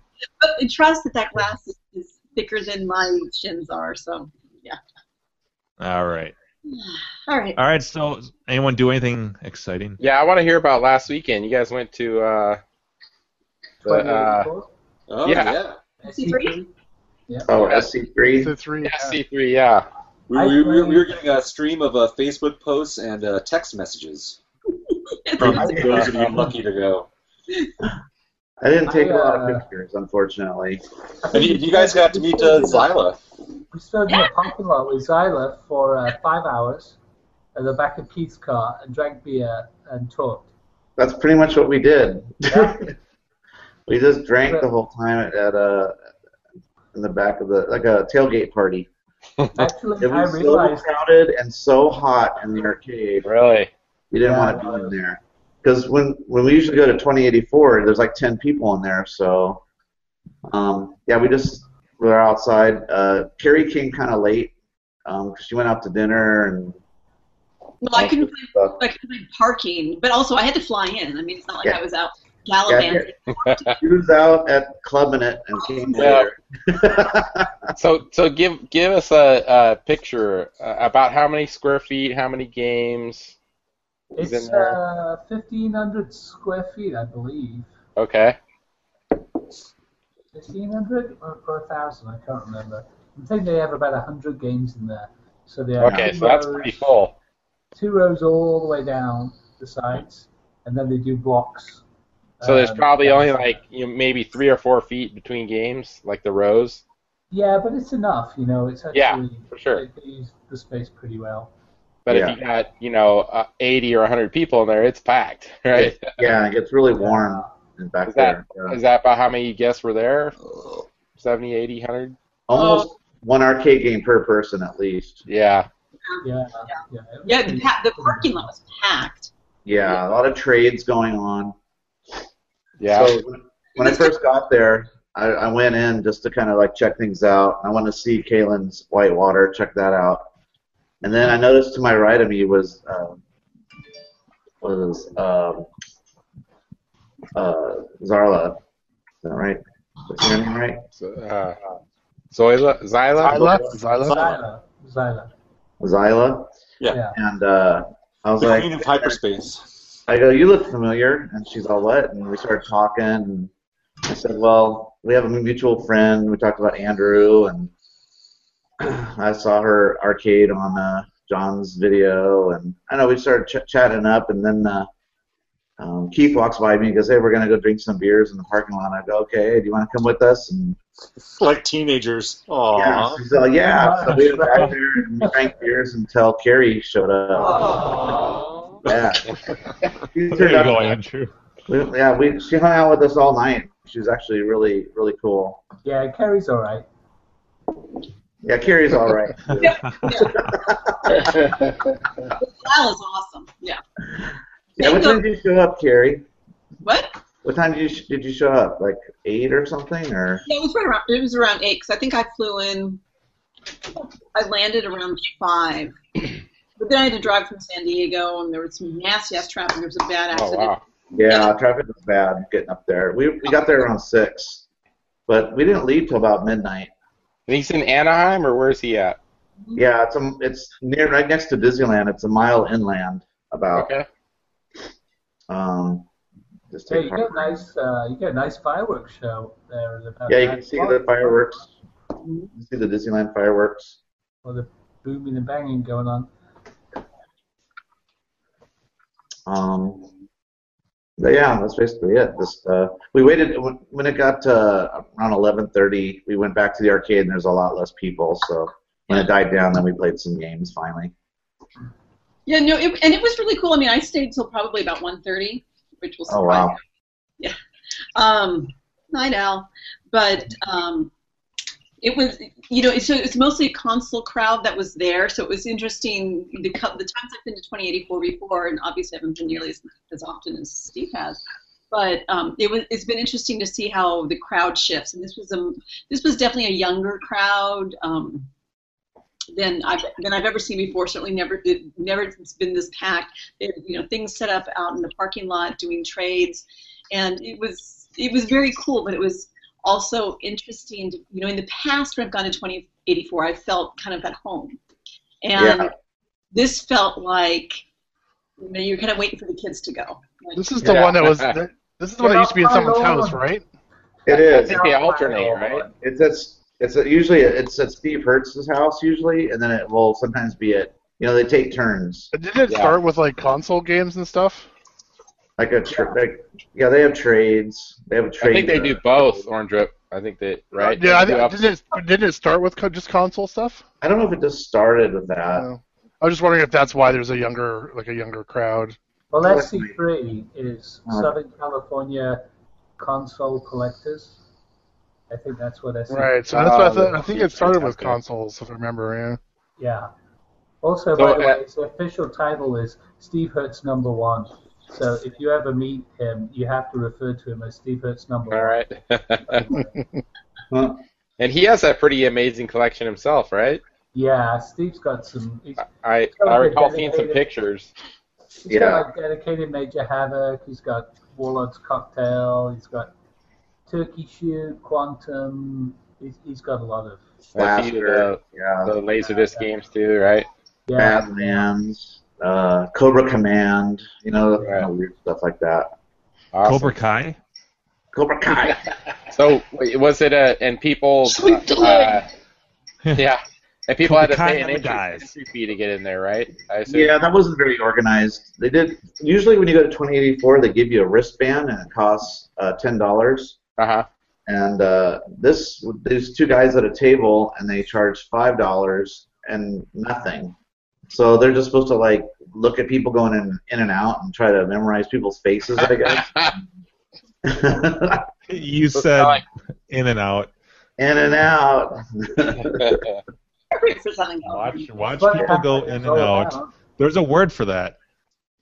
I trust that that glass is, is thicker than my shins are, so yeah. All right. All right. All right. So, anyone do anything exciting? Yeah, I want to hear about last weekend. You guys went to uh, the uh, Oh, Yeah. SC3? Oh, SC3. The three. SC3. Yeah. We, we, we, we were getting a stream of uh, Facebook posts and uh, text messages from those of you lucky to go. I didn't take a lot I, uh, of pictures, unfortunately. And you, you guys got to meet uh, Zyla. We stood in the parking lot with Zyla for uh, five hours at the back of Keith's car and drank beer and talked. That's pretty much what we did. Yeah. we just drank the whole time at, at uh, in the back of the like a tailgate party. Actually, It I was so realized crowded and so hot in the arcade. Really. We didn't Yeah. want to be in there because when when we usually go to 2084, there's like 10 people in there. So um, yeah, we just were outside. Uh, Carrie came kind of late because she went out to dinner and Well, I couldn't stuff. I couldn't find parking, but also I had to fly in. I mean, it's not like Yeah. I was out Yeah, gallivanting. She was out at clubbing it and came Yeah. later. So so give give us a, a picture uh, about how many square feet, how many games. was it's in there. uh, 1,500 square feet, I believe. Okay. 1,500 or, or 1,000, I can't remember. I think they have about 100 games in there. So they are Okay, two so that's rows- pretty full. Two rows all the way down the sides, and then they do blocks. So there's Um, probably and- only like you know, maybe three or four feet between games, like the rows. Yeah, but it's enough, you know. It's actually Yeah, for sure. They, they use the space pretty well. But Yeah. if you got you know uh, 80 or 100 people in there, it's packed, right? Yeah, it gets really warm in back Is that- there. yeah. Is that about how many you guess were there? 70, 80, 100? Oh. Almost one arcade game per person at least. Yeah. Yeah, yeah. it was Yeah, the, pretty- pa- the parking lot was packed. Yeah, a lot of trades going on. Yeah. So when, when I first got there, I, I went in just to kind of like check things out. I wanted to see Kalen's Whitewater, check that out. And then I noticed to my right of me was um, was um, uh, Zarla. Is that right? Is your name right? So, uh, Zoila, Zyla? Zyla. Zyla. Xyla, Xyla. Zyla. Yeah. Yeah. And uh, I was The like, queen of hyperspace. I go, you look familiar, and she's all what? And we started talking, and I said, well, we have a mutual friend. We talked about Andrew, and I saw her arcade on uh, John's video, and I know we started ch- chatting up, and then uh, Um, Keith walks by me and goes, "Hey, we're gonna go drink some beers in the parking lot." I go, "Okay, do you want to come with us?" And like teenagers. Aww. yeah, so, yeah. So we went back there and drank beers until Carrie showed up. Yeah, She There turned you out- go, Andrew. we, yeah, we she hung out with us all night. She was actually really really cool. Yeah, Carrie's all right. Yeah, Carrie's all right. That is awesome. Yeah. yeah, what time did you show up, Carrie? What? What time did you did you show up? Like eight or something, or Yeah, it was right around. It was around eight because I think I flew in. I landed around five, but then I had to drive from San Diego, and there was some nasty ass traffic. There was a Oh, Oh, bad accident. Yeah, traffic was bad getting up there. We we got there around six, but we didn't leave till about midnight. And he's in Anaheim, or where is he at? Yeah, it's a, it's near right next to Disneyland. It's a mile inland, about. Okay. Um, just Hey, take you part. get a nice, uh, you get a nice fireworks show there. in about Yeah, you nine can see o'clock. the fireworks. Mm-hmm. You can see the Disneyland fireworks. All the booming and banging going on. Um, but yeah, that's basically it. Just uh, we waited when when it got to around 11:30. We went back to the arcade, and there's a lot less people. So when it died down, then we played some games finally. Yeah, no, it, and it was really cool. I mean, I stayed till probably about 1.30, which was Oh wow! um, night owl, but um, it was you know so it's mostly a console crowd that was there, so it was interesting. The, co- the times I've been to 2084 before, and obviously I haven't been nearly as, as often as Steve has, but um, it was it's been interesting to see how the crowd shifts. And this was a this was definitely a younger crowd. Um, than I've than I've ever seen before. Certainly never it, never it's been this packed. It, you know, things set up out in the parking lot doing trades, and it was it was very cool. But it was also interesting. To, you know, in the past when I've gone to 2084, I felt kind of at home, and Yeah. this felt like you know you're kind of waiting for the kids to go. Like- This is the one that was. This is the one that used to be in someone's house, right? It is. think they alternate, right? It's it's it's usually it's at Steve Hertz's house usually, and then it will sometimes be at you know they take turns. Did it start with like console games and stuff? Like a tra- like, yeah, they have trades. They have a I trade. uh, think they do both, Orange Rip. I think that right. Yeah, I They do think, up- did it did it start with co- just console stuff? I don't know if it just started with that. I was just wondering if that's why there's a younger like a younger crowd. Well, SC3 is Uh, Southern California console collectors. I think that's what SC. Right, so that's what I thought. I think it started with consoles, if I remember. Yeah. Also, So, by the uh, way, his official title is Steve Hertz Number One. So if you ever meet him, you have to refer to him as Steve Hertz Number All right. One. and he has a pretty amazing collection himself, right? yeah, Steve's got some. He's, I he's got I like a recall seeing some dedicated- pictures. He's got like dedicated Major Havoc. He's got Warlord's Cocktail. He's got Turkey Shoot, Quantum. He's, he's got a lot of. I see the, uh, the Laserdisc games too, right? Yeah. Badlands, uh, Cobra Command, you know, kind of weird stuff like that. Cobra Kai. Cobra Kai. So wait, was it a and people? Sweep the leg. yeah, and people had to Cobra Kai pay an never entry, entry fee to get in there, right? I assume. Yeah, that wasn't very organized. They did usually when you go to 2084, they give you a wristband and it costs uh, ten dollars. Uh-huh. And uh, this, there's two guys at a table and they charge five dollars and nothing. So they're just supposed to like look at people going in, in and out and try to memorize people's faces, I guess. You said in and out. in and out. for Southern California. Watch But- people go in and Oh, wow. out. There's a word for that.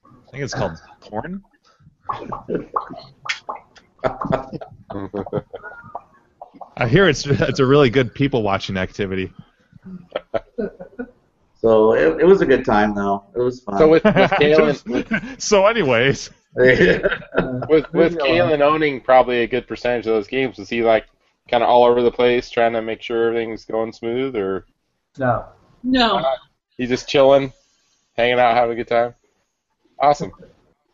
I think it's called porn. I hear it's it's a really good people watching activity. So it, it was a good time though. It was fun. So with, with Kalen, so anyways, Uh, with with Kalen owning probably a good percentage of those games, was he like kind of all over the place, trying to make sure everything's going smooth, or No. No. he's just chilling, hanging out, having a good time? Awesome.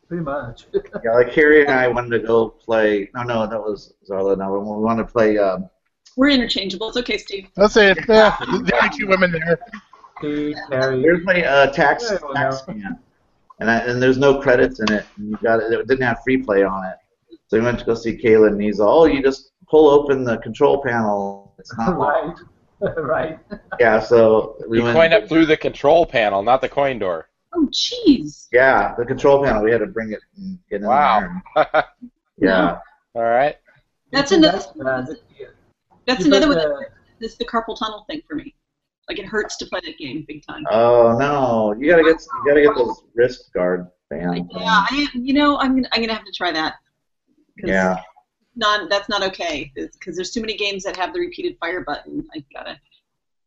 Pretty much. Yeah, like Carrie and I wanted to go play. No, no, that was Zarla. No, we wanted to play. Um, We're interchangeable. It's okay, Steve. That's it. Yeah, there are two women there. Steve, we were playing uh, tax, tax Man. and I, and there's no credits in it. And you got it, it didn't have free play on it. So we went to go see Kalen, and he's all, oh, you just pull open the control panel. It's not right. right. Yeah, so we You went. coin up through the control panel, not the coin door. Oh, jeez. Yeah, the control panel. We had to bring it. And get in Wow. Yeah. All right. That's another. That's, another one. That, that's the carpal tunnel thing for me. Like it hurts to play that game big time. Oh no, you gotta get you gotta get those wrist guard band. Yeah, I, you know, I'm gonna, I'm gonna have to try that. Yeah. Not that's not okay because there's too many games that have the repeated fire button. I gotta.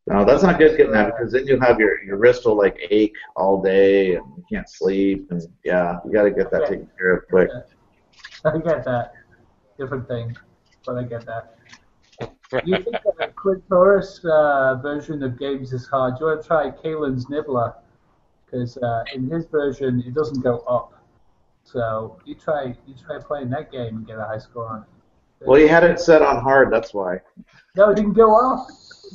No, that's not good getting that because then you have your your wrist will like ache all day and you can't sleep and yeah, you gotta get that taken care of quick. I get that. Different thing, but I get that. You think that a Quintoris uh, version of games is hard? Do you want to try Kalen's Nibbler? Because uh, in his version, it doesn't go up. So you try you try playing that game and get a high score on it. Well, you had it set on hard, that's why. No, it didn't go up.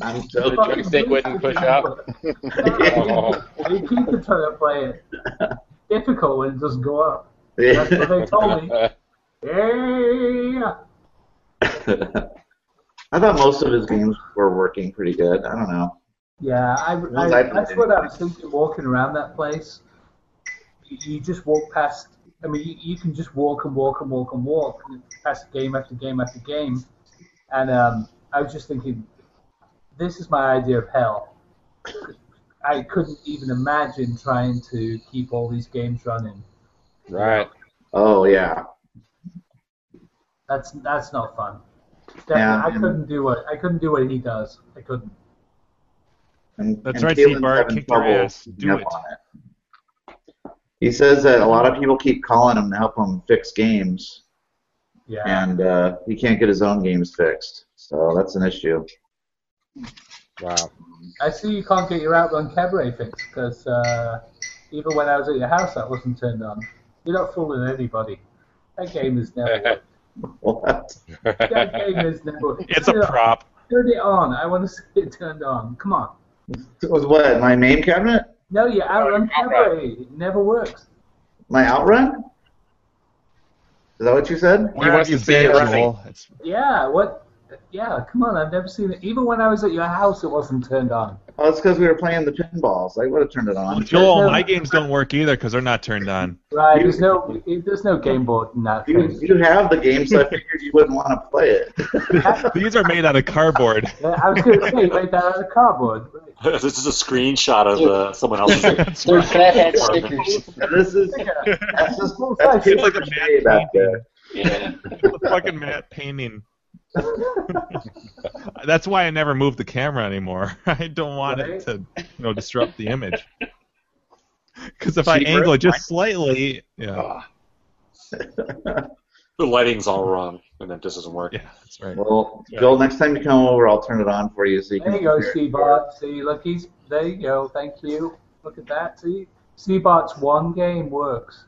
I'm The so joystick wouldn't push up. Oh. You keep trying to play it. Difficult when it doesn't go up. Yeah. That's what they told me. Yeah. I thought most of his games were working pretty good. I don't know. Yeah, I, I, I've that's what I was thinking walking around that place. You, you just walk past, I mean, you, you can just walk and walk and walk and walk and past game after game after game. And um, I was just thinking, this is my idea of hell. I couldn't even imagine trying to keep all these games running. Right. Oh yeah. That's that's not fun. Definitely, Yeah, I and- couldn't do what I couldn't do what he does. I couldn't. And, That's and right, Steve Kalen's Barr, having kick your trouble ass. keeping Do up it. on it. He says that a lot of people keep calling him to help him fix games, Yeah. and uh, he can't get his own games fixed. So that's an issue. Wow. I see you can't get your Outrun Cabaret fixed because uh, even when I was at your house, that wasn't turned on. You're not fooling anybody. That game is never. worked. What? that game is never. It's a Turn it on. prop. Turn it on. I want to see it turned on. Come on. It was what my main cabinet, No, your Outrun Cabaret it never works. my outrun. Is that what you said? He wants to see it running. Yeah. What? Yeah. Come on. I've never seen it. Even when I was at your house, it wasn't turned on. Oh, it's because we were playing the pinballs. I would have turned it on. Joel, my games don't work either because they're not turned on. Right. There's no. There's no game board in that You, thing. you have the game, so I figured you wouldn't want to play it. These are made out of cardboard. Yeah, I was going to say, made that out of cardboard. this is a screenshot of uh, someone else's. They're fathead this is that's just that's It's like a cliche back there. the fucking matte painting. That's why I never move the camera anymore. I don't want it to, you know, disrupt the image. Because if I Cheaper? angle it just slightly, yeah, The lighting's all wrong, and it just doesn't work. Yeah, that's right. Well, Joel, next time you come over, I'll turn it on for you so you can. There you go, compare it. C Bart. See, look, he's there. You go. Thank you. Look at that. See, C Bart's one game works.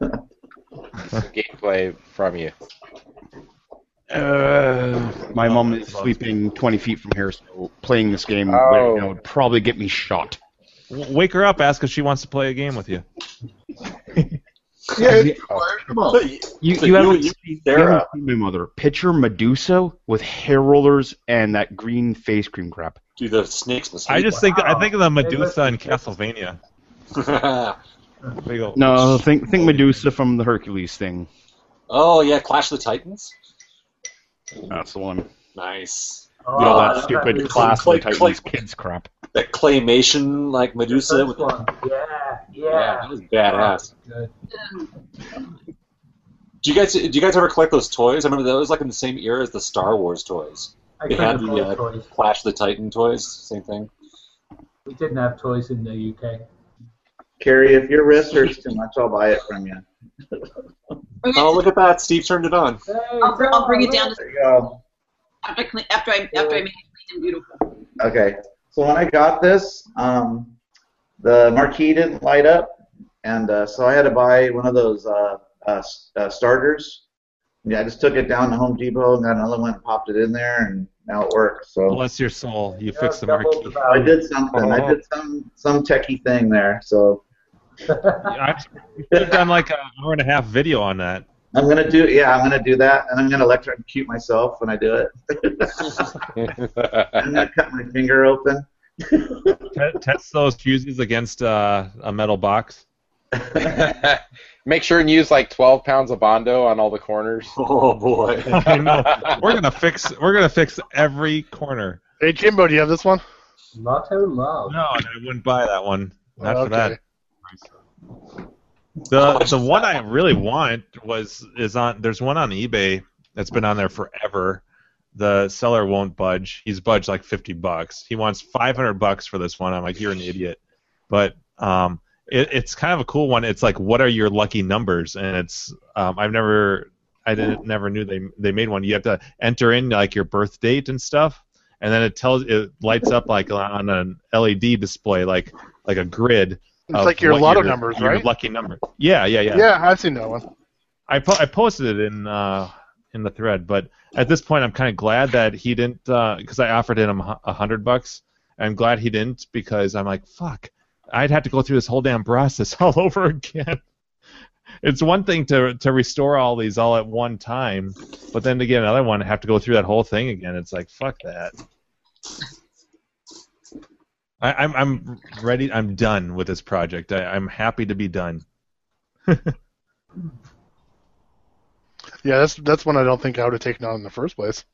Some gameplay from you. Uh, my mom is sleeping 20 feet from here, so playing this game Oh. right now would probably get me shot. W- wake her up. Ask if she wants to play a game with you. You, you, So you- haven't, you seen, you Sarah. haven't seen my mother. Picture Medusa with hair rollers and that green face cream crap. Do the snakes mistake. I just think I think of the Medusa in Castlevania. Big ol' No, think think Medusa from the Hercules thing. oh yeah, Clash of the Titans. That's the one. Nice. You know that stupid class of the Titans kids crap. That claymation like Medusa. With one. Yeah, yeah. that was badass. Good. Do you guys do you guys ever collect those toys? I remember that was like in the same era as the Star Wars toys. I they had collect the all uh, toys. Clash of the Titan toys, same thing. We didn't have toys in the UK. Carrie, if your wrist hurts too much, I'll buy it from you. Oh look at that! Steve turned it on. I'll, br- I'll bring it down to There you go. after I clean, after I after I make it clean and beautiful. Okay. So when I got this, um, the marquee didn't light up, and uh, so I had to buy one of those uh, uh, s- uh, starters. Yeah, I just took it down to Home Depot and got another one and popped it in there, and now it works. So Bless your soul. You fixed the double marquee. I did something. I did some some techie thing there. So I should have done like an hour and a half video on that. I'm gonna do yeah, I'm gonna do that, and I'm gonna electrocute myself when I do it. I'm gonna cut my finger open. Te- Test those fuses against uh, a metal box. Make sure and use like 12 pounds of bondo on all the corners. Oh boy! I know. We're gonna fix. We're gonna fix every corner. Hey Jimbo, do you have this one? Not too loud. No, I wouldn't buy that one. Not for Okay. that. The the one I really want was is on. There's one on eBay that's been on there forever. The seller won't budge. He's budged like 50 bucks. He wants 500 bucks for this one. I'm like, you're an idiot. But um, it, it's kind of a cool one. It's like, what are your lucky numbers? And it's um, I've never I didn't never knew they they made one. You have to enter in like your birth date and stuff, and then it tells it lights up like on an LED display, like like a grid. It's of like your what lotto numbers, your right? Lucky number. Yeah, yeah, yeah. Yeah, I've seen that one. I po- I posted it in uh in the thread, but at this point, I'm kind of glad that he didn't because I offered him a hu- a hundred bucks. I'm glad he didn't because I'm like fuck. I'd have to go through this whole damn process all over again. It's one thing to to restore all these all at one time, but then to get another one, have to go through that whole thing again. It's like fuck that. I, I'm I'm ready. I'm done with this project. I, I'm happy to be done. Yeah, that's that's one I don't think I would have taken on in the first place.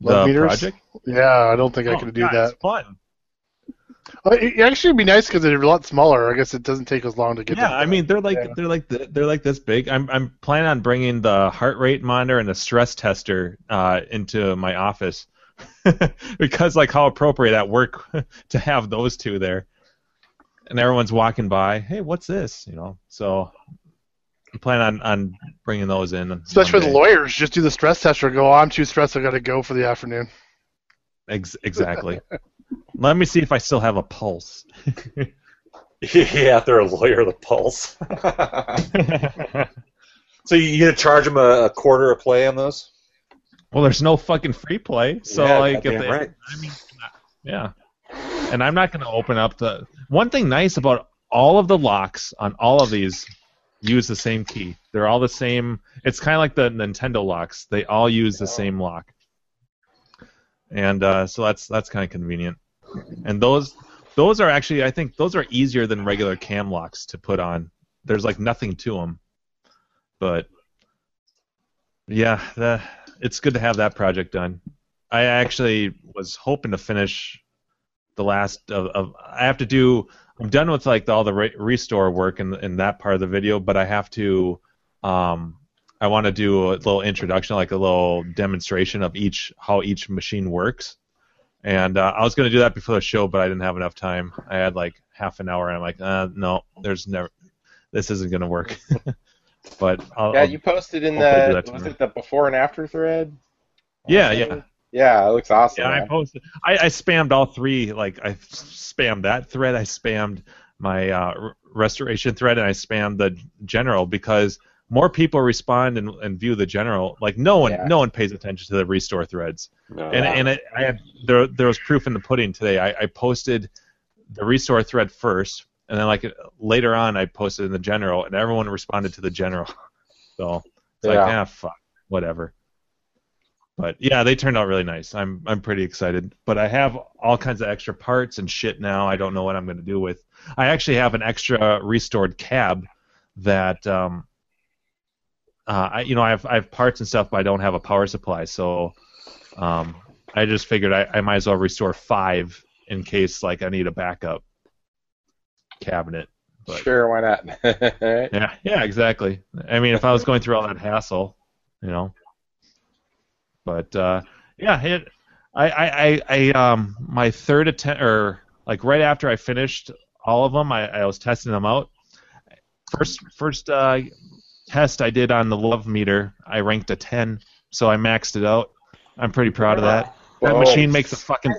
Love the meters? project. Yeah, I don't think I Oh, could do God, that. It's fun. Uh, It it actually would be nice because they're a lot smaller. I guess it doesn't take as long to get. Yeah, them. I mean they're like Yeah. they're like th they're like this big. I'm I'm planning on bringing the heart rate monitor and the stress tester uh, into my office because like how appropriate at work to have those two there, and everyone's walking by. Hey, what's this? You know, so I'm planning on, on bringing those in. one Especially for day. the lawyers, just do the stress test or go. "Oh, I'm too stressed. I got to go for the afternoon. Ex- exactly. Let me see if I still have a pulse. yeah, they're a lawyer. The pulse. so you gonna charge them a, a quarter a play on those? Well, there's no fucking free play, so Yeah, like if goddamn they, right. I mean, yeah. And I'm not going to open up the one thing nice about all of the locks on all of these use the same key. They're all the same. It's kind of like the Nintendo locks. They all use the same lock, and uh, so that's that's kind of convenient. And those those are actually I think those are easier than regular cam locks to put on. There's like nothing to them, but yeah, the, it's good to have that project done. I actually was hoping to finish the last of, of I have to do. I'm done with like all the re- restore work in in that part of the video, but I have to. Um, I want to do a little introduction, like a little demonstration of each how each machine works. And uh, I was going to do that before the show, but I didn't have enough time. I had like half an hour, and I'm like, uh, no, there's never. This isn't going to work. but I'll, Yeah, I'll- you posted in Hopefully do the that was tomorrow. it the before and after thread? yeah, yeah. Yeah, it looks awesome. Yeah, I man. posted. I, I spammed all three. Like I spammed that thread. I spammed my uh, r- restoration thread, and I spammed the general because more people respond and, and view the general. Like no one, Yeah. no one pays attention to the restore threads. No. and and it, I had there there was proof in the pudding today. I, I posted the restore thread first, and then like later on, I posted in the general, and everyone responded to the general. So it's like Yeah. ah fuck whatever. But yeah, they turned out really nice. I'm I'm pretty excited. But I have all kinds of extra parts and shit now. I don't know what I'm going to do with. I actually have an extra restored cab that um uh I you know I have I have parts and stuff, but I don't have a power supply. So um I just figured I, I might as well restore five in case like I need a backup cabinet. But Sure, why not? yeah, yeah, exactly. I mean, if I was going through all that hassle, you know. But uh, yeah, it, I, I, I, I, um, my third attempt, or like right after I finished all of them, I, I was testing them out. First, first uh, test I did on the love meter, I ranked a ten, so I maxed it out. I'm pretty proud of that. That Whoa. machine makes a fucking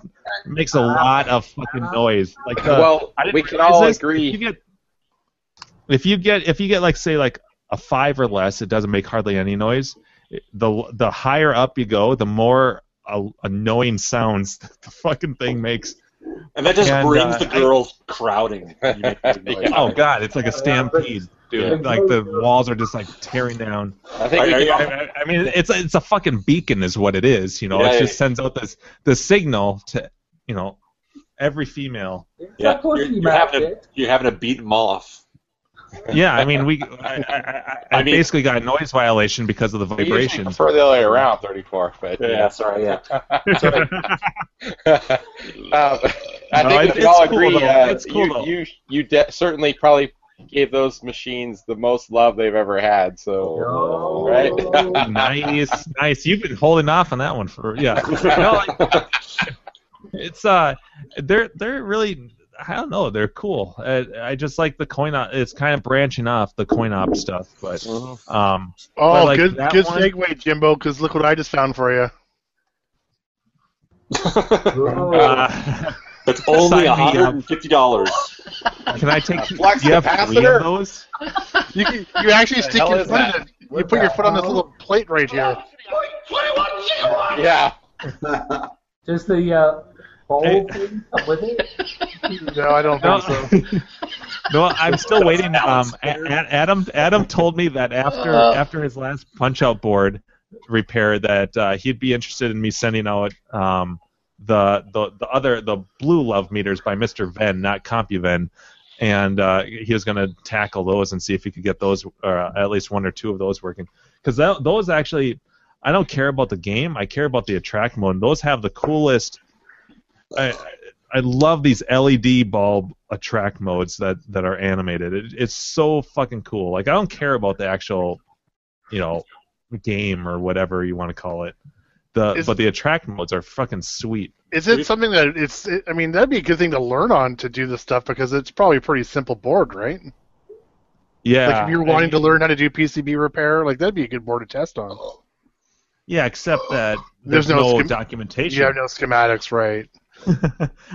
makes a lot of fucking noise. Like the, well, I didn't we can realize all this. agree. You get if you get if you get like say like a five or less, it doesn't make hardly any noise. the the higher up you go, the more uh, annoying sounds that the fucking thing makes. And that just And, brings uh, the girl crowding. You make the noise. Oh god, it's like a stampede. Yeah. Dude, like the walls are just like tearing down. I, think we I, can- I- I mean, it's a, it's a fucking beacon, is what it is. You know, Yeah, it yeah. just sends out this the signal to you know every female. Yeah, you're, you're having to you're having to beat them off. Yeah, I mean, we I, I, I, I, I mean- basically got a noise violation because of the I usually vibrations. prefer the other way around, 34. But Yeah, sorry, yeah. Uh, I No, think it- we can all it's cool, agree. though. uh, It's cool, you, though. you you de- certainly probably gave those machines the most love they've ever had. So Oh. right, nice, nice. You've been holding off on that one for yeah. No, I- it's uh, they're they're really I don't know they're cool. I, I just like the coin op. It's kind of branching off the coin op stuff, but Mm-hmm. um. Oh, but, like, good that good one- segue, Jimbo. Because look what I just found for you. Uh, That's only sign me up. $150. Can I take? flux do you have three capacitor? of those? You can, you actually The stick hell your is foot in that? it. You put your foot on this little plate right here. Yeah. Just the uh, bowl thing come with it. No, I don't No. think so. No, I'm still waiting. Um, A- A- Adam Adam told me that after Uh. after his last punch out board repair that uh, he'd be interested in me sending out um, the the the other the blue love meters by Mr. Venn, not CompuVen, and uh, he was going to tackle those and see if he could get those uh, at least one or two of those working because those actually I don't care about the game. I care about the attract mode. Those have the coolest. I I love these LED bulb attract modes that that are animated. It, it's so fucking cool. Like I don't care about the actual, you know, game or whatever you want to call it. The Is- but the attract modes are fucking sweet. Is it something that it's? It, I mean, that'd be a good thing to learn on to do this stuff because it's probably a pretty simple board, right? Yeah. like if you're I wanting mean- to learn how to do PCB repair, like that'd be a good board to test on. Yeah, except that There's there's, no no, schem- documentation. You have no schematics, right?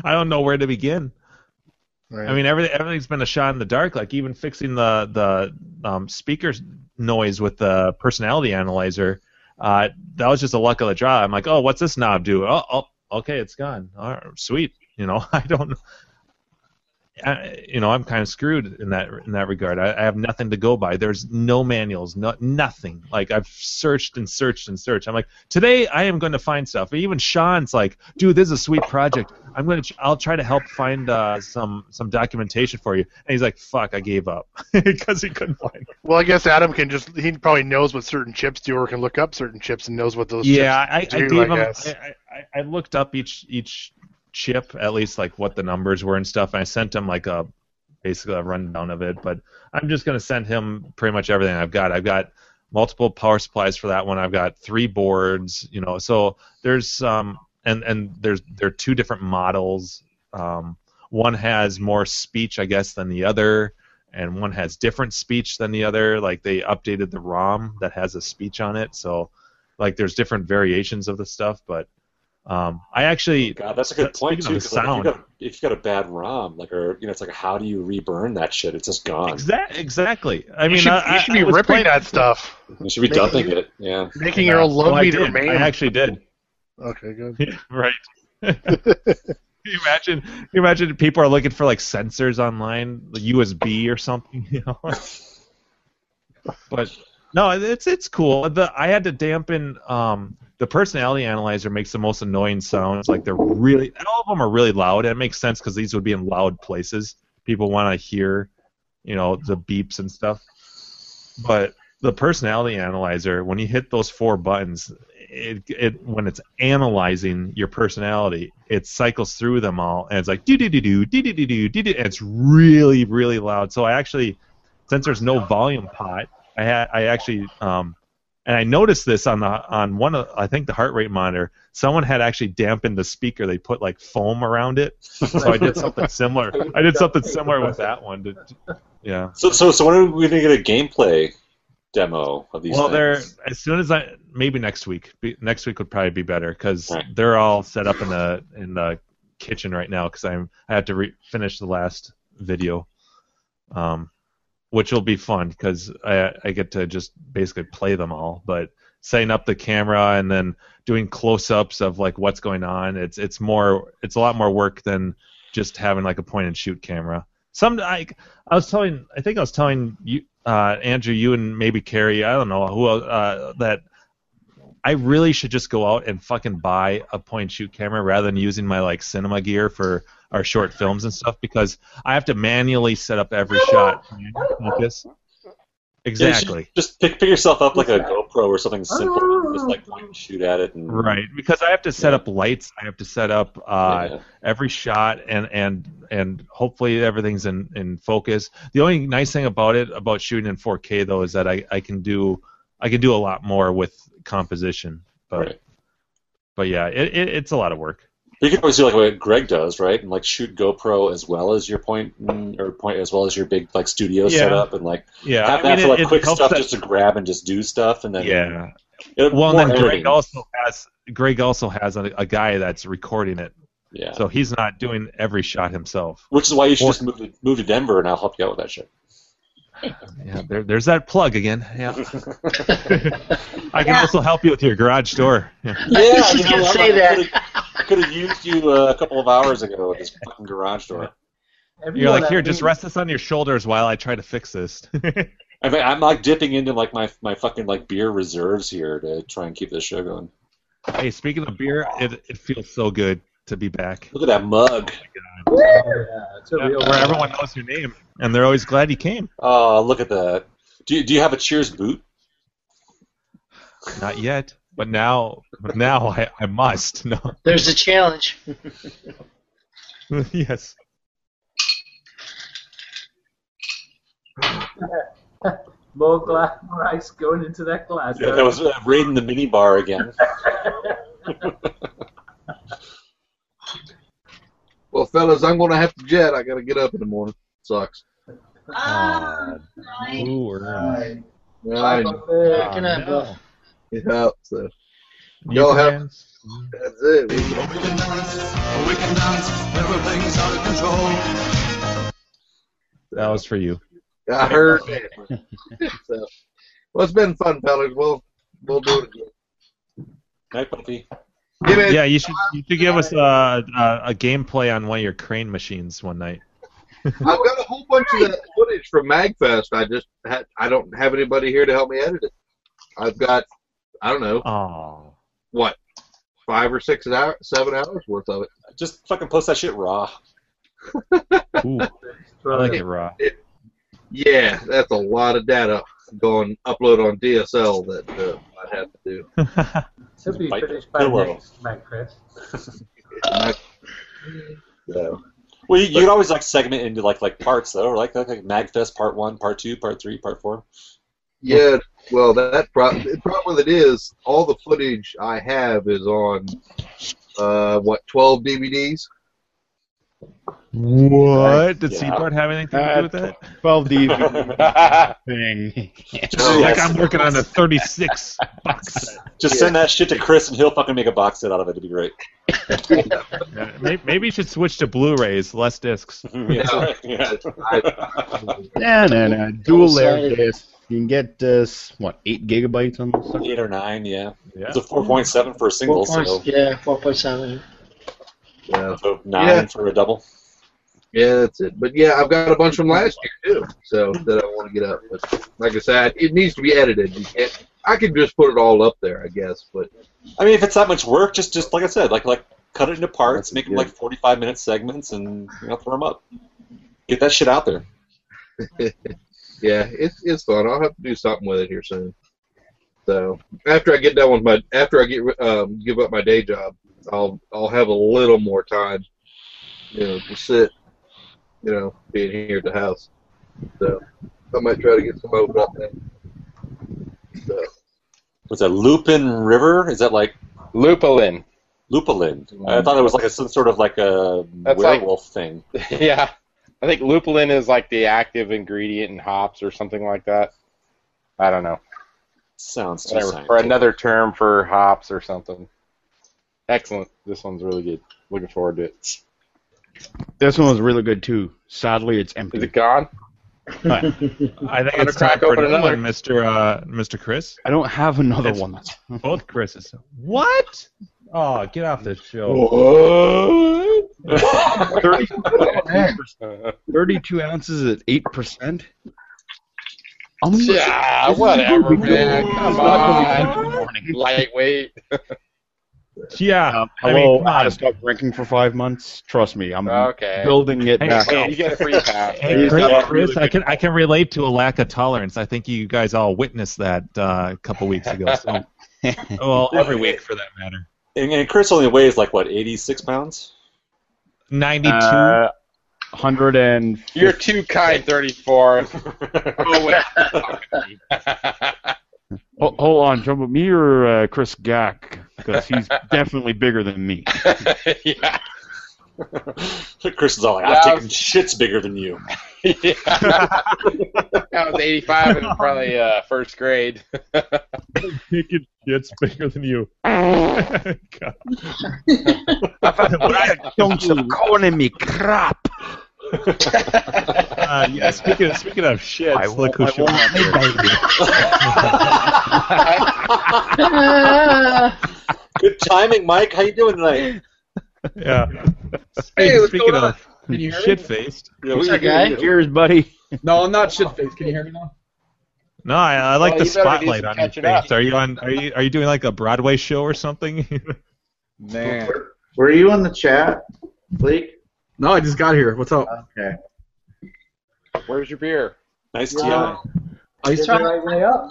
I don't know where to begin. Right. I mean, everything everything's been a shot in the dark. Like even fixing the the um, speaker noise with the personality analyzer, uh, that was just a luck of the draw. I'm like, oh, what's this knob do? Oh, oh okay, it's gone. All right, sweet. You know, I don't. I, you know, I'm kind of screwed in that in that regard. I, I have nothing to go by. There's no manuals, no nothing. Like I've searched and searched and searched. I'm like, today I am going to find stuff. Even Sean's like, dude, this is a sweet project. I'm gonna, ch- I'll try to help find uh, some some documentation for you. And he's like, fuck, I gave up because he couldn't find. It. Well, I guess Adam can just he probably knows what certain chips do or can look up certain chips and knows what those Yeah, I, I chips do, gave him. guess. I, I, I looked up each each chip, at least like what the numbers were and stuff. And I sent him like a basically a rundown of it. But I'm just gonna send him pretty much everything I've got. I've got multiple power supplies for that one. I've got three boards, you know. So there's um and and there's there are two different models. Um, one has more speech, I guess, than the other, and one has different speech than the other. Like they updated the ROM that has a speech on it, so like there's different variations of the stuff. But um, I actually Oh, God, that's a good point too. Speaking of the 'cause, like, sound, if, you got, if you got a bad ROM, like or you know, it's like how do you reburn that shit? It's just gone. Exact, exactly. I You mean, should- I, you should I- I be was ripping playing- that stuff. You should be Making- dumping it. Yeah. making your own love Well, I meter, did. man. I actually did. Okay, good. right. Can you imagine? Can you imagine people are looking for like sensors online, like USB or something, you know? but no, it's it's cool. The I had to dampen. Um, the personality analyzer makes the most annoying sounds. Like they're really all of them are really loud, and it makes sense because these would be in loud places. People want to hear, you know, the beeps and stuff. But the personality analyzer, when you hit those four buttons, it, it when it's analyzing your personality, it cycles through them all, and it's like do do do do do do do do do. and It's really really loud. So I actually, since there's no volume pot, I had I actually um, and I noticed this on the on one of I think the heart rate monitor. Someone had actually dampened the speaker. They put like foam around it. So I did something similar. I did something similar with that one. To, yeah. So so so when are we gonna get a gameplay demo of these? well, things? they're as soon as I maybe next week. Be, next week would probably be better because they're all set up in the in the kitchen right now because I'm I have to re- finish the last video, um, which will be fun because I I get to just basically play them all. But setting up the camera and then doing close-ups of like what's going on. It's it's more it's a lot more work than just having like a point and shoot camera. Some I I was telling I think I was telling you uh, Andrew you and maybe Carrie I don't know who else, uh, that I really should just go out and fucking buy a point and shoot camera rather than using my like cinema gear for our short films and stuff because I have to manually set up every shot. Focus. Exactly. Just pick, pick yourself up like a GoPro or something simple. and Just like point and shoot at it. And, Right, because I have to set up lights. I have to set up uh, every shot, and and and hopefully everything's in in focus. The only nice thing about it about shooting in 4K though is that I I can do I can do a lot more with composition, but but yeah, it, it it's a lot of work. You can always do like what Greg does, right? And like shoot GoPro as well as your point mm, or point as well as your big like studio Yeah. setup and like Yeah, have I mean, that for it- like it quick helps stuff that- just to grab and just do stuff and then Yeah. It- well, more and then Greg editing. also has Greg also has a, a guy that's recording it. Yeah. So he's not doing every shot himself. Which is why you should Or- just move to, move to Denver, and I'll help you out with that shit. Yeah, there, there's that plug again. Yeah. I can also help you with your garage door. Yeah. Yeah, you Just know, say I could've- I could have used you uh, a couple of hours ago with this fucking garage door. You're like, here, just rest this on your shoulders while I try to fix this. I mean, I'm like dipping into like my my fucking like beer reserves here to try and keep this show going. hey, speaking of beer, it, it feels so good to be back. Look at that mug. Oh, Yeah, where everyone knows your name, and they're always glad you came. Oh, look at that. Do you, do you have a Cheers boot? Not yet, but now, but now I, I must. No. There's the challenge. yes. more, gla- more ice going into that glass. Yeah, that was uh, raiding the mini bar again. Well, fellas, I'm going to have to jet. I got to get up in the morning. Sucks. Ah, Right. I know. Ah, Picking up, Oh, uh, Yeah, so. Y'all have. That's it. We can dance, everything's out of control. That was for you. I heard that. so, well, it's been fun, fellas. We'll we'll do it again. Night, puppy. Yeah, you should you should give us a, a a gameplay on one of your crane machines one night. I've got a whole bunch of that footage from Magfest. I just had, I don't have anybody here to help me edit it. I've got I don't know. Oh. What? Five or six hours, seven hours worth of it. Just fucking post that shit raw. Ooh, I like it raw. Yeah, that's a lot of data going upload on DSL that uh, I'd have to do. Should be Bite the finished by pillow. next night, Chris. So. Well, you, you could always like segment into like like parts though, or like like, like Magfest part one, part two, part three, part four. Yeah, well, that pro- the problem with it is all the footage I have is on uh, what twelve DVDs. What? Did Yeah. Seaport have anything to Uh, do with that? 12 DVD thing. Like I'm working on a 36 bucks. Just send that shit to Chris, and he'll fucking make a box set out of it. It'd be great. Yeah, may- Maybe you should switch to Blu-rays, less discs. Yeah. Yeah. Yeah, no, no. Dual layer sided. disc. You can get this, what, 8 gigabytes on this? Eight or nine, yeah. yeah. It's a four point seven for a single, four so, point, yeah, four point seven. so nine Yeah. for a double. Yeah, that's it. But yeah, I've got a bunch from last year too, so that I want to get up. But like I said, it needs to be edited. You can't- I could just put it all up there, I guess. But I mean, if it's that much work, just just like I said, like like cut it into parts, make them like forty five minute segments, and you know throw them up. Get that shit out there. yeah, it's it's fun. I'll have to do something with it here soon. So after I get done with my after I get um, give up my day job, I'll I'll have a little more time, you know, to sit, you know, being here at the house. So I might try to get some open up there. So. Was that Lupin River? Is that like Lupulin? Lupulin. Mm-hmm. I thought it was like a, some sort of like a That's like- werewolf thing. yeah, I think lupulin is like the active ingredient in hops or something like that. I don't know. Sounds too Whatever. For scientific. another term for hops or something. Excellent. This one's really good. Looking forward to it. This one was really good, too. Sadly, it's empty. Is it gone? I think Wanna it's time crack for open another another? one, Mister uh, Mister Chris. I don't have another It's one. Both Chris's. What? Oh, get off the show. Thirty-two ounces at eight percent. Yeah, whatever, man. Come on. Lightweight. Yeah. hello. I Um, I, mean, come had to stop drinking for five months. Trust me, I'm Okay. building it Hey, back hey, up. You get a free pass. Hey, He's Chris, got Chris, really I can I can relate to a lack of tolerance. I think you guys all witnessed that uh, a couple weeks ago. So, Oh. well, every week for that matter. And, and Chris only weighs like what, 86 pounds? 92. Uh, Hundred and You're too kind, 34. oh, wait. Ho- hold on, jump with me or uh, Chris Gack because he's definitely bigger than me. yeah. Chris is all like, Yeah, I was- I'm taking shits bigger than you. yeah. I was 85 and probably uh, first grade. Naked shit's bigger than you. Don't you calling me crap? Uh, yeah, speaking of, speaking of shit, I look who want- showed I up here. Good timing, Mike. How you doing tonight? Yeah. Hey, what's speaking going on? of Can you hear me? shit faced. Yeah, What's that guy? Cheers, buddy. No, I'm not shit faced. Can you hear me now? No, I, I like Well, the you better do spotlight some on your catching up. face. Are you on? Are you are you doing like a Broadway show or something? Man. Were you in the chat, Bleak? No, I just got here. What's up? Okay. Where's your beer? Nice tea. Wow. Iced Did tea? the right way up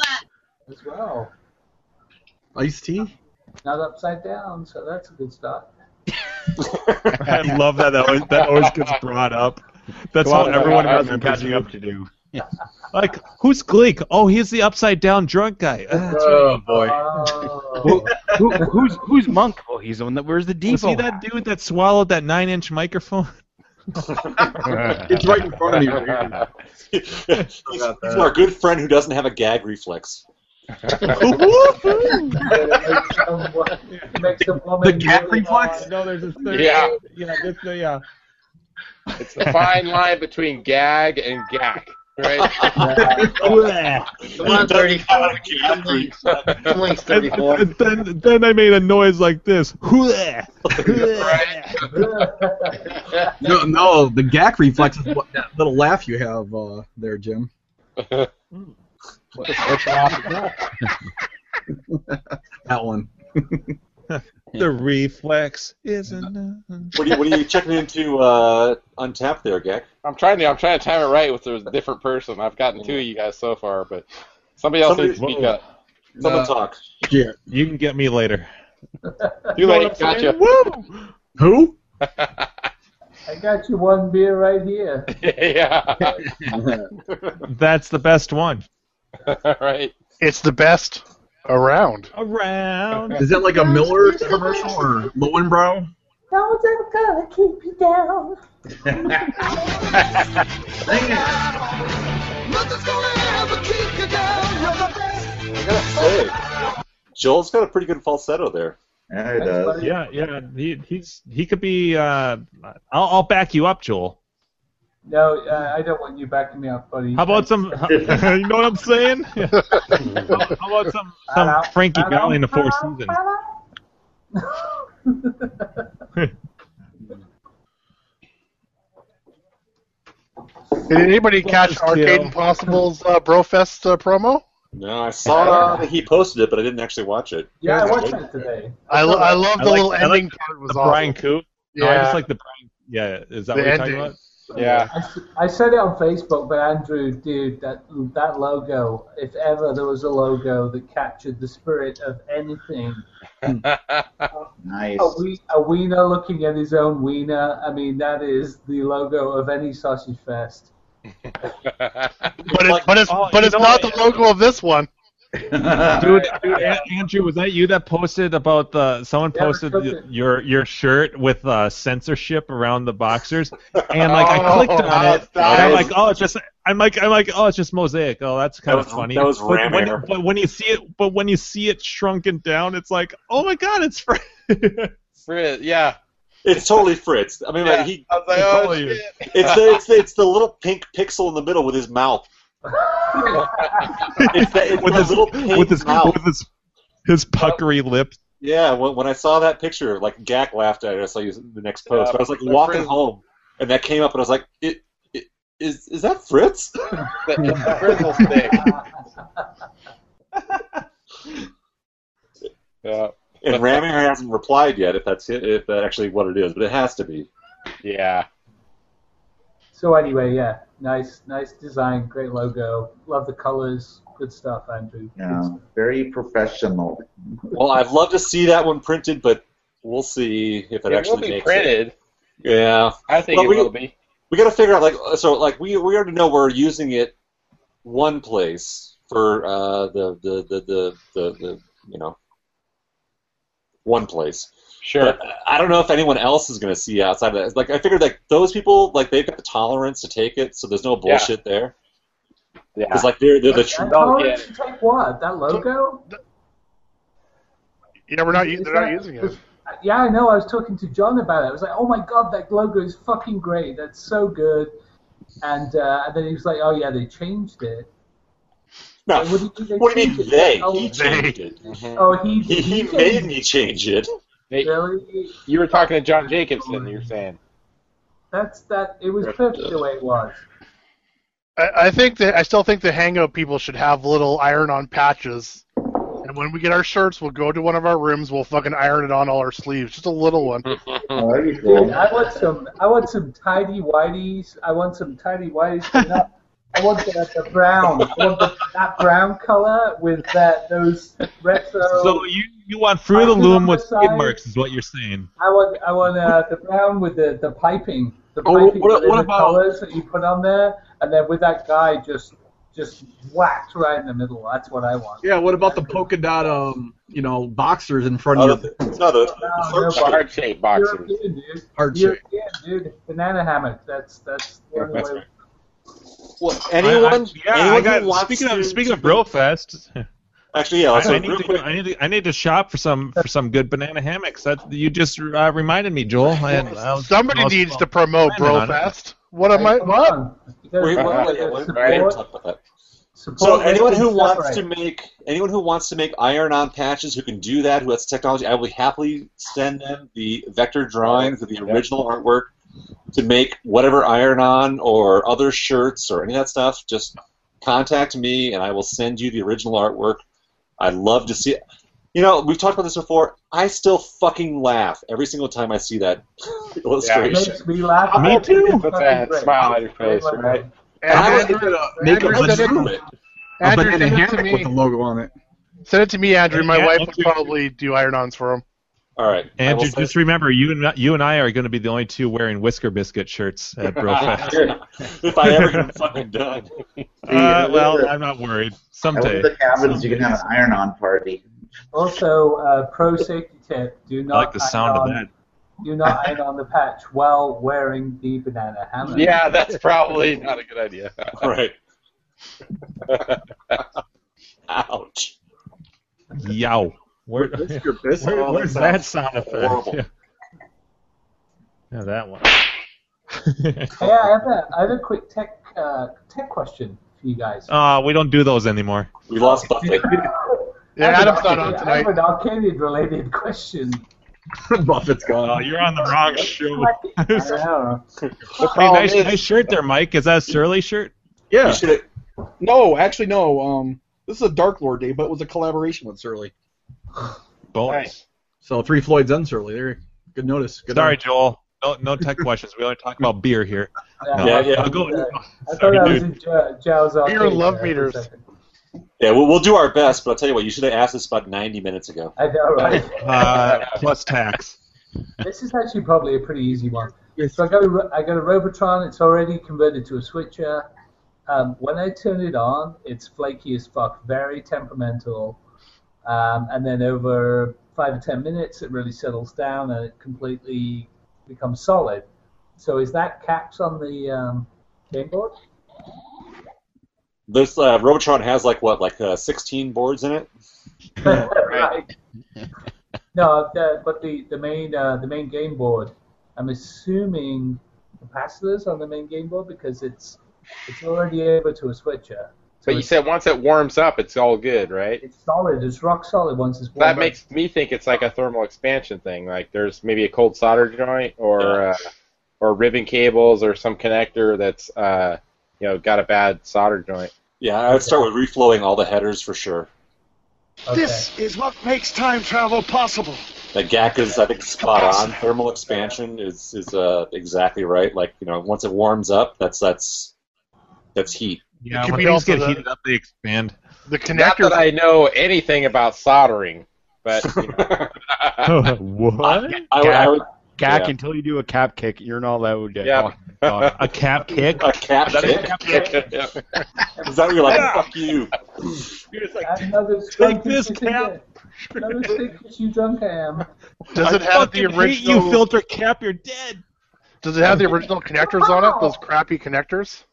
as well. Iced tea? Not upside down, so that's a good start. I love that. That always, that always gets brought up. That's Go how on, everyone I have some remembers catching you. up to do. Like, who's Gleek? Oh, he's the upside down drunk guy. Ah, that's right. Oh, boy. Who, who, who's who's Monk? Oh, he's the one that wears the You see Devo. that dude that swallowed that nine inch microphone? it's right in front of you. man. He's, he's our good friend who doesn't have a gag reflex. Makes a woman really hot. No, there's a third- Yeah. yeah, this, yeah. It's the fine line between gag and gack, right? Come on, 34. I'm like 34. And then, then I made a noise like this. Hooah! No, no, the gack reflex is what that little laugh you have uh, there, Jim. That one. the reflex is uh, enough. What are you, what are you checking into uh, Untap there, Gek? I'm trying to I'm trying to time it right with a different person. I've gotten two of you guys so far, but somebody else Somebody- needs to speak whoa. up. Someone Uh, talk. Yeah. You can get me later. Too late, gotcha. Who? I got you one beer right here. yeah. That's the best one. right. It's the best around. Around. Is that like a Miller commercial or Lowenbrow? No one's ever gonna keep you down. Nothing's gonna ever keep you down. You're the best. I gotta say, Joel's got a pretty good falsetto there. Yeah, it does. Yeah, yeah. He, he's he could be. Uh, I'll, I'll back you up, Joel. No, uh, I don't want you backing me up, buddy. How about some? you know what I'm saying? how, how about some some Frankie Valley in the Four Seasons? Did anybody catch Just Arcade kill. Impossible's uh, BroFest uh, promo? No, I saw that he posted it, but I didn't actually watch it. Yeah, I watched it today. I, lo- I love I the like- little I like ending part. Was The awesome. Brian Coop. Yeah, No, I just like the Brian. Yeah, is that The what you're ending. talking about? Yeah. I, s- I said it on Facebook, but Andrew, dude, that that logo, if ever there was a logo that captured the spirit of anything, Nice. a, Oh. we, a wiener looking at his own wiener, I mean, that is the logo of any sausage fest. but it's but it's Oh, but you it's know not what? the logo of this one. Dude, dude, An- Andrew, was that you that posted about the someone Yeah, I posted took y- it. your your shirt with uh, censorship around the boxers, and like I clicked on Oh, it, and I'm nice. like, oh, it's just I'm like I'm like oh, it's just mosaic. Oh, that's kind That of was- funny. that was but, ram when, air. but when you see it, but when you see it shrunken down, it's like, oh my god, it's Fred. Frizz, yeah. It's totally Fritz. I mean, like, Yeah, he. I was like, he "Oh, totally shit." is. It's the, it's the it's the little pink pixel in the middle with his mouth. it's the, it's with the his little pink with his mouth. with his his puckery lip. Yeah, when, when I saw that picture, like Gak laughed at it. I saw you in the next post. Yeah, but I was like my walking friend- home, and that came up, and I was like, it, it, is, is that Fritz? The, the grizzle stick. yeah. And Ramier hasn't replied yet. If that's it, if that actually what it is, but it has to be. Yeah. So anyway, yeah, nice, nice design, great logo, love the colors, good stuff, Andrew. Yeah, Um, very professional. Well, I'd love to see that one printed, but we'll see if it, It actually will be makes printed. It. Yeah, I think Well, it we- will be. we got to figure out like so like we we already know we're using it one place for uh, the, the, the the the the you know one place. Sure. But I don't know if anyone else is going to see outside of that. It's Like I figured like those people like they've got the tolerance to take it, so there's no bullshit there. Yeah. Because like they're they're the true. And oh, yeah. take what? That logo? Yeah, we're not. u- Is They're not that- using it. Yeah, I know. I was talking to John about it. I was like, "Oh my god, that logo is fucking great. That's so good." And uh, and then he was like, "Oh yeah, they changed it." No. Like, what do you mean? What do you mean changed it? they? Oh, He changed it. Oh, he He, he changed made me change it. They- Really? You were talking to John Jacobson. You're saying. That's that. It was perfect the way it was. I, I think that I still think the Hangout people should have little iron-on patches. And when we get our shirts, we'll go to one of our rooms. We'll fucking iron it on all our sleeves. Just a little one. Oh, that'd be Dude, cool. I want some. I want some tidy whiteys. I want some tidy whiteys. but not- I want the, the brown. I want the, that brown color with that those retro. So you you want through the Piping on loom the with side. skid marks is what you're saying. I want I want uh, the brown with the, the piping. The Oh, piping what- with what the about- colors that you put on there, and then with that guy just just whacked right in the middle. That's what I want. Yeah, what about the polka dot, um, you know, boxers in front Oh, of you? the, no, the, No, no, but Heart shaped boxers. European, dude. Heart shape. European, dude. Banana hammock. That's that's the only That's way. right. anyone? I- I- yeah, anyone I got- who wants speaking to- of speaking of Brofest, Actually, yeah. I, Let's I I, need to go, I need to I need to shop for some for some good banana hammocks. That you just uh, reminded me, Joel. And I'll- Somebody I'll- needs to promote planning on it. Brofest. What am I? Come What? on. You gotta Wait, wait, support- wait, wait, support- wait, talk about that. So support anyone who local wants to separate. make anyone who wants to make iron-on patches, who can do that, who has technology, I will happily send them the vector drawings of the original artwork to make whatever iron-on or other shirts or any of that stuff. Just contact me, and I will send you the original artwork. I'd love to see it. You know, we've talked about this before. I still fucking laugh every single time I see that It illustration. makes me laugh. Oh, Me too. Put that smile on your face, right? And I Andrew, would Make Andrew it said legitimate. it. A Andrew, banana send it to hammock with me. the logo on it. Send it to me, Andrew. My Yeah, wife let's would probably do iron-ons for him. All right, I will Andrew, send- just remember, you and you and I are going to be the only two wearing Whisker Biscuit shirts at Brofest. if I ever get it fucking done. uh, well, I'm not worried. At one Someday. of the cabins, you can have an iron-on party. Also, uh, pro safety tip: do I not like the sound iron of on, that. Do not iron on the patch while wearing the banana hammock. Yeah, that's probably not a good idea. Right. Ouch. Yow. Where, Your business. where- Oh, that where's that sounds sound effect? horrible. Yeah. Yeah, that one. Hey, I have a, I have a quick tech uh, tech question for you guys. Ah, we don't do those anymore. We lost Buckley. Yeah, I have an Adam's not on arcade- I tonight. have an arcade-related question. Buffett's gone. Oh, you're on the wrong show. I don't know. Hey, Oh, nice, it is. nice shirt there, Mike. Is that a Surly shirt? Yeah. You should No, actually, no. Um, this is a Dark Lord day, but it was a collaboration with Surly. Bonus. So three Floyds and Surly. There. Good notice. Good Sorry, Joel. No, no tech questions. We only talk about beer here. Yeah, Yeah, I yeah. thought- I'll go- I thought Sorry, I was dude. in Jo- Joe's arcade. Beer love there for a meters. second. Yeah, we'll, we'll do our best, but I'll tell you what, you should have asked us about 90 minutes ago. I know, right? Uh, plus tax. This is actually probably a pretty easy one. So I got a, ro- I got a Robotron. It's already converted to a switcher. Um, when I turn it on, it's flaky as fuck, very temperamental. Um, and then over five or ten minutes, it really settles down and it completely becomes solid. So is that caps on the um, game board? This uh, Robotron has like what, like uh, 16 boards in it? right. No, the, but the the uh, main uh, the main game board I'm assuming capacitors on the main game board because it's it's already able to a switcher. But you said once it warms up, it's all good, right? It's solid. It's rock solid once it's warm. That makes me think it's like a thermal expansion thing. Like there's maybe a cold solder joint or uh, or ribbon cables or some connector that's uh, you know got a bad solder joint. Yeah, I would start with reflowing all the headers for sure. This is what makes time travel possible. That Gak is, I think, spot on. Thermal expansion is is uh, exactly right. Like you know, once it warms up, that's that's that's heat. Yeah, It could when be things also get the- heated up, they expand. The Not that I know anything about soldering, but you know. what? I- I would- I would- Gak, yeah. until you do a cap kick, you're not allowed to Yeah. talk. talk. A cap kick? A cap That is kick? Is that what you're like? Fuck you. Another take this cap. Another stick kiss you drunk I am. Does it have the original? cap. You're dead. Does it have the original connectors on it? Those crappy connectors?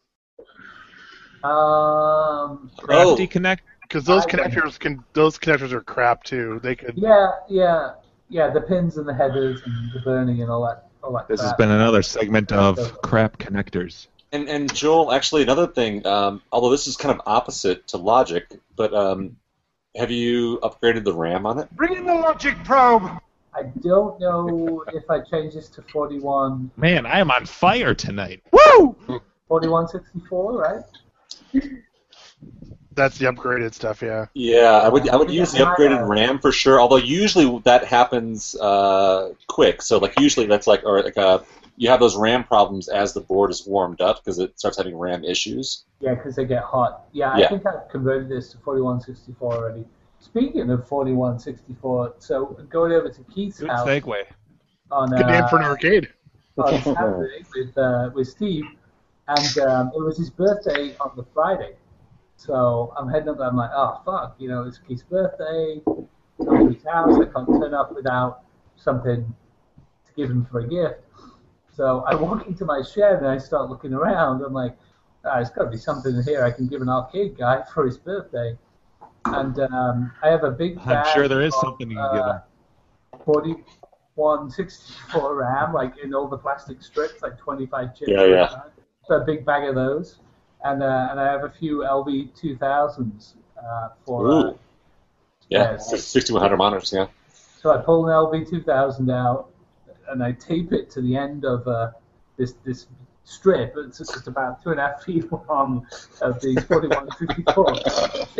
Um, Oh. Crafty connect. Because those I- connectors can. Those connectors are crap too. They could. yeah, yeah, yeah. The pins and the headers and the burning and all that. All that This has crap. been another segment of crap connectors. And and Joel, actually, another thing. Um, although this is kind of opposite to logic, but um, have you upgraded the RAM on it? Bring in the logic probe. I don't know if I change this to 41, Man, I am on fire tonight. Woo! 4164, right? That's the upgraded stuff. Yeah. Yeah, I would I would use the upgraded RAM for sure. Although usually that happens uh, quick. So like usually that's like or like uh, you have those RAM problems as the board is warmed up because it starts having RAM issues. Yeah, because they get hot. Yeah, I Yeah. think I've converted this to 4164 already. Speaking of 4164, so going over to Keith's Good house segue. on Good name uh, for an arcade. on Saturday with, uh, with Steve, and um, it was his birthday on the Friday. So I'm heading up there, I'm like, oh, fuck, you know, it's Keith's birthday, going to his house, I can't turn up without something to give him for a gift. So I walk into my shed and I start looking around. I'm like, ah, there's got to be something in here I can give an arcade guy for his birthday. And um, I have a big I'm bag sure there is of, something you can give uh, them. 4164 RAM, like in all the plastic strips, like 25 chips. Yeah, yeah. So a big bag of those. And, uh, and I have a few LV 2000s uh, for. Uh, Ooh. Yeah, it's just 6100 monitors. Yeah. so I pull an LV 2000 out and I tape it to the end of uh, this this strip. It's just about two and a half feet long of these 4154.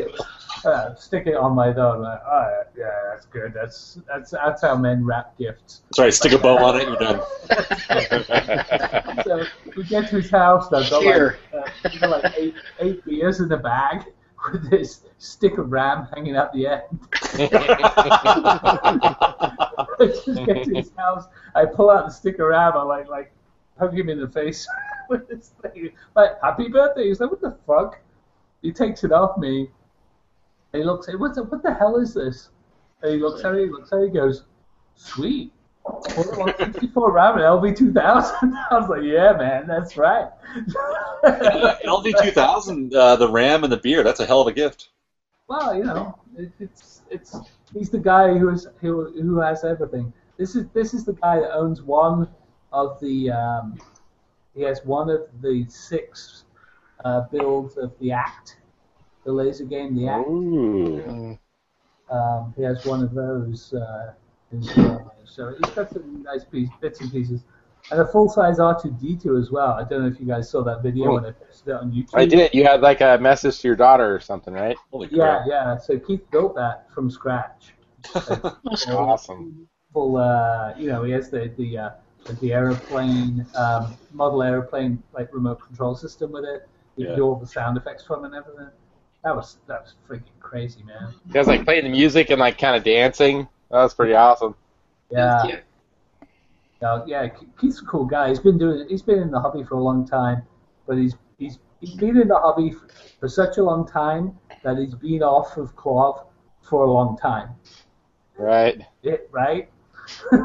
uh, stick it on my thumb. Like, oh, yeah, that's good. That's that's that's how men wrap gifts. Sorry, stick a bow on it. You're done. so we get to his house. and I've got Here. like, uh, I've got like eight, eight beers in the bag with this stick of ram hanging out the end. I just get to his house. I pull out the stick of ram. I like like hug him in the face with this thing. Like happy birthday. He's like, what the fuck? He takes it off me. He looks. What the, what the hell is this? And he looks at it. He looks at it. He goes, sweet. 164 Rabbit LV 2000. I was like, yeah, man, that's right. LV2000, uh, the RAM and the beer. That's a hell of a gift. Well, you know, it, it's it's he's the guy who is who who has everything. This is this is the guy that owns one of the um, he has one of the six uh, builds of the Act, the laser game, the Act. Um, he has one of those. Uh, in his armour. so he's got some nice piece, bits and pieces. And a full-size R2D2 as well. I don't know if you guys saw that video Oh. when I posted it on YouTube. I did. You had like a message to your daughter or something, right? Holy Yeah, yeah. So Keith built that from scratch. That's awesome. Full, uh, you know, he has the the uh, like the aeroplane um, model aeroplane like remote control system with it. You Yeah. can do all the sound effects from it and everything. That was that was freaking crazy, man. You guys like playing the music and like kind of dancing. That was pretty awesome. Yeah. No, yeah, Ke- Keith's a cool guy. He's been doing he's been in the hobby for a long time, but he's he's, he's been in the hobby f- for such a long time that he's been off of Clove for a long time. Right. It, right?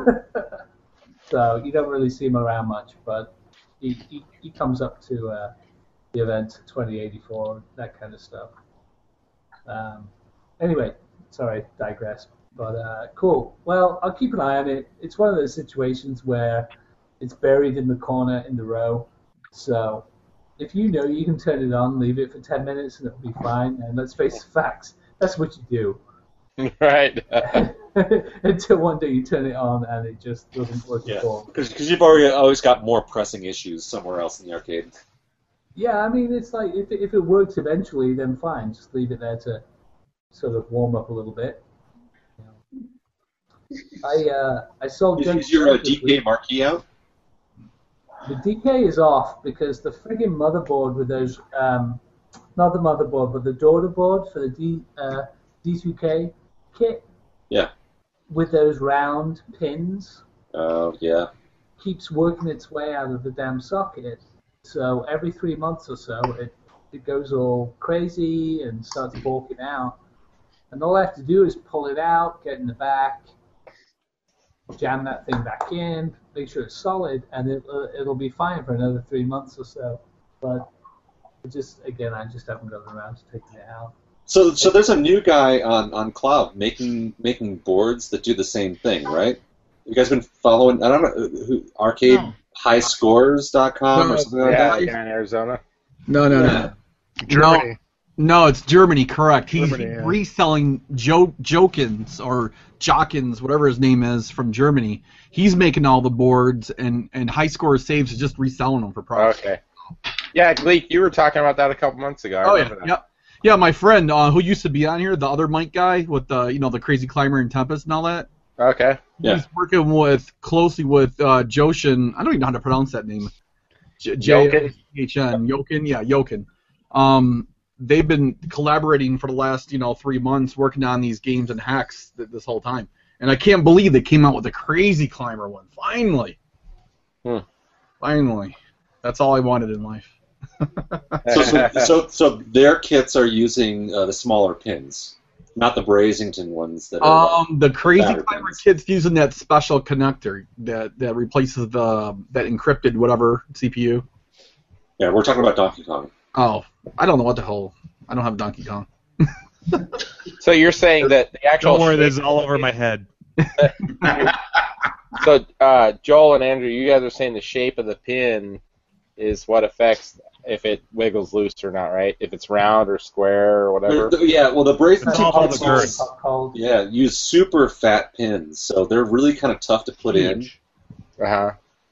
so you don't really see him around much, but he, he, he comes up to uh, the event 2084, that kind of stuff. Um, anyway, sorry, digress. But uh, cool. Well, I'll keep an eye on it. It's one of those situations where It's buried in the corner in the row. So if you know you can turn it on, leave it for 10 minutes, and it'll be fine. And let's face the facts, that's what you do. Right. Until one day you turn it on and it just doesn't work Yeah, at all. because you've already always got more pressing issues somewhere else in the arcade. Yeah, I mean, it's like if, if it works eventually, then fine. Just leave it there to sort of warm up a little bit. I uh, I sold. Is, Junk is your uh, Shop this DK marquee out? The DK is off because the friggin' motherboard with those, um, not the motherboard, but the daughter board for the D, uh, D2K kit Yeah. with those round pins Oh yeah. keeps working its way out of the damn socket. So every three months or so, it, it goes all crazy and starts balking out. And all I have to do is pull it out, get in the back, jam that thing back in, make sure it's solid, and it, uh, it'll be fine for another three months or so. But it just, again, I just haven't gotten around to taking it out. So so there's a new guy on, on cloud making making boards that do the same thing, right? You guys been following? I don't know uh, who arcade highscores.com or something like yeah, that. down in Arizona. No, no, no. Germany. No, no, it's Germany, correct. He's Germany, yeah. reselling jo- Jokins or Jockins, whatever his name is, from Germany. He's making all the boards, and, and High Score Saves is just reselling them for profit. Okay. Yeah, Gleek, you were talking about that a couple months ago. I Oh, yeah. remember Yep. Yeah, my friend uh, who used to be on here, the other Mike guy with the you know the crazy climber and Tempest and all that. that. Okay. He's working with closely with uh, Joshin. I don't even know how to pronounce that name. J- J- Jokin? H-N. Jokin, yeah, Jokin. Um, they've been collaborating for the last you know three months, working on these games and hacks th- this whole time. And I can't believe they came out with the crazy climber one. Finally, finally, that's all I wanted in life. So, so, so so their kits are using uh, the smaller pins, not the Brazington ones that are uh, Um, the crazy Battery clever kid's using that special connector that that replaces the that encrypted whatever CPU. Yeah, we're talking about Donkey Kong. Oh, I don't know what the hell. I don't have Donkey Kong. So you're saying that the actual. Don't worry, this is all over my head. So uh, Joel and Andrew, you guys are saying the shape of the pin is what affects if it wiggles loose or not, right? If it's round or square or whatever. They're- they're- Uh, yeah, well, the Brazington It's all ones the girth. use- yeah use super fat pins, so they're really kind of tough to put in. Uh huh.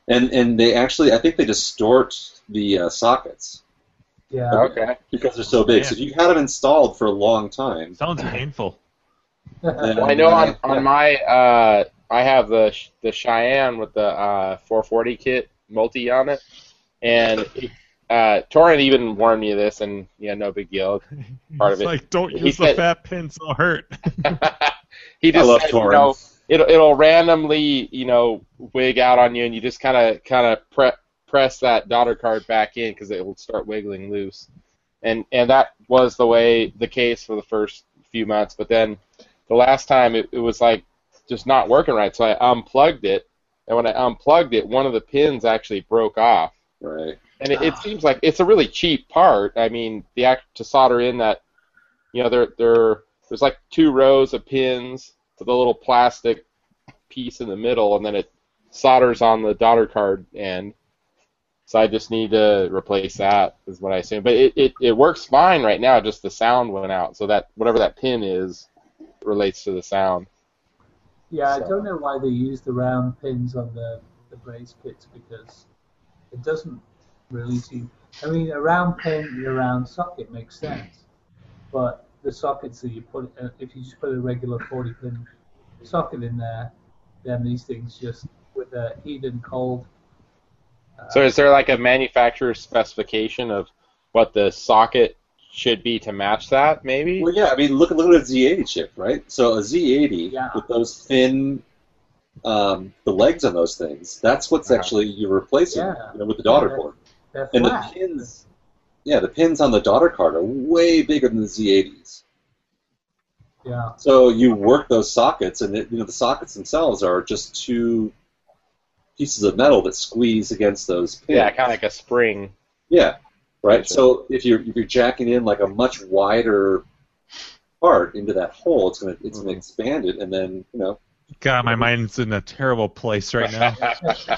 And and they actually, I think they distort the uh, sockets. Yeah. Okay. Because they're so big. So if you had them installed for a long time. Sounds painful. Well, I know on, on my uh, I have the Ch- the Cheyenne with the uh, 440 kit multi on it, and uh, Torrent even warned me of this, and yeah, no big deal, part of It's it. like, don't He use the said- fat pins, it'll hurt. He just I love said, you Torrent. know, it'll it'll randomly you know wig out on you, and you just kind of kind of pre- press that daughter card back in because it will start wiggling loose, and and that was the way the case for the first few months, but then the last time it, it was like just not working right, so I unplugged it, and when I unplugged it, one of the pins actually broke off. Right. And it, it seems like it's a really cheap part. I mean, the act to solder in that, you know, there there there's like two rows of pins with a little plastic piece in the middle, and then it solders on the daughter card end. So I just need to replace that is what I assume. But it, it, it works fine right now, just the sound went out. So that whatever that pin is relates to the sound. Yeah, I don't know why they use the round pins on the, the brace kits because it doesn't really seem. I mean, a round pin in a round socket makes sense, but the sockets that you put, uh, if you just put a regular 40 pin socket in there, then these things just, with the heat and cold, So is there like a manufacturer specification of what the socket should be to match that, maybe? Well, yeah, I mean, look, look at a Z80 chip, right? So a Z80 Yeah. with those thin, um, the legs on those things, that's what's actually you're replacing Yeah. you know, with the daughter Yeah. board. they're And the flat. pins, yeah, the pins on the daughter card are way bigger than the Z80s. Yeah. So you work those sockets, and it, you know the sockets themselves are just two pieces of metal that squeeze against those pins. Yeah, kind of like a spring. Yeah, right. Gotcha. So if you're if you're jacking in like a much wider part into that hole, it's gonna it's gonna expand it, and then you know God, my mind's in a terrible place right now.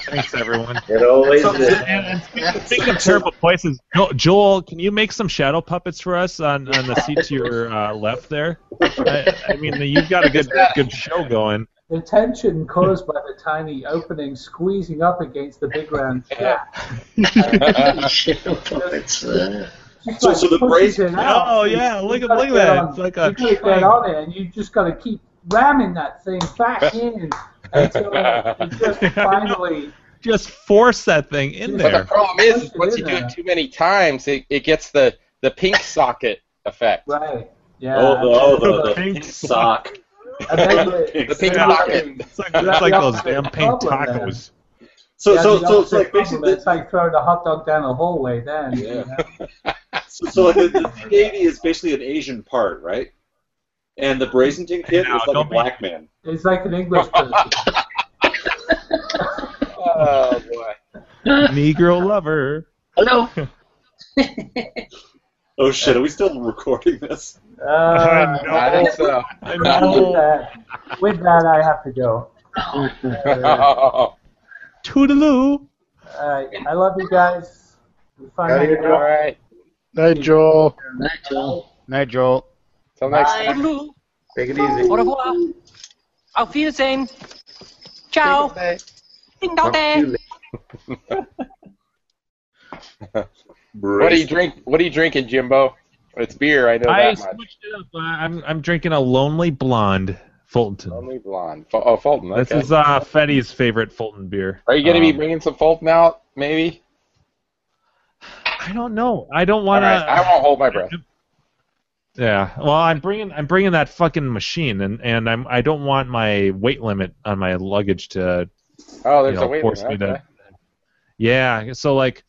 Thanks, everyone. It always So- is. Speaking of terrible places, Jo- Joel, can you make some shadow puppets for us on, on the seat to your uh, left there? I, I mean, you've got a good good show going. The tension caused by the tiny opening squeezing up against the big round shaft. So- so the brace- Oh, yeah, look at- look at that. It's like a you put that triangle. on there, and you just got to keep ramming that thing back in until it just finally. Just force that thing in But the there. problem is, is once you in do it there. too many times, it, it gets the, the pink socket effect. Right. Yeah. Oh, the- oh, the pink sock. the pink socket. It's like, it's like those damn pink Problem then. tacos. So- so- the so it's opposite problem, like basically- it's like throwing a hot dog down a hallway. Then you know? So, so like the, the Navy is basically an Asian part, right? And the Brazenton kid is like a black man. it's like an English person. oh boy. Negro lover. Hello. Oh shit, are we still recording this? Uh, I think so. I With that, with that, I have to go. Toodaloo. All right. I love you guys. We'll find Gotta get out. All right. Night, Joel. Night, Joel. Night, Joel. Till Take it Au revoir. Auf Wiedersehen. Ciao. Ding dong dang. What do you drink? What are you drinking, Jimbo? It's beer. I know I that much. switched it up. Uh, I'm I'm drinking a lonely blonde Fulton. Only blonde. Ful- oh, Fulton. Okay. This is uh, Fetty's favorite Fulton beer. Are you going to be Um, bringing some Fulton out? Maybe. I don't know. I don't want All right, I won't hold my breath. Yeah. Well, I'm bringing I'm bringing that fucking machine, and and I'm I don't want my weight limit on my luggage to. Oh, there's you a know, weight force limit, me okay. to. Yeah. So like,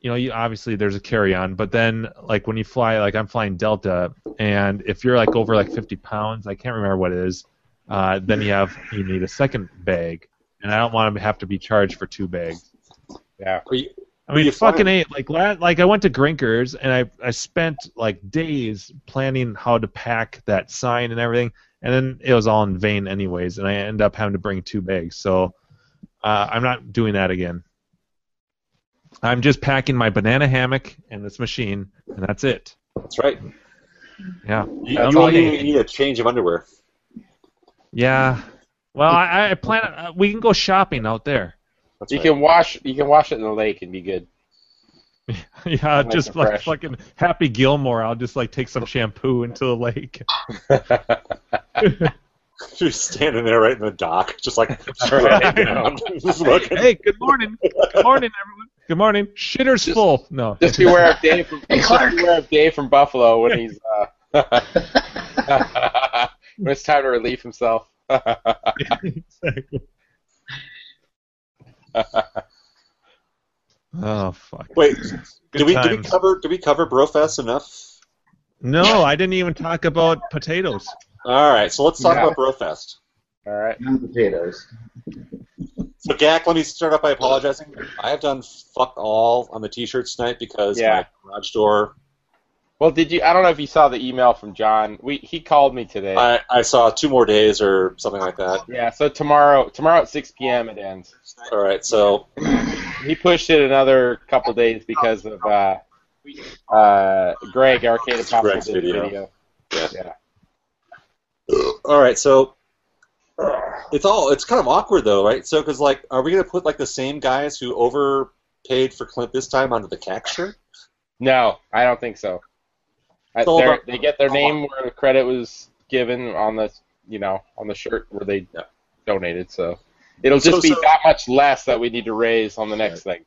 you know, you obviously there's a carry on, but then like when you fly, like I'm flying Delta, and if you're like over like 50 pounds, I can't remember what it is, uh, then you have you need a second bag, and I don't want to have to be charged for two bags. Yeah. I mean, fucking eight. Like, la- like I went to Grinkers and I, I spent like days planning how to pack that sign and everything, and then it was all in vain, anyways. And I end up having to bring two bags, so uh, I'm not doing that again. I'm just packing my banana hammock and this machine, and that's it. That's right. Yeah. You, you only need a change of underwear. Yeah. Well, I, I plan. Uh, we can go shopping out there. you can wash. You can wash it in the lake and be good. Yeah, Nice just and like fresh. fucking Happy Gilmore. I'll just like take some shampoo into the lake. You're standing there right in the dock, just like Right. just looking. Hey, good morning. Good morning, everyone. Good morning. Shitter's full. No. Just beware of Dave. From, just beware of Dave from Buffalo when he's uh, when it's time to relieve himself. exactly. Oh fuck. Wait, Good did we, did we times. cover did we cover Brofest enough? No, I didn't even talk about potatoes. All right, so let's talk Yeah. about Brofest. All right. potatoes. So Gak, let me start off by apologizing. I have done fuck all on the t-shirts tonight because Yeah. my garage door. Well, did you? I don't know if you saw the email from John. We he called me today. I, I saw two more days or something like that. yeah. So tomorrow, tomorrow at 6 p.m. it ends. All right, so He pushed it another couple days because of uh, uh, Greg Arcade Apostle Greg's did the video. video. Yeah. yeah. all right, so it's all it's kind of awkward though, right? So because like, are we gonna put like the same guys who overpaid for Clint this time onto the CAC shirt? No, I don't think so. I, It's all they're- about- they get their name where the credit was given on the you know on the shirt where they donated. So it'll just So- be so- that much less that we need to raise on the next thing.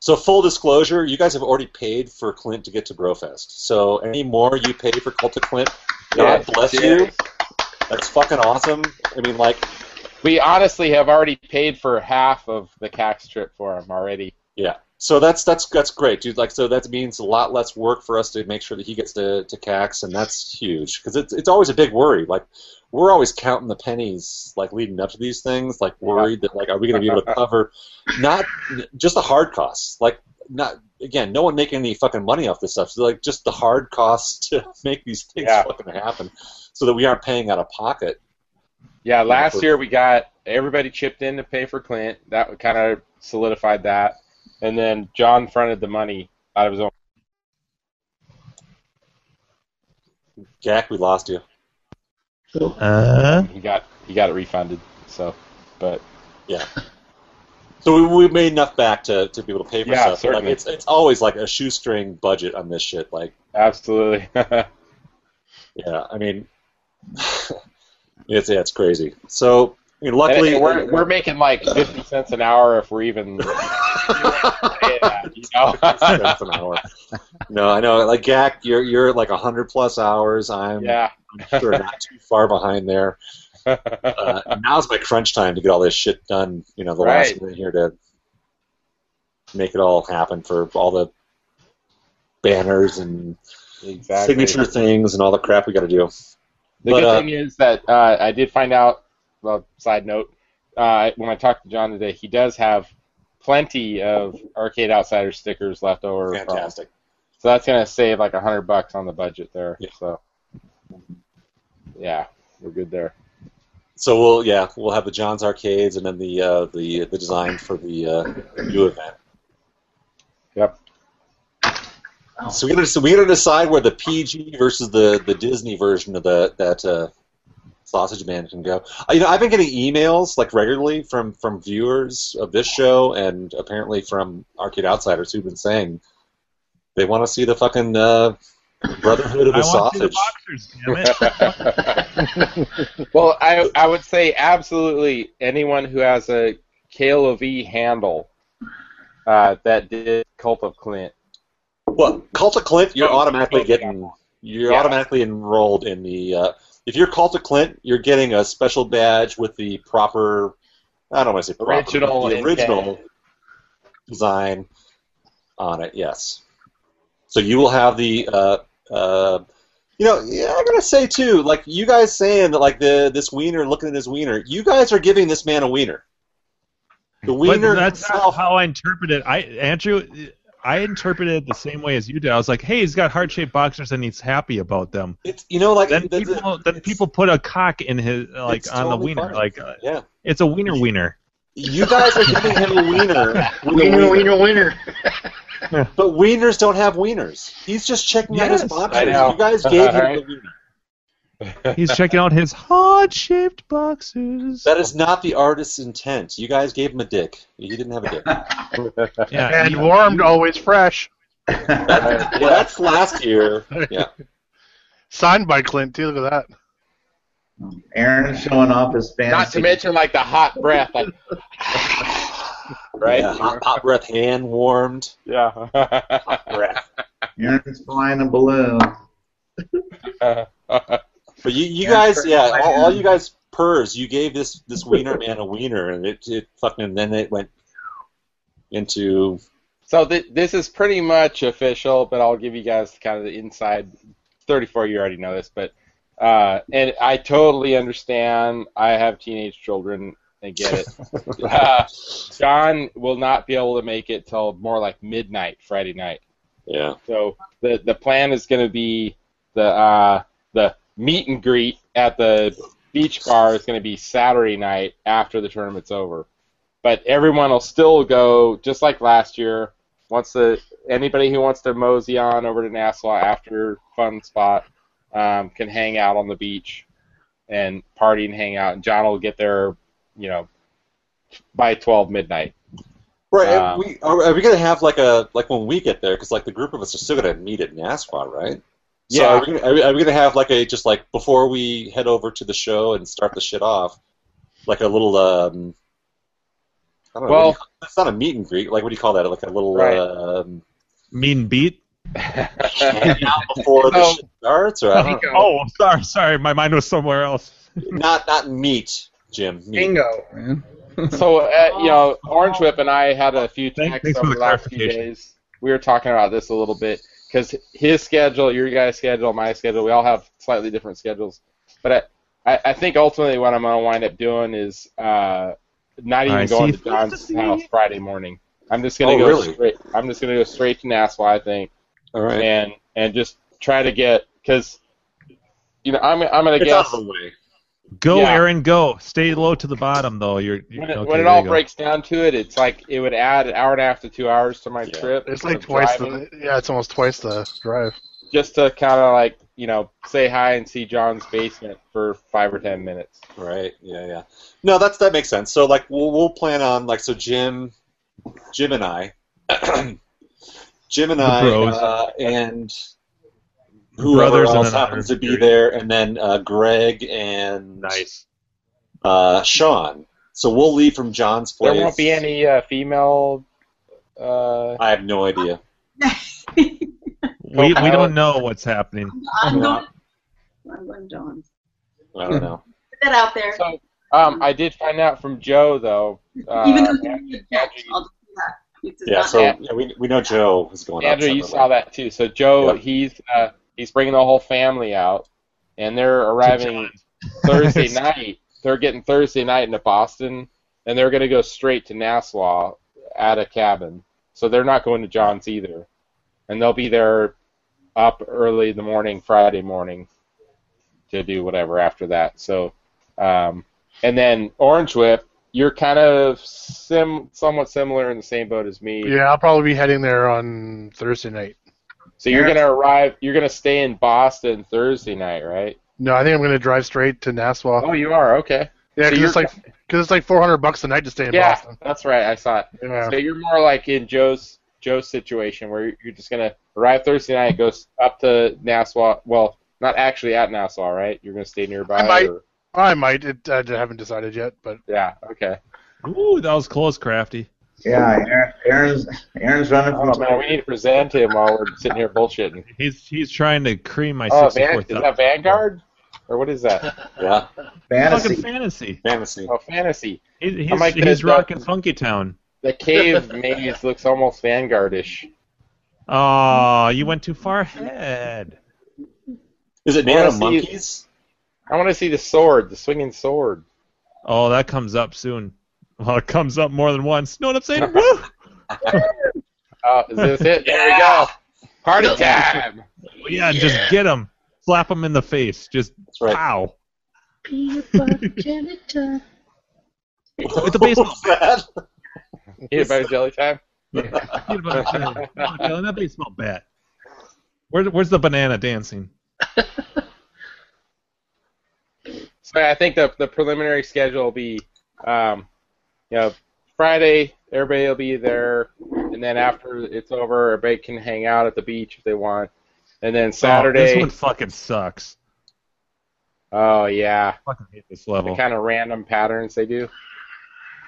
So full disclosure, you guys have already paid for Clint to get to Brofest. So any more you pay for Cult of Clint, God Yeah, bless cheers. you. That's fucking awesome. I mean, like, We honestly have already paid for half of the CAX trip for him already. yeah. So that's that's that's great, dude. Like, so that means a lot less work for us to make sure that he gets to to CAX, and that's huge because it's it's always a big worry. Like, we're always counting the pennies, like leading up to these things, like worried that like, are we going to be able to cover not just the hard costs, like not again, no one making any fucking money off this stuff. So like just the hard costs to make these things fucking happen, so that we aren't paying out of pocket. Yeah, last year we got everybody chipped in to pay for Clint. That kind of solidified that, and then John fronted the money out of his own. Jack, we lost you. Uh-huh. Uh, He got he got it refunded. So, but yeah. So we, we made enough back to, to be able to pay for Yeah, stuff. but, Like certainly. it's it's always like a shoestring budget on this shit. Like absolutely. yeah, I mean, it's yeah, it's crazy. So I mean, luckily And- and we're, we're making like fifty cents an hour if we're even. yeah, you know? That's an hour. No, I know. Like Jack, you're you're at like hundred plus hours. I'm Yeah. I'm sure not too far behind there. Uh, now's my crunch time to get all this shit done. You know, the last Right. minute here to make it all happen for all the banners and Exactly. signature things and all the crap we got to do. The But, good uh, thing is that uh, I did find out. Well, side note, uh, when I talked to John today, he does have plenty of Arcade Outsider stickers left over. from- Fantastic. so that's gonna save like a hundred bucks on the budget there. So, yeah, we're good there. So we'll yeah we'll have the John's arcades and then the uh, the the design for the uh, new event. Yep. So we gotta so we gotta decide where the PG versus the the Disney version of the that uh, sausage man can go. Uh, you know I've been getting emails like regularly from from viewers of this show and apparently from Arcade Outsiders who've been saying they want to see the fucking uh, Brotherhood of the I want to see the Sausage. well, I I would say absolutely anyone who has a KLOV handle uh, that did Cult of Clint. Well, Cult of Clint, you're automatically getting you're Yeah. automatically enrolled in the. Uh, if you're Cult of Clint, you're getting a special badge with the proper. I don't want to say proper, but Original the intent. original design on it. Yes. So you will have the. Uh, uh, you know, yeah, I gotta say too, like you guys saying that, like the this wiener looking at his wiener, you guys are giving this man a wiener. The But wiener that's how I interpret it. I Andrew, I interpreted it the same way as you did. I was like, hey, he's got heart shaped boxers and he's happy about them. It's you know like then people then people put a cock in his like It's on the totally wiener fine. like uh, yeah. it's a wiener wiener. You guys are giving him a wiener. with a Wiener, wiener, wiener. But wieners don't have wieners. He's just checking out his Yes, boxes. I know. You guys gave him Right. the wiener. He's checking out his heart shaped boxers. That is not the artist's intent. You guys gave him a dick. He didn't have a dick. Yeah, and warmed, always fresh. That's, well, that's last year. Yeah. Signed by Clint, too. Look at that. Aaron showing off his fantasy. Not to mention like the hot breath, like right? Yeah, hot, hot breath, hand warmed. Yeah. hot breath. Aaron's flying a balloon. But you, you Yeah, guys, sure. yeah, all, all you guys purrs. You gave this this wiener man a wiener, and it, it fucking then it went into So th- this is pretty much official, but I'll give you guys kind of the inside. 34, you already know this, but uh, and I totally understand. I have teenage children. I get it. uh, John will not be able to make it till more like midnight Friday night. yeah. So the the plan is going to be the uh, the meet and greet at the beach bar is going to be Saturday night after the tournament's over. But everyone will still go just like last year. Once the anybody who wants to mosey on over to Nassau after fun spot um, can hang out on the beach and party and hang out. And John will get there, you know, by twelve midnight. Right, and Um, we are, are we gonna have like a like when we get there because like the group of us are still gonna meet at NASPA, right? So Yeah. are we, gonna, are, we, are we gonna have like a just like before we head over to the show and start the shit off, like a little um, I don't know. Well- what do you call- it's not a meet and greet. Like what do you call that? Like a little Right. um, Mean beat. hanging out before the So- shit starts, or I don't Uh-huh. know. oh, sorry, sorry, my mind was somewhere else. not not meet, Jim. Meet. so uh, you know, Orange Whip and I had a few texts thanks for over the the last few clarification. days. We were talking about this a little bit because his schedule, your guys' schedule, my schedule, we all have slightly different schedules. But I, I, I think ultimately what I'm going to wind up doing is uh, not even I going see. to John's house Friday morning. I'm just going to Oh, go really? straight. I'm just going to go straight to Nassau, I think. All right. And and just try to get because you know I'm I'm going to It's guess out of the way. Go, Yeah. Aaron, go. Stay low to the bottom, though. You're, you When it, okay, when it there all you go. breaks down to it, it's like it would add an hour and a half to two hours to my trip. It's of like twice driving, the yeah, it's almost twice the drive. just to kind of like you know say hi and see John's basement for five or ten minutes. Right. Yeah. Yeah. No, that's that makes sense. So like we'll, we'll plan on like so Jim, Jim and I, Jim and The I, bros. uh, and The whoever brothers and else another happens to be there, and then uh, Greg and nice uh, Sean. So we'll leave from John's place. There won't be any uh, female. Uh, I have no idea. We, we Co-pilot. don't know what's happening. I'm going. I'm going John. I don't know. Put that out there. Um, I did find out from Joe though. Uh, Even though they're in fact, I'll just do that. It does Yeah. not So matter. yeah, we, we know Joe is going. Andrew, up you separately. saw that too. So Joe, Yeah. he's uh, he's bringing the whole family out, and they're arriving Thursday night. They're getting Thursday night into Boston, and they're going to go straight to Nassau at a cabin. So they're not going to John's either, and they'll be there up early in the morning Friday morning to do whatever after that. So, um, and then Orange Whip, you're kind of sim somewhat similar in the same boat as me. Yeah, I'll probably be heading there on Thursday night. So you're gonna arrive. You're gonna stay in Boston Thursday night, right? No, I think I'm going to drive straight to Nassau. Oh, you are okay. Yeah, So because it's you're- like cause it's like 400 bucks a night to stay in yeah, Boston. that's right. I saw it. Yeah. So you're more like in Joe's Joe's situation where you're just gonna arrive Thursday night, go s- up to Nassau. Well, not actually at Nassau, right? You're gonna stay nearby. I might. or- I might. It, I haven't decided yet, but yeah. Okay. Ooh, that was close, Crafty. Yeah, Aaron- Aaron's Aaron's running I from don't know, Oh, man, we need to present him while we're sitting here bullshitting. He's he's trying to cream my oh, Van- 64 is that Vanguard or what is that? yeah. Fucking fantasy. Fantasy. Oh, fantasy. He's, I'm he's, like the- he's the- rocking Funky Town. The cave maze looks almost Vanguardish. Oh, you went too far ahead. Is it I wanna Nano see- Monkeys? I want to see the sword, the swinging sword. Oh, that comes up soon. Well, it comes up more than once. Know what I'm saying? Woo! Oh, is this it? There we go. Party time. Yeah, just get him. Slap him in the face. Just right. pow. Peanut butter janitor. With the baseball. bat. Peanut butter jelly time. Peanut butter jelly. Come on, Dylan, that baseball bat. Where, where's the banana dancing? So I think the the preliminary schedule will be, um, you know, Friday everybody will be there, and then after it's over, everybody can hang out at the beach if they want, and then Oh, Saturday. this one fucking sucks. Oh yeah, fucking hate this level. the kind of random patterns they do.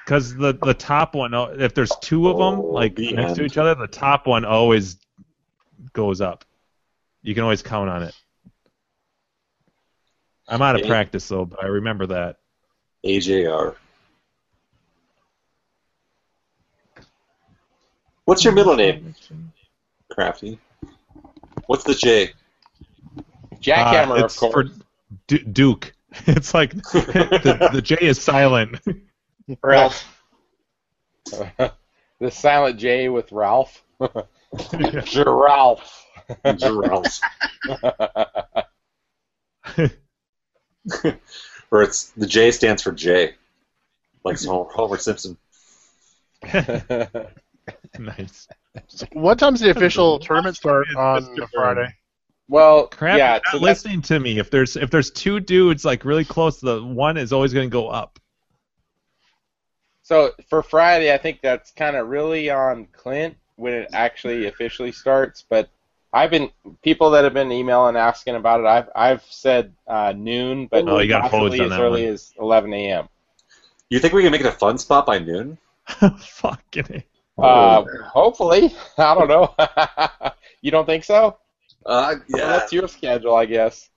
Because the the top one, oh, if there's two of them like the next to end. each other, the top one always goes up. You can always count on it. I'm out of Yeah. practice though, but I remember that. AJR. What's your middle name? Crafty. What's the J? Jackhammer, Uh, of it's course. for Du- Duke. It's like the, the J is silent. Ralph. the silent J with Ralph. Giraffe. Giraffe. Or it's the J stands for J. Like Homer Homer Simpson. nice. What time's the official tournament start on Friday? well, Crap, yeah. you're not So that's- listening to me. If there's if there's two dudes like really close, the one is always going to go up. So for Friday, I think that's kind of really on Clint when it actually officially starts. But I've been people that have been emailing asking about it. I've I've said uh, noon, but Oh, you got possibly hosed on as that early one. as 11 a.m. You think we can make it a fun spot by noon? Fucking A. Oh. Uh, hopefully, I don't know. you don't think so? Uh, Well, that's your schedule, I guess.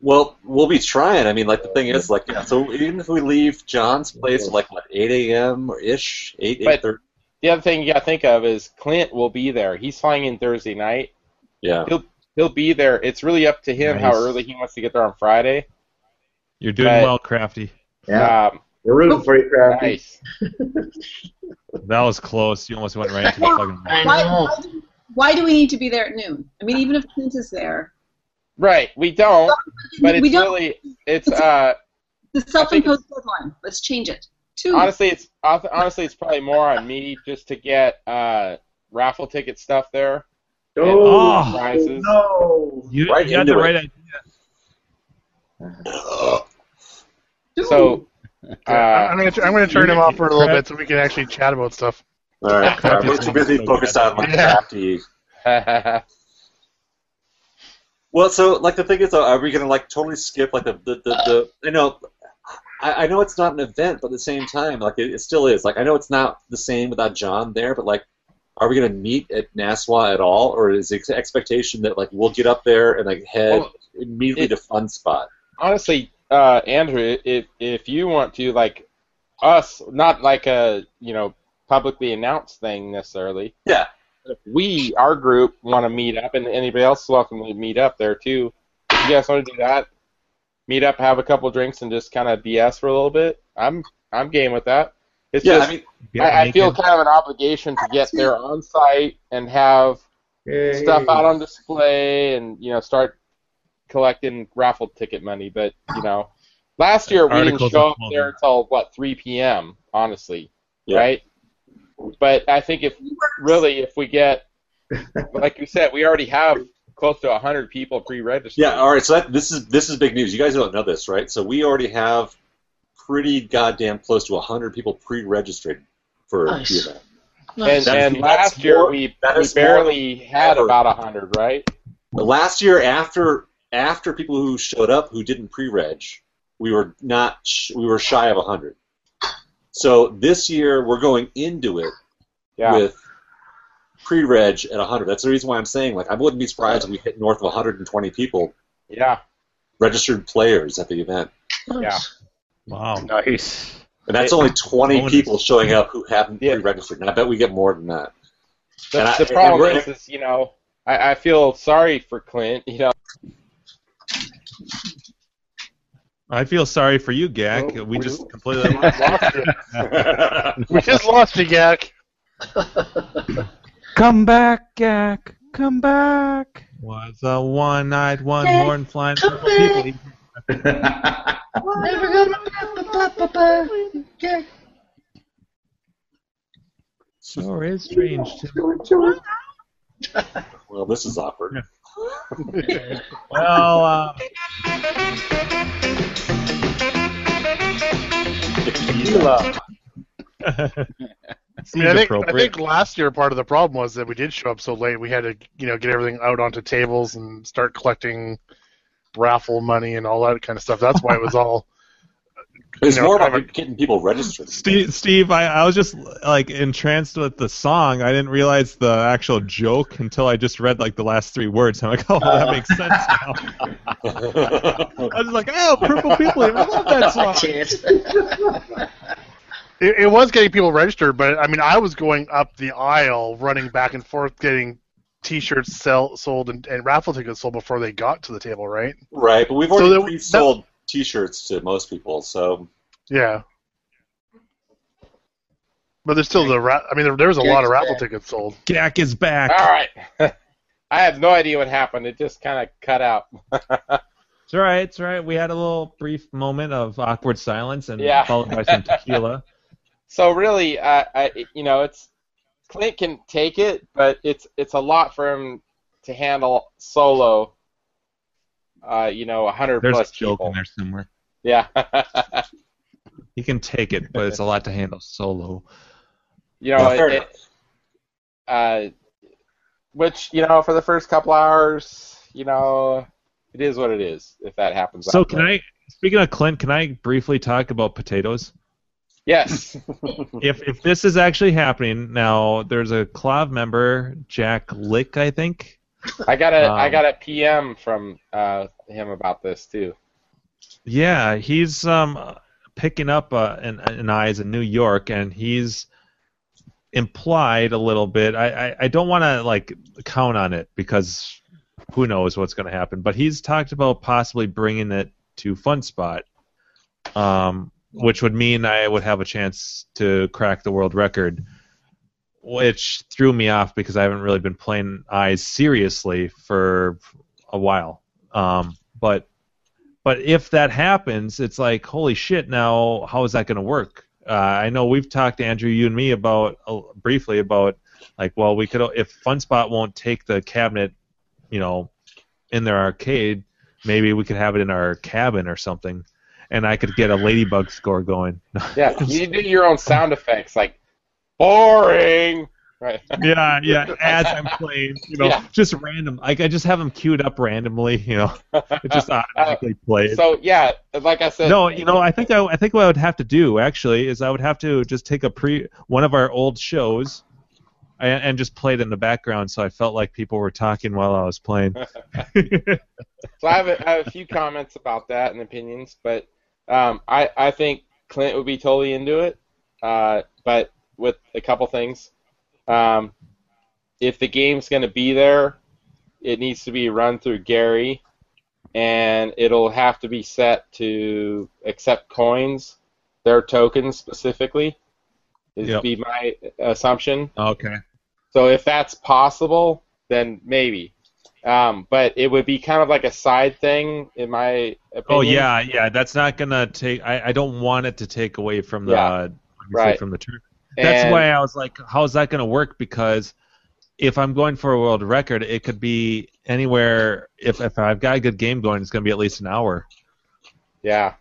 Well, we'll be trying. I mean, like the thing is, like, yeah, so even if we leave John's place at like what, 8 a.m. or ish, 8 But- 8:30. The other thing you got to think of is Clint will be there. He's flying in Thursday night. Yeah. He'll he'll be there. It's really up to him how Nice. early he wants to get there on Friday. You're doing Right. well, Crafty. Um, We're rooting for you, Crafty. nice. That was close. You almost went right into the fucking. Why, why, do, why do we need to be there at noon? I mean, even if Clint is there, Right, we don't. But it's We don't- really it's uh The self-imposed deadline. Let's change it. Two. Honestly, it's hon- honestly it's probably more on me just to get uh, raffle ticket stuff there. and Oh, prizes. no. You, Right you had into the it. right idea. So I- I'm gonna I'm gonna turn him off for a little Crap. bit so we can actually chat about stuff. All right. I'm way too busy focused on like crafty. well, so like the thing is, though, are we gonna like totally skip like the the the, the I know. I, I know it's not an event, but at the same time, like it, it still is. Like I know it's not the same without John there, but like, are we gonna meet at Nassau at all, or is the ex- expectation that like we'll get up there and like head Well, immediately it- to fun spot? honestly, uh, Andrew, if if you want to like us, not like a you know publicly announced thing necessarily. Yeah. If we, our group, want to meet up, and anybody else is welcome to meet up there too. If you guys want to do that, meet up, have a couple drinks, and just kind of BS for a little bit. I'm I'm game with that. It's Yeah, I just, mean- I, I feel Naked. kind of an obligation to get there on site and have stuff out on display, and you know start collecting raffle ticket money. But you know, last year we didn't Articles show of up there until what 3 p.m. Honestly, right? But I think if really if we get, like you said, we already have close to 100 people pre-registered. Yeah, all right. So that, this is this is big news. You guys don't know this, right? So we already have pretty goddamn close to hundred people pre-registered for Nice. the event. And, That is- and last that's year more- we, that we is more barely than had ever. about 100, right? Last year, after after people who showed up who didn't pre-reg, we were not sh- we were shy of hundred. So this year we're going into it with pre-reg at hundred. That's the reason why I'm saying like I wouldn't be surprised if we hit north of 120 people. Yeah. Registered players at the event. Yeah. Wow. Nice. And that's It- only 20 Bonus. people showing up who haven't pre-registered, and I bet we get more than that. The, And I- the and problem we're- is, is, you know, I, I feel sorry for Clint. You know, I feel sorry for you, Gak. we just completely lost it. We just lost you, Gak. Come back, Gak. Come back. Was a one night, one Gak, horn flying purple people. Never gonna Sure Oh, is strange. Well, this is awkward. Well, uh, Tequila. I, mean, I, think, I appropriate. think last year part of the problem was that we did show up so late. We had to, you know, get everything out onto tables and start collecting raffle money and all that kind of stuff. That's why it was all. It's you know, more kind of about getting people registered. Steve, Steve I, I was just like entranced with the song. I didn't realize the actual joke until I just read like the last three words. I'm like, oh, that makes sense now. I was like, oh, purple people, I love that song. It, it was getting people registered, but I mean, I was going up the aisle, running back and forth, getting T-shirts sell, sold and, and raffle tickets sold before they got to the table, right? Right, but we've So already that- pre-sold T-shirts to most people, so Yeah. But there's still the ra- I mean, there, there was a lot of raffle tickets sold. Gak is back. all right. I have no idea what happened. It just kind of cut out. It's all right. It's all right. We had a little brief moment of awkward silence and Yeah. followed by some tequila. So really, I, I, you know, it's Clint can take it, but it's it's a lot for him to handle solo. Uh, you know, a hundred There's plus a joke people. in there somewhere. Yeah. He can take it, but it's a lot to handle solo. you know, Yeah, fair it- it- uh, which you know, for the first couple hours, you know, it is what it is. If that happens. So out can there. I? Speaking of Clint, can I briefly talk about potatoes? Yes. if if this is actually happening now, there's a Clav member, Jack Lick, I think. I got a I Um, got a PM from uh, him about this too. Yeah, he's um picking up uh, an, an eyes in New York, and he's implied a little bit. I I, I don't want to like count on it because who knows what's going to happen. But he's talked about possibly bringing it to Fun Spot, um, which would mean I would have a chance to crack the world record. which threw me off because I haven't really been playing eyes seriously for a while. Um, but But if that happens, it's like, holy shit! Now, how is that going to work? Uh, I know we've talked, Andrew, you and me about uh, briefly about like, well, we could if FunSpot won't take the cabinet, you know, in their arcade, maybe we could have it in our cabin or something, and I could get a Ladybug score going. Yeah, you do your own sound effects like boring. Right. yeah, yeah. As I'm playing, you know, Yeah. just random. Like I just have them queued up randomly. You know, it just automatically plays. So yeah, like I said. No, you know, I think I, I think what I would have to do actually is I would have to just take a pre one of our old shows, and, and just play it in the background so I felt like people were talking while I was playing. so I have, a, I have a few comments about that and opinions, but um, I I think Clint would be totally into it, uh, but with a couple things, um, if the game's going to be there, it needs to be run through Gary, and it'll have to be set to accept coins, their tokens specifically, is Yep. be my assumption. Okay. So if that's possible, then maybe. Um, but it would be kind of like a side thing, in my opinion. Oh yeah, yeah. That's not gonna take. I, I don't want it to take away from the Yeah, obviously right. from the tournament. That's And- why I was like, how is that gonna work? Because if I'm going for a world record, it could be anywhere. If if I've got a good game going, it's gonna be at least an hour. Yeah.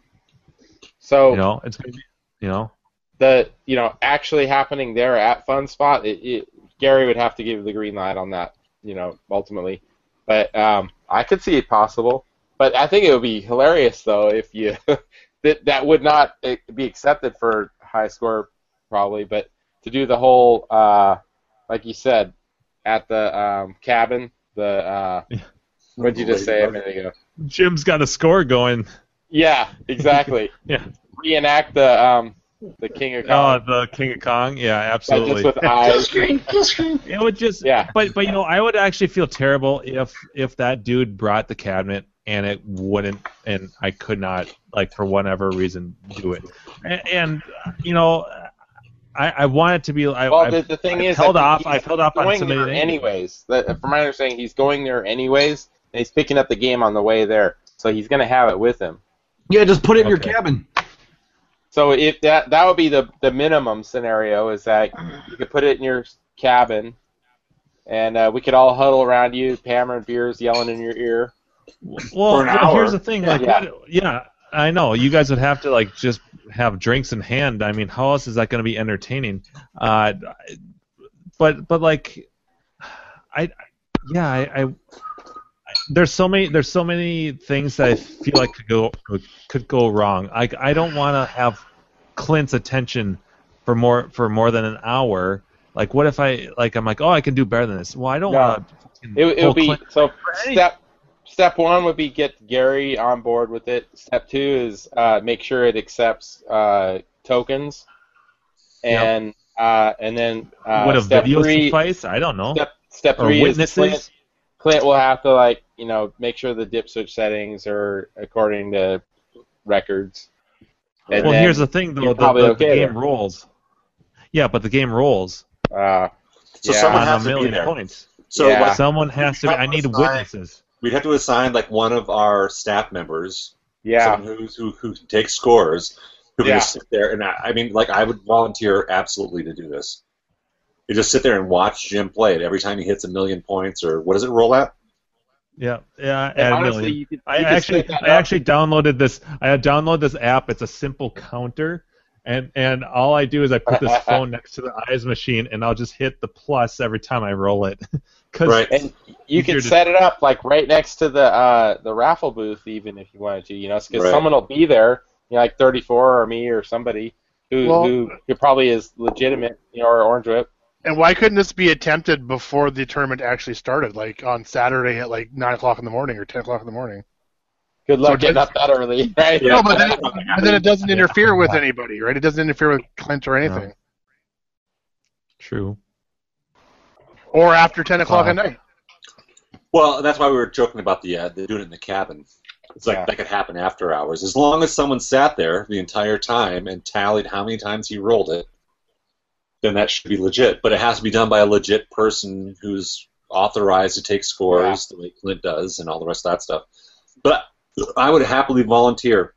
So you know, it's gonna be, you know. the you know actually happening there at Fun Spot, it, it, Gary would have to give the green light on that. You know, ultimately, but um, I could see it possible. But I think it would be hilarious though if you that that would not eh, be accepted for high score probably, but to do the whole uh, like you said at the um, cabin the uh, what'd you just say a minute ago? Jim's got a score going. Yeah, exactly. yeah. Reenact the um, the King of Kong. Oh, the King of Kong. Yeah, absolutely. with eyes. Full screen, It would just. Yeah. But but you know, I would actually feel terrible if if that dude brought the cabinet and it wouldn't, and I could not, like for whatever reason, do it. And, and you know, I, I want it to be. I, well, I, the, the thing I is, held I think off. he's I held off on going so many there things. anyways. That, from my understanding, he's going there anyways, and he's picking up the game on the way there, so he's gonna have it with him. Yeah, just put it in your cabin. So if that that would be the the minimum scenario is that you could put it in your cabin, and uh, we could all huddle around you, hammering beers, yelling in your ear. Well, For an well, here's hour. the thing. Like, Yeah. What, yeah, I know you guys would have to like just have drinks in hand. I mean, how else is that going to be entertaining? Uh, but but like, I yeah, I, I there's so many there's so many things that I feel like could go could go wrong. I I don't want to have Clint's attention for more for more than an hour. Like, what if I like I'm like, oh, I can do better than this. Well, I don't No. want to. It, it Well, would be Clint- so step step one would be get Gary on board with it. Step two is uh, make sure it accepts uh, tokens, and uh, and then uh, would a step video three suffice? I don't know. step step Or three is witnesses? Clint, Clint will have to like you know make sure the dip switch settings are according to records. And well, then here's the thing, you're though. The, probably the, okay the there. game rolls. Yeah, but the game rolls. Uh, So yeah, someone on has a to be million there. points. So Yeah. what- someone has to. Be, I need Assign- witnesses. We'd have to assign like one of our staff members, Yeah. someone who's, who who takes scores, who Yeah. can just sit there and I, I mean, like I would volunteer absolutely to do this. You just sit there and watch Jim play it every time he hits a million points or what does it roll at? Yeah, yeah, And add a honestly, million. you could- I you could actually, split that I up. actually downloaded this. I downloaded this app. It's a simple counter, and and all I do is I put this phone next to the eyes machine, and I'll just hit the plus every time I roll it. 'Cause And you easier can to- set it up like right next to the uh, the raffle booth, even if you wanted to. You know, because Right. someone will be there, you know, like 34 or me or somebody who Well- who, who probably is legitimate, you know, or Orange Whip. And why couldn't this be attempted before the tournament actually started, like on Saturday at like nine o'clock in the morning or ten o'clock in the morning? Good luck So getting just- up that early, right? No, but then, but then it doesn't interfere with anybody, right? It doesn't interfere with Clint or anything, True. or after ten o'clock at night. Well, that's why we were joking about the, uh, the doing it in the cabin. It's like Yeah. that could happen after hours, as long as someone sat there the entire time and tallied how many times he rolled it. Then that should be legit, but it has to be done by a legit person who's authorized to take scores the way Clint does and all the rest of that stuff. But I would happily volunteer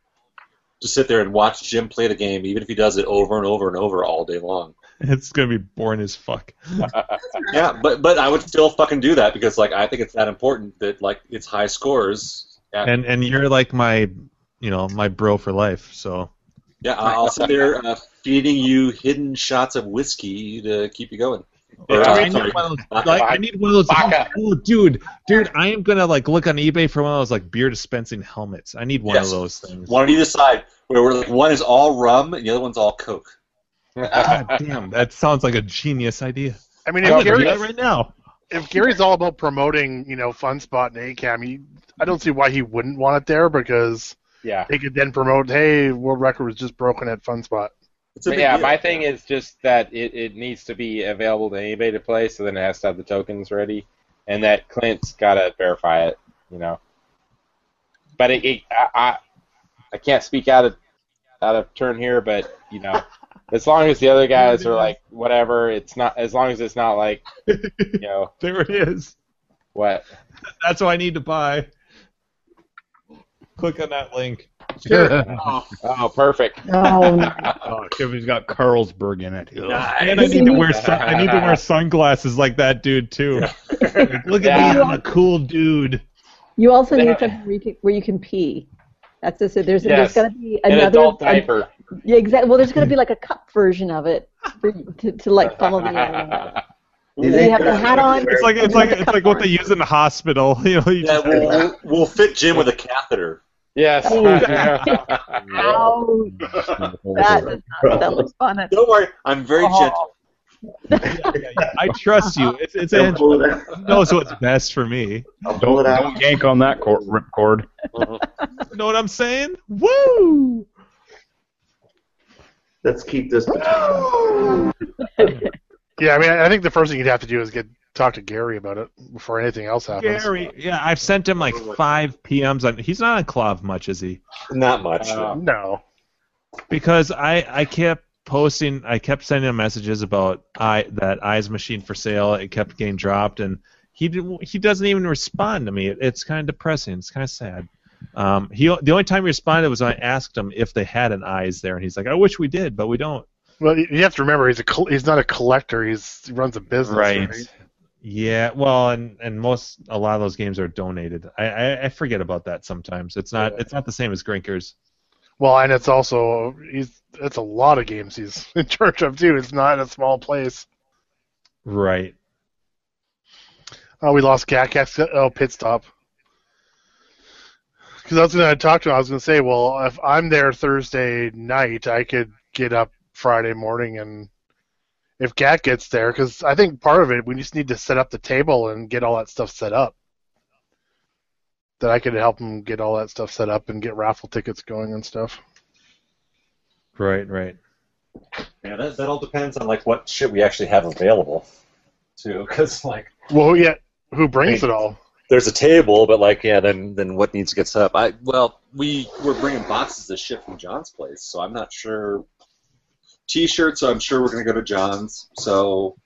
to sit there and watch Jim play the game, even if he does it over and over and over all day long. It's gonna be boring as fuck. yeah, but but I would still fucking do that because like I think it's that important that like it's high scores. At, And and you're like my, you know, my bro for life. So yeah, I- I'll sit there uh, feeding you hidden shots of whiskey to keep you going. Or, uh, I, need sorry, one of those, vodka. like, I need one of those. Vodka. Oh, dude, dude, I am gonna like look on eBay for one of those like beer dispensing helmets. I need one Yes. of those things. One on either side, where we're like one is all rum and the other one's all coke. God damn, that sounds like a genius idea. I mean, I if would do Gary, that right now. if Gary's all about promoting, you know, Fun Spot and ACAM, he, I don't see why he wouldn't want it there because Yeah. they could then promote, hey, world record was just broken at Fun Spot. But yeah, my thing is just that it, it needs to be available to anybody to play, so then it has to have the tokens ready, and that Clint's gotta verify it, you know. But it, it I, I I can't speak out of out of turn here, but you know, as long as the other guys are like whatever, it's not as long as it's not like you know. there it is. What? That's what I need to buy. Click on that link. oh. perfect. Oh, Kevin's got Carlsberg in it. and I need to wear sun- I need to wear sunglasses like that dude too. Like, look at me, I'm a cool dude. You also Yeah. need something where you can, where you can pee. That's just it. There's, Yes. there's got to be An another. adult diaper. yeah, exactly. Well, there's got to be like a cup version of it for you to, to like funnel the air. in. You think- have the hat on, It's like it's like it's like what they use in the hospital. You know, you Yeah, just, Oh, we'll, we'll, we'll fit Jim with a catheter. Yes. Ouch. That does not sound fun. Don't worry, I'm very gentle. I trust you. It's it's an knows what's best for me. Don't, don't yank on that cor- rip cord. Know what I'm saying? Woo! Let's keep this. Yeah, I mean, I I think the first thing you'd have to do is get talk to Gary about it before anything else happens. Gary, yeah, I've sent him like five PMs on. He's not on Clav much, is he? Not much. Uh, no. Because I I kept posting, I kept sending him messages about I that Eyes Machine for sale. It kept getting dropped, and he didn't. He doesn't even respond to me. It, it's kind of depressing. It's kind of sad. Um, he the only time he responded was when I asked him if they had an Eyes there, and he's like, I wish we did, but we don't. Well, you you have to remember he's a col- he's not a collector. He's he runs a business. Right. Yeah, well, and and most a lot of those games are donated. I I, I forget about that sometimes. It's not it's not the same as Grinkers. Well, and it's also he's it's a lot of games he's in charge of too. It's not a small place. Right. Oh, we lost Cat Cat's oh pit stop. Because I was gonna talk to him. I was gonna say, well, if I'm there Thursday night, I could get up Friday morning, and if Cat gets there, because I think part of it we just need to set up the table and get all that stuff set up. That I could help him get all that stuff set up and get raffle tickets going and stuff. Right, right. Yeah, that, that all depends on like what shit we actually have available, too. Because like Well, yeah, who brings it all? there's a table, but like yeah, then then what needs to get set up? I well we we're bringing boxes of shit from John's place, so I'm not sure. T-shirts, I'm sure we're gonna go to John's, so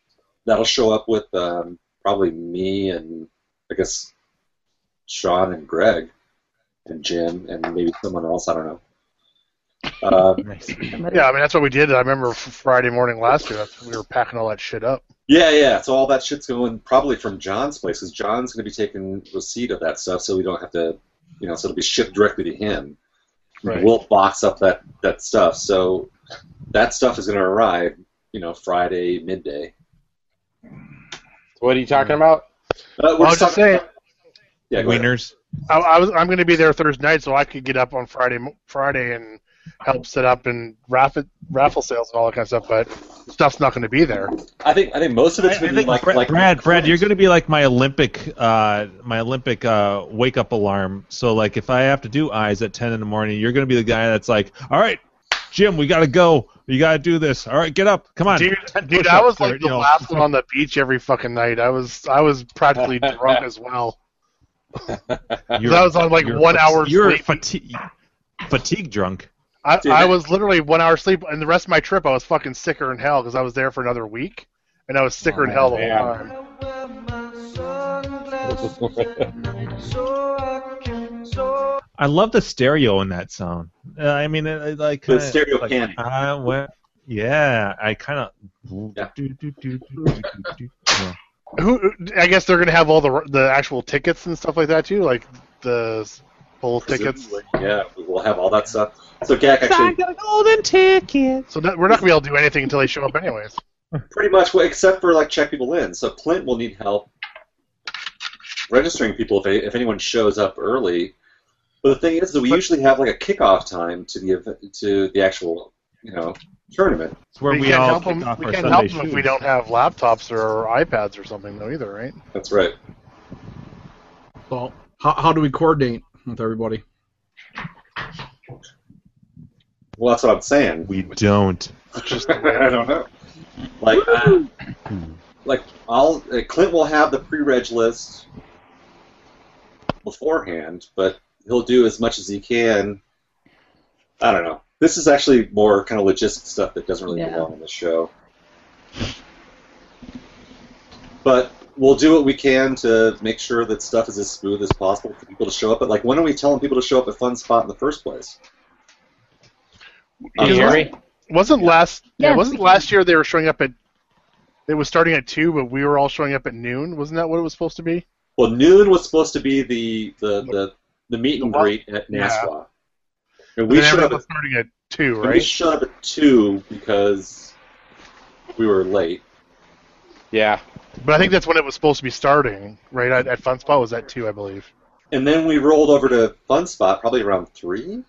that'll show up with um, probably me and I guess Sean and Greg and Jim and maybe someone else. I don't know. Uh, Yeah, I mean that's what we did. I remember f- Friday morning last year. That's, we were packing all that shit up. Yeah, yeah. So all that shit's going probably from John's place because John's going to be taking receipt of that stuff, so we don't have to, you know, so it'll be shipped directly to him. Right. We'll box up that that stuff, so that stuff is going to arrive, you know, Friday midday. What are you talking about? Uh, we're I was just just talking- saying, yeah, go ahead. Wieners. I, I was I'm going to be there Thursday night, so I could get up on Friday mo- Friday and help set up and raffle raffle sales and all that kind of stuff. But stuff's not going to be there. I think I think most of it's going to be like Brad, like Brad, Brad, you're going to be like my Olympic, uh, my Olympic uh, wake up alarm. So like, if I have to do eyes at 10 in the morning, you're going to be the guy that's like, all right, Jim, we got to go. You got to do this. All right, get up. Come on. Dude, 10 dude, push-ups I was or, like you the know. last one on the beach every fucking night. I was I was practically drunk as well. You're- that was on like you're one fati- hour You're sleep. fatigue, fatigue drunk. I, Dude, I that- was literally one hour sleep, and the rest of my trip I was fucking sicker than hell because I was there for another week, and I was sicker than hell the man. whole time. I love the stereo in that sound. Uh, I mean, it, it, like The kinda- stereo like, panic. I went- yeah, I kind of. Who? I guess they're gonna have all the the actual tickets and stuff like that too, like the full tickets. Yeah, we will have all that stuff. So Gak actually got a golden ticket. So that, we're not gonna be able to do anything until they show up, anyways. pretty much well, except for like check people in. So Clint will need help registering people if, a- if anyone shows up early. But the thing is that we usually have like a kickoff time to the ev- to the actual you know tournament. It's where we, can't help them. We can't help them if we don't have laptops or iPads or something though either, right? That's right. So how, how do we coordinate with everybody? Well, that's what I'm saying. We don't. I don't know. Like, uh, like I'll uh, Clint will have the pre-reg list beforehand, but he'll do as much as he can. I don't know. This is actually more kind of logistic stuff that doesn't really Yeah. belong on the show. But we'll do what we can to make sure that stuff is as smooth as possible for people to show up. But like, when are we telling people to show up at Fun Spot in the first place? Because wasn't- Wasn't last yeah, Yeah. wasn't last year they were showing up at it was starting at two, but we were all showing up at noon. Wasn't that what it was supposed to be? Well, noon was supposed to be the the the, the meet and greet at Yeah. Nassau. And we Then showed everyone up was at, starting at two, and we right? showed up at two because we were late. Yeah. But I think that's when it was supposed to be starting, right? At, at Fun Spot was at two, I believe. And then we rolled over to Fun Spot probably around three.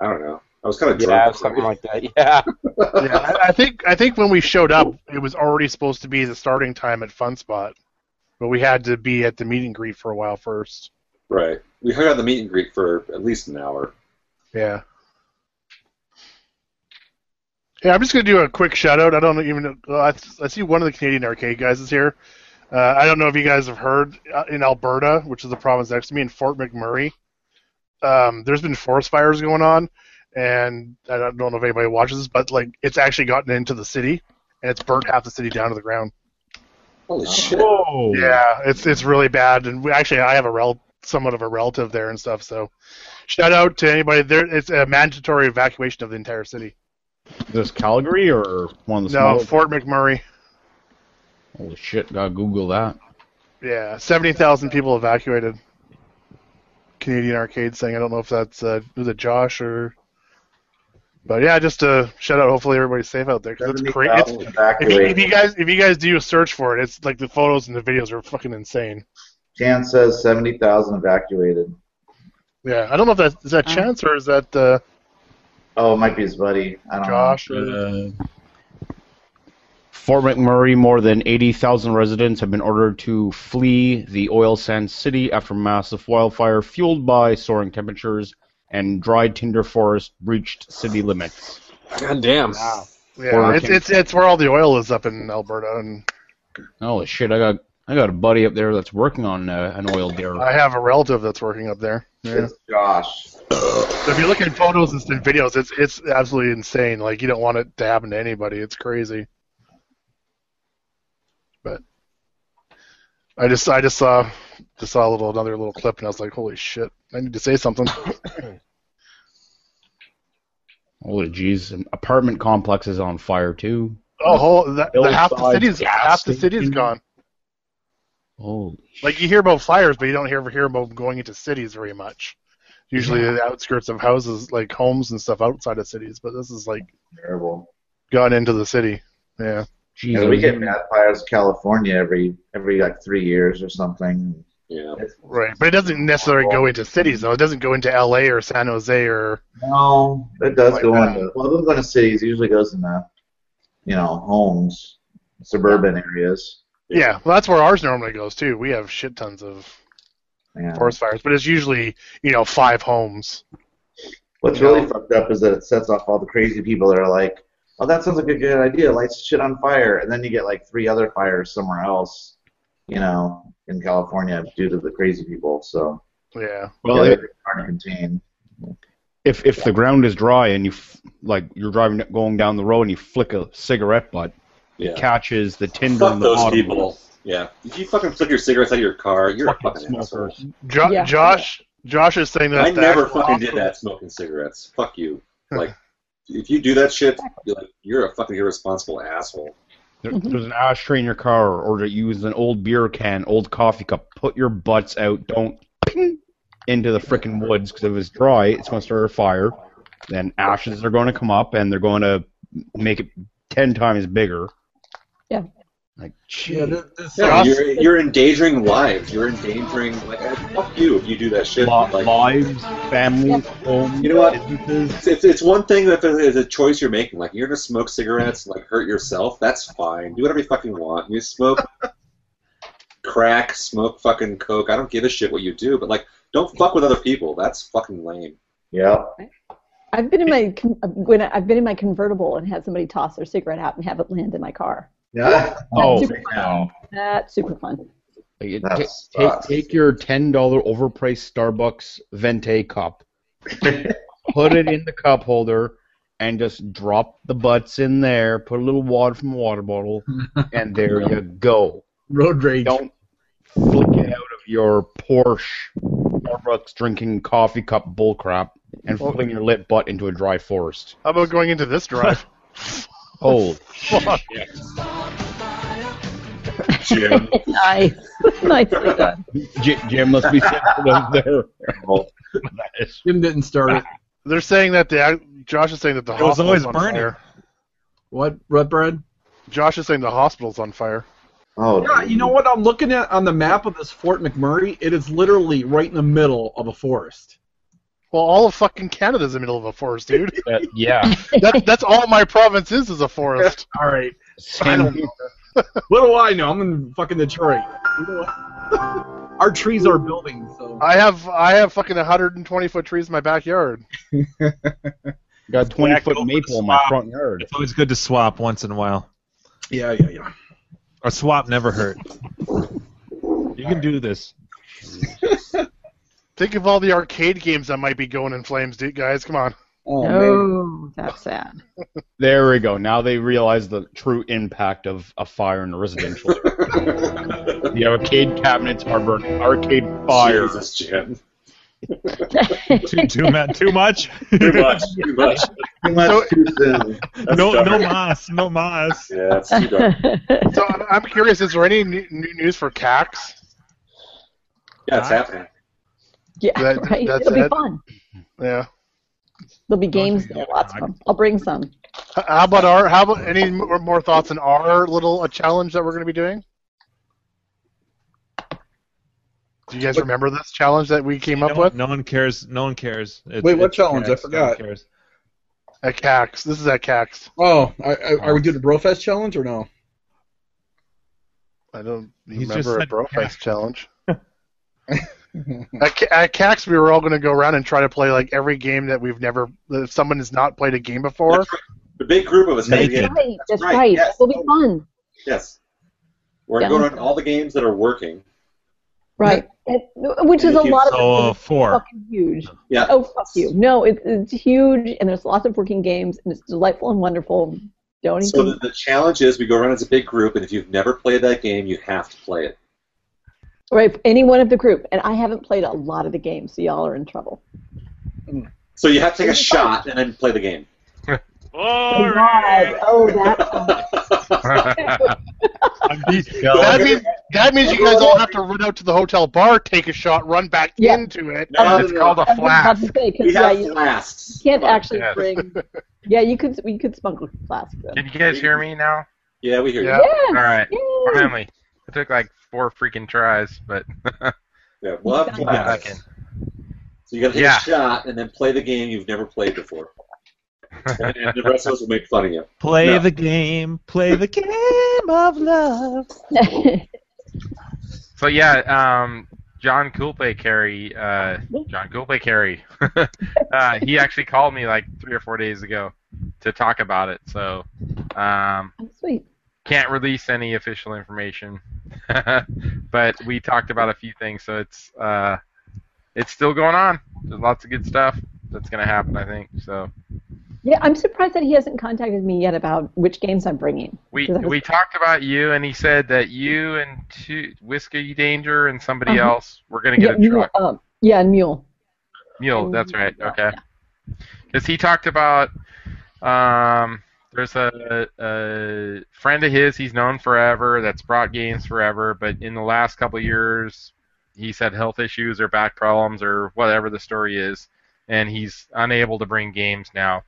I don't know. I was kind of drunk. something like that. Yeah. yeah, I, I think I think when we showed up, it was already supposed to be the starting time at Fun Spot, but we had to be at the meet and greet for a while first. Right. We hung out at the meet and greet for at least an hour. Yeah. Yeah, I'm just gonna do a quick shout out. I don't even. know- Well, I, I see one of the Canadian arcade guys is here. Uh, I don't know if you guys have heard uh, in Alberta, which is the province next to me, in Fort McMurray. Um, there's been forest fires going on, and I don't don't know if anybody watches this, but like it's actually gotten into the city, and it's burnt half the city down to the ground. Holy shit! Whoa! Oh. Yeah, it's it's really bad, and we actually I have a rel somewhat of a relative there and stuff. So, shout out to anybody there. It's a mandatory evacuation of the entire city. This Calgary or one of the No, smaller? Fort McMurray. Holy shit! Gotta Google that. Yeah, seventy thousand people evacuated. Canadian Arcade saying I don't know if that's uh, was it Josh or. But yeah, just a shout out. Hopefully everybody's safe out there because it's crazy. It's, 70,000 if, you, if evacuated. you guys if you guys do a search for it, it's like the photos and the videos are fucking insane. Jan says 70,000 evacuated. Yeah, I don't know if that's is that chance or is that uh, Oh, it might be his buddy. I don't Josh know. or Uh, Fort McMurray, more than 80,000 residents have been ordered to flee the oil sands city after massive wildfire fueled by soaring temperatures and dry tinder forest breached city limits. God damn. Yeah, Or it's, can- it's it's where all the oil is up in Alberta, and Holy shit, I got I got a buddy up there that's working on uh, an oil derrick. I have a relative that's working up there. Yeah. It's Josh. So if you look at photos and videos, it's it's absolutely insane. Like you don't want it to happen to anybody. It's crazy. But I just I just saw just saw a little another little clip, and I was like, holy shit! I need to say something. Holy jeez, an apartment complex is on fire too. oh, whole, that, the half the Hillside city's gas half the city's gone. Holy Like you hear about fires, but you don't ever hear about going into cities very much. Usually the outskirts of houses, like homes and stuff outside of cities, but this is like Terrible. gone into the city. Yeah. Yeah, we get mad fires in California every every like three years or something. Yeah. Right, but it doesn't necessarily go into cities though. It doesn't go into L.A. or San Jose or No, it does Like go that. into well, it doesn't go into cities. It usually goes into you know homes, suburban areas. yeah. well, that's where ours normally goes too. We have shit tons of forest fires, but it's usually you know five homes. What's really fucked up is that it sets off all the crazy people that are like, "Oh, that sounds like a good idea. Lights shit on fire," and then you get like three other fires somewhere else, you know, in California due to the crazy people. So Yeah. Well, yeah, it- they're hard to contain. If if the ground is dry and you f- like you're driving going down the road and you flick a cigarette butt, Yeah. it catches the tinder Fuck in the those bottom. people. Yeah. If you fucking flick your cigarettes out of your car, you're a fucking asshole. Jo- Josh Josh is saying that I the never actual fucking did outcome- that smoking cigarettes. Fuck you. Like, if you do that shit, you're, like, you're a fucking irresponsible asshole. There- There's an ashtray in your car, or that you use an old beer can, old coffee cup. Put your butts out. Don't ping into the frickin' woods because if it's dry, it's going to start a fire. Then ashes are going to come up, and they're going to make it ten times bigger. Yeah. Like, Yeah, gee. you're, you're endangering lives. You're endangering like eh, fuck you if you do that shit. like, lives, families, homes. You know what? It's, it's, it's one thing that is a choice you're making. Like you're gonna smoke cigarettes and like hurt yourself. That's fine. Do whatever you fucking want. You smoke crack, smoke fucking coke. I don't give a shit what you do, but like don't fuck with other people. That's fucking lame. Yeah. I've been in my con- when I- I've been in my convertible and had somebody toss their cigarette out and have it land in my car. Yeah. Oh, super no. That's super fun. Like, it- That ta- ta- sucks. take your ten dollar overpriced Starbucks Vente cup, put it in the cup holder, and just drop the butts in there. Put a little water from a water bottle, and there you go. Road rage. Don't flick it out of your Porsche Starbucks drinking coffee cup bullcrap and fling your lit butt into a dry forest. How about going into this drive? Holy Fuck. Jim. nice. Nicely done. Jim, Jim must be sensitive there. Jim didn't start it. They're saying that the ac- Josh is saying that the It was hospital's always on burning. fire. What? What bread? Josh is saying the hospital's on fire. Oh, Yeah, you know what? I'm looking at on the map of this Fort McMurray. It is literally right in the middle of a forest. Well, all of fucking Canada's in the middle of a forest, dude. yeah. that, that's all my province is is a forest. All right. I Same don't know. what do I know? I'm in fucking Detroit. You know what? Our trees are buildings, so I have I have fucking 120 foot trees in my backyard. Got a 20 foot Back maple in my swap. front yard. It's always good to swap once in a while. yeah, yeah, yeah. Or swap never hurt. You can do this. Think of all the arcade games that might be going in flames, dude. Guys, come on. Oh, that's sad. There we go. Now they realize the true impact of a fire in a residential. area. the arcade cabinets are burning. Arcade fire. Jesus, Jim. Too, too, ma- too much? Too much. Too much. So, no, no mas. No mas. Yeah, that's too dark. so I'm, I'm curious. Is there any new, new news for CAX? Yeah, it's happening. Yeah, That- right. that's It'll be it. fun. Yeah. There'll be games there, lots of them. I'll bring some. H- How about our? How about any more, more thoughts on our little uh, challenge that we're going to be doing? Do you guys remember this challenge that we came up No, with? no one cares. No one cares. It's- Wait, what it's challenge? I tax. No one forgot. cares. At CAX. This is at CAX. Oh, I, I, are we doing the Brofest challenge or no? I don't He's just remember a said Brofest challenge. at, Ca- at CAX, we were all going to go around and try to play like every game that we've never. that If someone has not played a game before, The big group of us. had to get- Right, that's right, right. yes. It'll be fun. Yes. We're Yeah. going on all the games that are working. Right. It- which is a Thank you. lot of So, four. fucking huge. Yeah. Oh fuck you! No, it's it's huge, and there's lots of working games, and it's delightful and wonderful. Don't So even. the, the challenge is we go around as a big group, and if you've never played that game, you have to play it. Right, any one of the group, and I haven't played a lot of the games, so y'all are in trouble. So you have to take a shot and then play the game. Oh, that that means that means you guys all have to run out to the hotel bar, take a shot, run back Yeah. into it. No, no, it's no, called no. a flask. We yeah, have you flasks. can't Come on. actually bring. Yeah, you could you could smuggle flasks. in. Can you guys hear me now? Yeah, we hear Yeah. you. Yes, All right. yay. Finally. It took like four freaking tries, but Yeah, we'll have Yeah. flasks. So you got to take Yeah. a shot and then play the game you've never played before. and, and the rest of us will make fun of you. Play No. the game. Play the game of love. so yeah, um, John Coolplay Carey, uh, John Coolplay Carey, uh, he actually called me like three or four days ago to talk about it. So um, Oh, Sweet. can't release any official information, but we talked about a few things. So it's uh, it's still going on. There's lots of good stuff that's gonna happen. I think so. Yeah, I'm surprised that he hasn't contacted me yet about which games I'm bringing. We 'Cause I was- we talked about you, and he said that you and two Whiskey Danger and somebody Uh-huh. else were gonna get yeah, a truck. Mule, um, yeah, and Mule. Mule, that's right. Okay. Because he talked about um, there's a, a friend of his he's known forever that's brought games forever, but in the last couple of years, he's had health issues or back problems or whatever the story is, and he's unable to bring games now.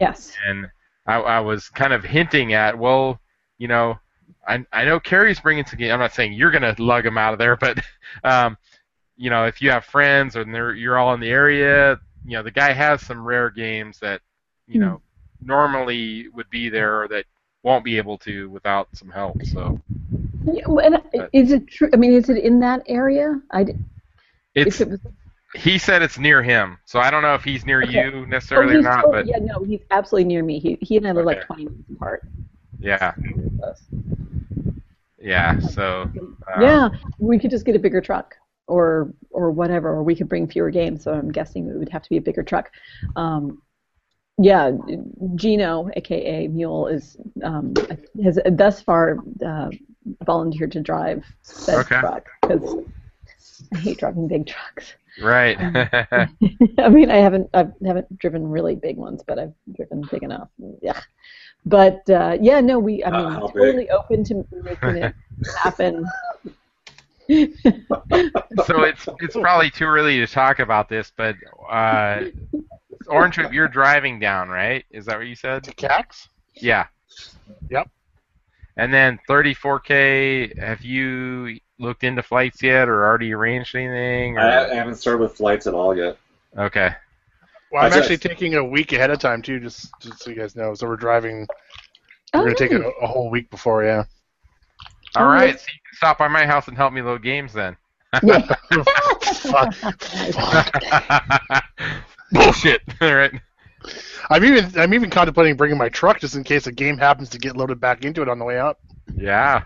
Yes. And I, I was kind of hinting at, well, you know, I, I know Carrie's bringing some games. I'm not saying you're going to lug him out of there, but, um, you know, if you have friends and they're, you're all in the area, you know, the guy has some rare games that, you know, normally would be there or that won't be able to without some help. So Yeah, well, and uh, is it true? I mean, is it in that area? I d- it's, if it was, he said it's near him. So I don't know if he's near you oh, necessarily or he's not, tot- but yeah, no, he's absolutely near me. He he and I live like 20 minutes apart. yeah. Yeah, so. um, yeah, we could just get a bigger truck or or whatever, or we could bring fewer games. So I'm guessing it would have to be a bigger truck. Um, yeah, Gino, aka Mule, is um, has thus far uh, volunteered to drive said Okay. truck because I hate driving big trucks. Right. Um, I mean, I haven't I haven't driven really big ones, but I've driven big enough. Yeah, but uh, yeah, no, we I mean, how big? totally open to making it happen. so it's it's probably too early to talk about this, but uh, Orange Whip, you're driving down, right? Is that what you said? To Cax. Yeah. Yep. And then 34K. Have you looked into flights yet, or already arranged anything? Or? I, I haven't started with flights at all yet. Okay. Well, I'm That's actually taking a week ahead of time too, just just so you guys know. So we're driving. We're Oh, gonna take it nice. a, a whole week before, yeah. Oh. All right. So you can stop by my house and help me load games then. Bullshit. All right. I'm even I'm even contemplating bringing my truck just in case a game happens to get loaded back into it on the way out. Yeah.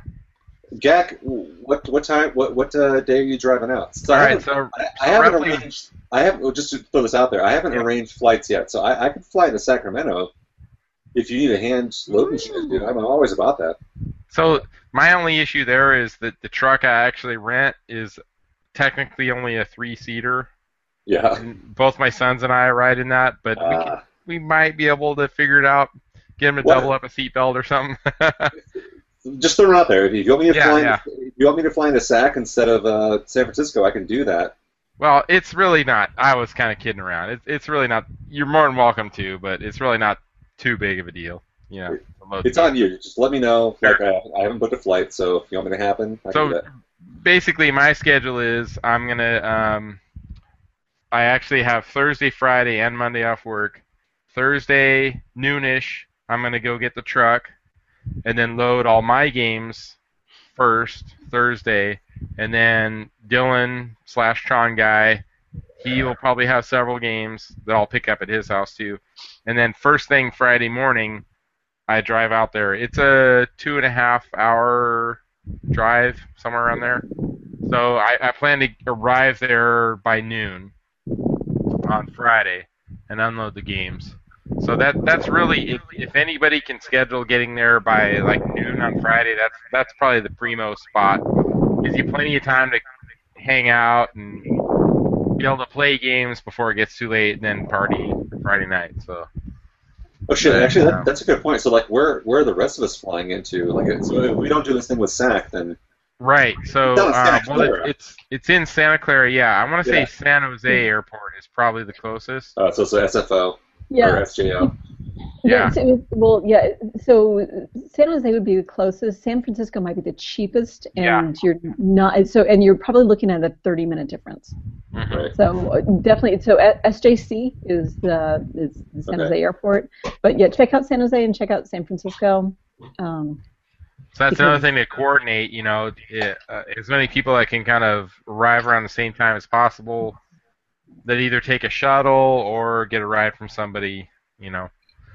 Gak, what what time? What what uh, day are you driving out? So All I right, haven't- so- I, I so haven't roughly- arranged. I haven't well, just to throw this out there. I haven't arranged flights yet, so I, I can fly to Sacramento if you need a hand loading shit. Dude, I'm always about that. So my only issue there is that the truck I actually rent is technically only a three-seater. Yeah. Ah. And both my sons and I ride in that, but we, can, we might be able to figure it out. Get him to What- double up a seatbelt or something. Just throw it out there. If you want me to Yeah, fly, yeah. if you want me to fly into Sac instead of uh, San Francisco, I can do that. well, it's really not. I was kind of kidding around. It's it's really not. You're more than welcome to, but it's really not too big of a deal. You know, the load It's on you. Just let me know. Like I, I haven't booked a flight, so if you want me to happen, I So- can do that. basically my schedule is I'm gonna um, I actually have Thursday, Friday, and Monday off work. Thursday noonish, I'm gonna go get the truck, and then load all my games first Thursday, and then Dylan slash Tron guy, he will probably have several games that I'll pick up at his house too, and then first thing Friday morning, I drive out there. It's a two and a half hour drive somewhere around there. So I, I plan to arrive there by noon on Friday and unload the games. So that that's really if, if anybody can schedule getting there by like noon on Friday, that's that's probably the primo spot. Gives you plenty of time to hang out and be able to play games before it gets too late, and then party Friday night. So Oh shit! Actually, that, that's a good point. So, like, where where are the rest of us flying into? Like, so if we don't do this thing with SAC, then Right. So That was um, Santa well, it, Clara. it's it's in Santa Clara. Yeah, I want to Yeah. Hmm. say San Jose Airport is probably the closest. uh, so it's a SFO Yeah. or SJO. Yeah. Yes, it was, well, yeah. So San Jose would be the closest. San Francisco might be the cheapest, and Yeah. you're not. So and you're probably looking at a 30 minute difference. Right. So uh, definitely. So uh, SJC is the is the San Okay. Jose airport. But yeah, check out San Jose and check out San Francisco. Um, So that's Because- another thing to coordinate. You know, i uh, as many people that can kind of arrive around the same time as possible. That either take a shuttle or get a ride from somebody. You know.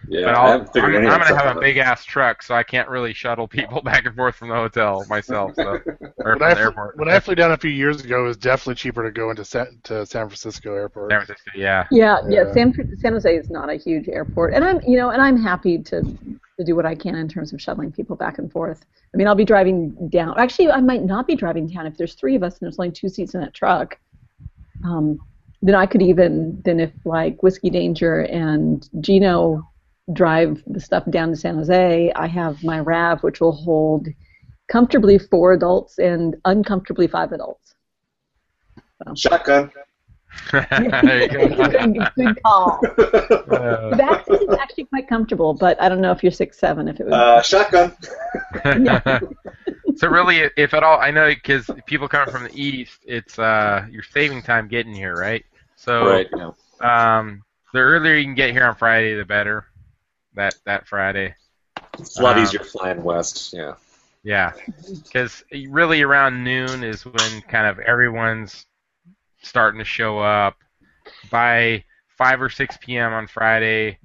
Yeah, but I I'll, haven't am figured any of that gonna stuff have a out. big ass truck, so I can't really shuttle people back and forth from the hotel myself. So, or from When the I, fl- airport. when I flew down a few years ago, it was definitely cheaper to go into San, to San Francisco airport. San Francisco, yeah. yeah, yeah. San Fr- San Jose is not a huge airport, and I'm you know, and I'm happy to to do what I can in terms of shuttling people back and forth. I mean, I'll be driving down. Actually, I might not be driving down if there's three of us and there's only two seats in that truck. Um, then I could even then if like Whiskey Danger and Gino drive the stuff down to San Jose, I have my RAV which will hold comfortably four adults and uncomfortably five adults. Shotgun. there you go. Good call. The Axis is actually quite comfortable, but I don't know if you're six seven. If it was Uh, shotgun. so really, if at all, I know because people coming from the east, it's uh, you're saving time getting here, right? So, Right, yeah. um, the earlier you can get here on Friday, the better. That that Friday. It's a lot Um, easier flying west. Yeah. Yeah, because really around noon is when kind of everyone's starting to show up. By 5 or 6 p.m. on Friday,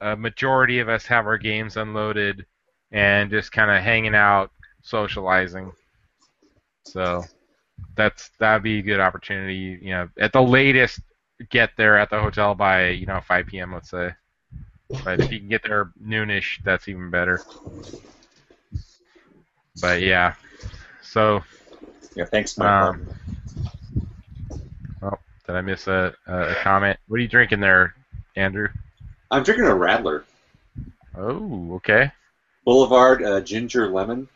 a majority of us have our games unloaded and just kind of hanging out, socializing. So that's that'd be a good opportunity. You know, at the latest, get there at the hotel by you know 5 p.m. Let's say. But if you can get there noonish, that's even better. But yeah, so. Yeah, thanks, Mike. oh, did I miss a, a a comment? What are you drinking there, Andrew? I'm drinking a Rattler. Oh, okay. Boulevard uh, ginger lemon.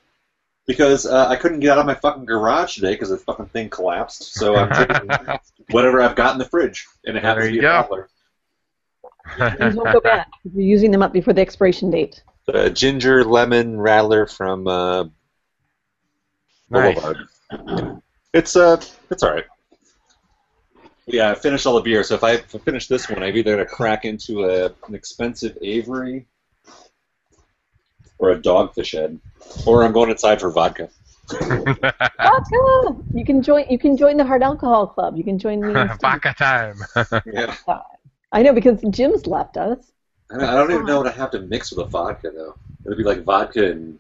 Because uh, I couldn't get out of my fucking garage today because the fucking thing collapsed. So I'm drinking whatever I've got in the fridge, and it happens to be a Rattler. these won't go bad. You're using them up before the expiration date. Uh, ginger lemon Rattler from uh, Boulevard. It's uh, it's all right. Yeah, I finished all the beer. So if I, if I finish this one, I'm either gonna crack into a, an expensive Avery or a Dogfish Head, or I'm going inside for vodka. Oh, cool. You can join. You can join the hard alcohol club. You can join me. Vodka time. yeah. I know because Jim's left us. I don't, I don't even know what I have to mix with a vodka though. It'd be like vodka and.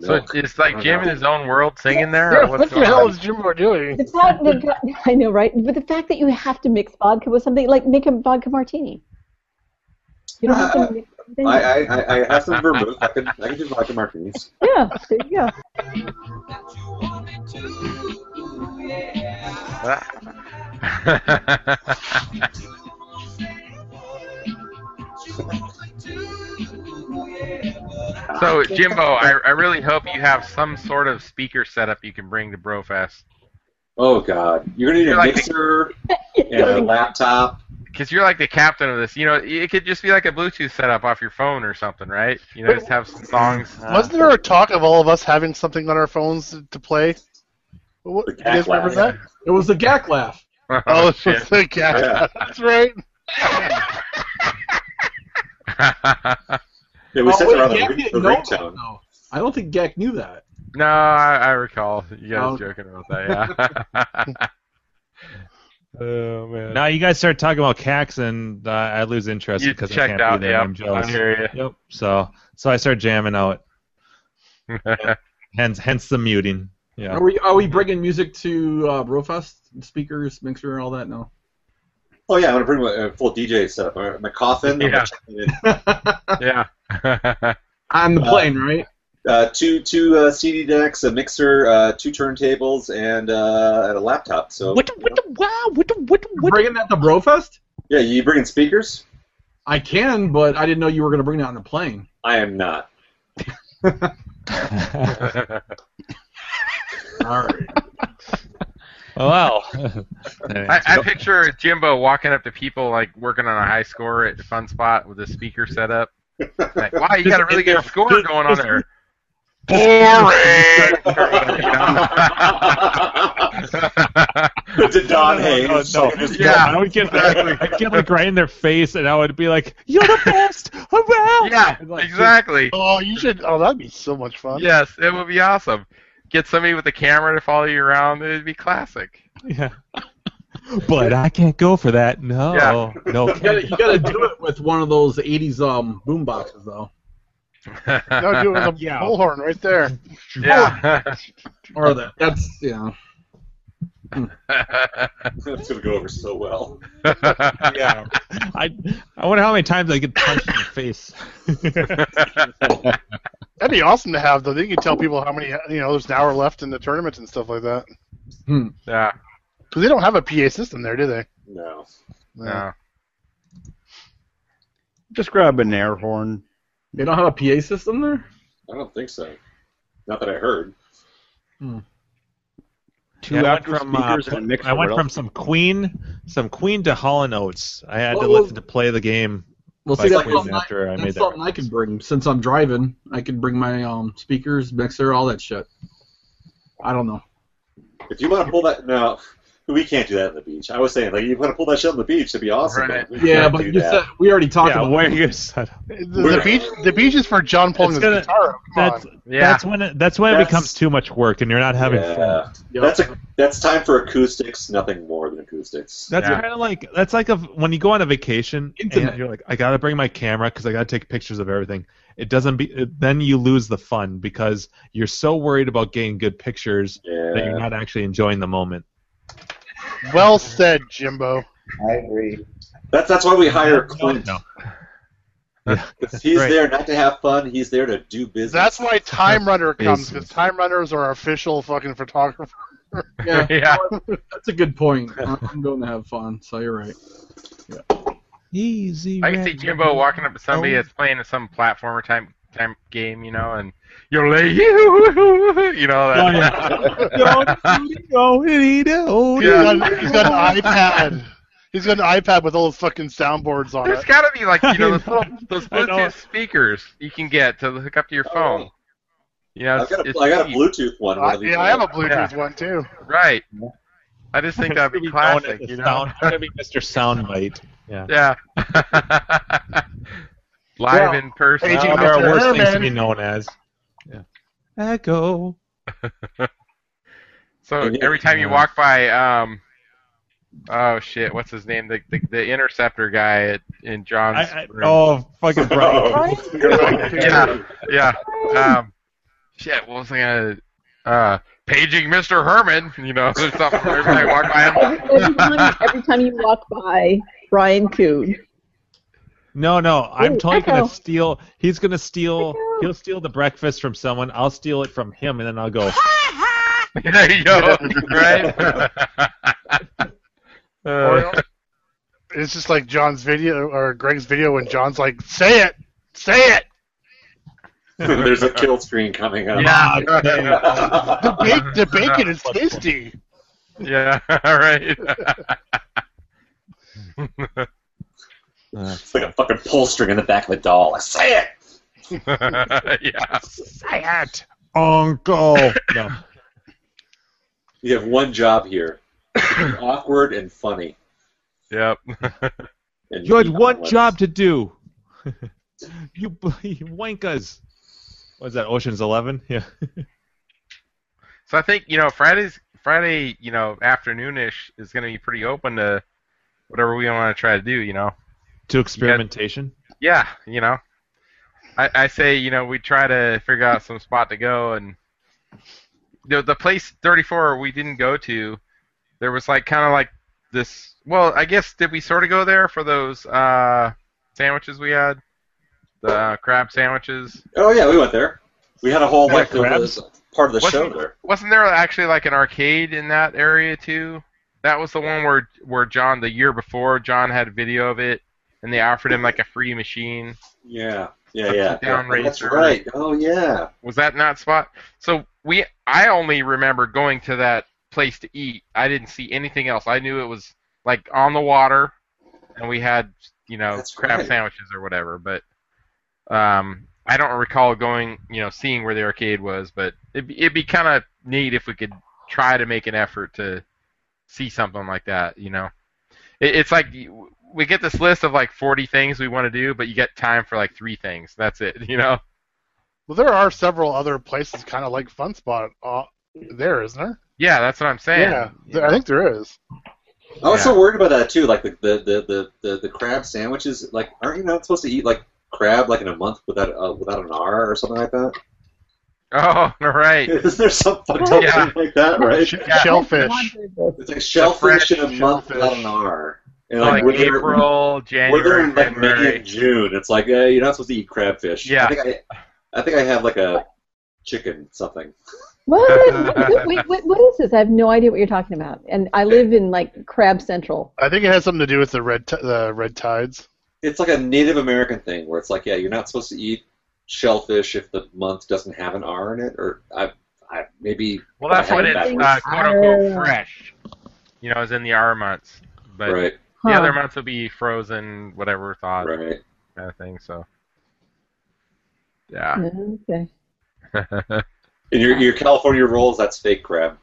So milk. it's- it's like I don't Jim know. in his own world singing there. or Yeah, what's what the going hell on? is Jimbo doing? The fact that I know, right? But the fact that you have to mix vodka with something like make a vodka martini. You don't have to. Mix anything. I, I, I- I have some vermouth. I could I could do vodka martinis. Yeah, there you go. Ah. So Jimbo, I, I really hope you have some sort of speaker setup you can bring to Brofest. Oh God, you're gonna need a mixer and a laptop. Because you're like the captain of this. You know, it could just be like a Bluetooth setup off your phone or something, right? You know, just have some songs. uh, Wasn't there a talk of all of us having something on our phones to, to play? What, you guys remember that? It was the gack laugh. uh, Oh, Oh, it's shit. just like, yeah, Yeah. that's right. Yeah, Oh, we set wait, it on the, Gack ring, the didn't know ringtone. I don't think Gek knew that. No, I, I recall you guys Oh. joking about that. Yeah. oh man. Now you guys start talking about cacks, and uh, I lose interest You because I checked can't out, be there. yeah. I'm jealous. I hear Yep. So, so I start jamming out. hence, hence the muting. Yeah. Are we are we bringing music to uh, Brofest speakers, mixer, and all that? No. Oh yeah, I'm gonna bring my uh, full DJ setup. All right, My coffin. I'm Yeah. gonna check it yeah. On the Uh, plane, right? in. Uh, two two uh, CD decks, a mixer, uh, two turntables, and, uh, and a laptop. So What what Wow, what what what? Bringing that to Brofest? Yeah, you bringing speakers? I can, but I didn't know you were going to bring that on the plane. I am not. All right. Wow. I, I picture Jimbo walking up to people like working on a high score at a fun spot with a speaker set up. Like, wow, you got a really good score going on there. Boring. to Don Hayes. yeah, I would get I'd get like right in their face, and I would be like, "You're the best around." Yeah, exactly. Oh, you should. Oh, that'd be so much fun. Yes, it would be awesome. Get somebody with a camera to follow you around. It'd be classic. Yeah. But I can't go for that. No. Oh, Yeah. No. You gotta, you gotta do it with one of those '80s um boom boxes, though. No, do it with a Yeah. bullhorn right there. Oh. Yeah. Or that. That's yeah. That's gonna go over so well. yeah. I I wonder how many times I get punched in the face. That'd be awesome to have, though. Then you can tell people how many, you know, there's an hour left in the tournament and stuff like that. Yeah. Because they don't have a PA system there, do they? No. No. Just grab an air horn. They don't have a PA system there? I don't think so. Not that I heard. Two Hmm. Yeah, I went actual from, uh, speakers and a mixer, I went what from else? some Queen, some Queen to Hall and Oates. I had to Well, listen to play the game. Well, by see, that's Queen something, after I, I that's made that. something I could bring since I'm driving. I could bring my um, speakers, mixer, all that shit. I don't know. If you want to pull that, no, we can't do that on the beach. I was saying, like, you want to pull that shit on the beach, it'd be awesome. Right. we Yeah, can't but do you that. said we already talked Yeah, about. where you set The, the beach, the beach is for John pulling his gonna- guitar. out. Come That's, on. that's when it, that's when it That's- becomes too much work, and you're not having fun. Yeah. That's a, that's time for acoustics, nothing more than acoustics. That's kind of like that's like a, when you go on a vacation Internet. and you're like, I gotta bring my camera because I gotta take pictures of everything. It doesn't be it, then you lose the fun because you're so worried about getting good pictures that Yeah. you're not actually enjoying the moment. Well said, Jimbo. I agree. That's that's why we hire Clint. no. 'Cause He's Right. there not to have fun. He's there to do business. That's why Time Runner comes Business. because Time Runners are our official fucking photographer. Yeah, that's a good point. I- I'm going to have fun, so you're right. Easy. I can see Jimbo walking up to somebody Oh. that's playing some platformer type type game, you know, and you're like, you know that. He's got- he's got an iPad. He's got an iPad with all the fucking soundboards on There's it. got to be like you know those, little, those I know. Bluetooth speakers you can get to hook up to your phone. You know, Oh. I've got a- it's I got a cheap. Bluetooth one. one of these yeah, I have a days. Bluetooth one too. Right. I just think that'd be classic, you know. Sound, it's gonna be Mr. Soundbite. Yeah. Yeah. Live in person. Now there are worse things to be known as. Echo. So every time you walk by, um, oh shit, what's his name? The the, the interceptor guy at, in John's. room. Oh, fucking Brian. yeah, yeah. Um, shit, what was I gonna? Uh, paging Mr. Herman. You know, there's something every time you walk by Every him. time, every time you walk by Brian Coon, No, no, I'm Ooh, totally echo. gonna steal. He's gonna steal. He'll steal the breakfast from someone. I'll steal it from him, and then I'll go. there you go. Right. Or- it's just like John's video or Greg's video when John's like, "Say it, say it." There's a kill screen coming up. Yeah. The, ba- the bacon is tasty. yeah. All right. It's like a fucking pull string in the back of a doll. I say it. yeah. Say it. Uncle. No. You have one job here: awkward and funny. Yep. And You had be one honest. job to do. you, bl- you wankers. What's that? Ocean's Eleven? Yeah. So I think you know Fridays Friday you know afternoonish is going to be pretty open to whatever we want to try to do. You know. to experimentation. Yeah. You know. I, I say you know we try to figure out some spot to go and the the place 34 we didn't go to there was like kind of like this well I guess did we sort of go there for those uh sandwiches we had the uh, crab sandwiches Oh yeah, we went there. We had a whole Yeah, like there crabs. was part of the show wasn't, there. wasn't there actually like an arcade in that area too? That was the one where where John the year before John had a video of it, and they offered him like a free machine. Yeah, yeah, yeah. Down rate That's server. right. Oh yeah. Was that not spot? So we I only remember going to that place to eat. I didn't see anything else. I knew it was like on the water, and we had you know crab right. sandwiches or whatever. But um, I don't recall going you know seeing where the arcade was. But it'd be, it'd be kind of neat if we could try to make an effort to see something like that. You know, it, it's like. You, we get this list of like 40 things we want to do, but you get time for like three things. That's it, you know. Well, there are several other places kind of like Fun Spot uh, there, isn't there? Yeah, that's what I'm saying. Yeah, th- I think there is. I was Yeah. so worried about that too. Like the the, the, the, the the crab sandwiches. Like, aren't you not supposed to eat like crab like in a month without uh, without an R or something like that? Oh, right. Isn't there some fucked up Yeah. thing like that? Right? Yeah. Shellfish. It's like shellfish in a month without an R. And like, we're there- April, January, We're in like May February. and June. It's like uh, you're not supposed to eat crabfish. Yeah. I think I, I think I have like a chicken something. What? What- wait, what, what is this? I have no idea what you're talking about. And I live in like Crab Central. I think it has something to do with the red t- the red tides. It's like a Native American thing where it's like, yeah, you're not supposed to eat shellfish if the month doesn't have an R in it, or I, I maybe. Well, that's I had when it's backwards. uh, quote unquote fresh. You know, is in the R months, but Right. the Huh. other months will be frozen, whatever thought, right. kind of thing. So, Ah. yeah. Oh, Okay. In your your California rolls, that's fake crab.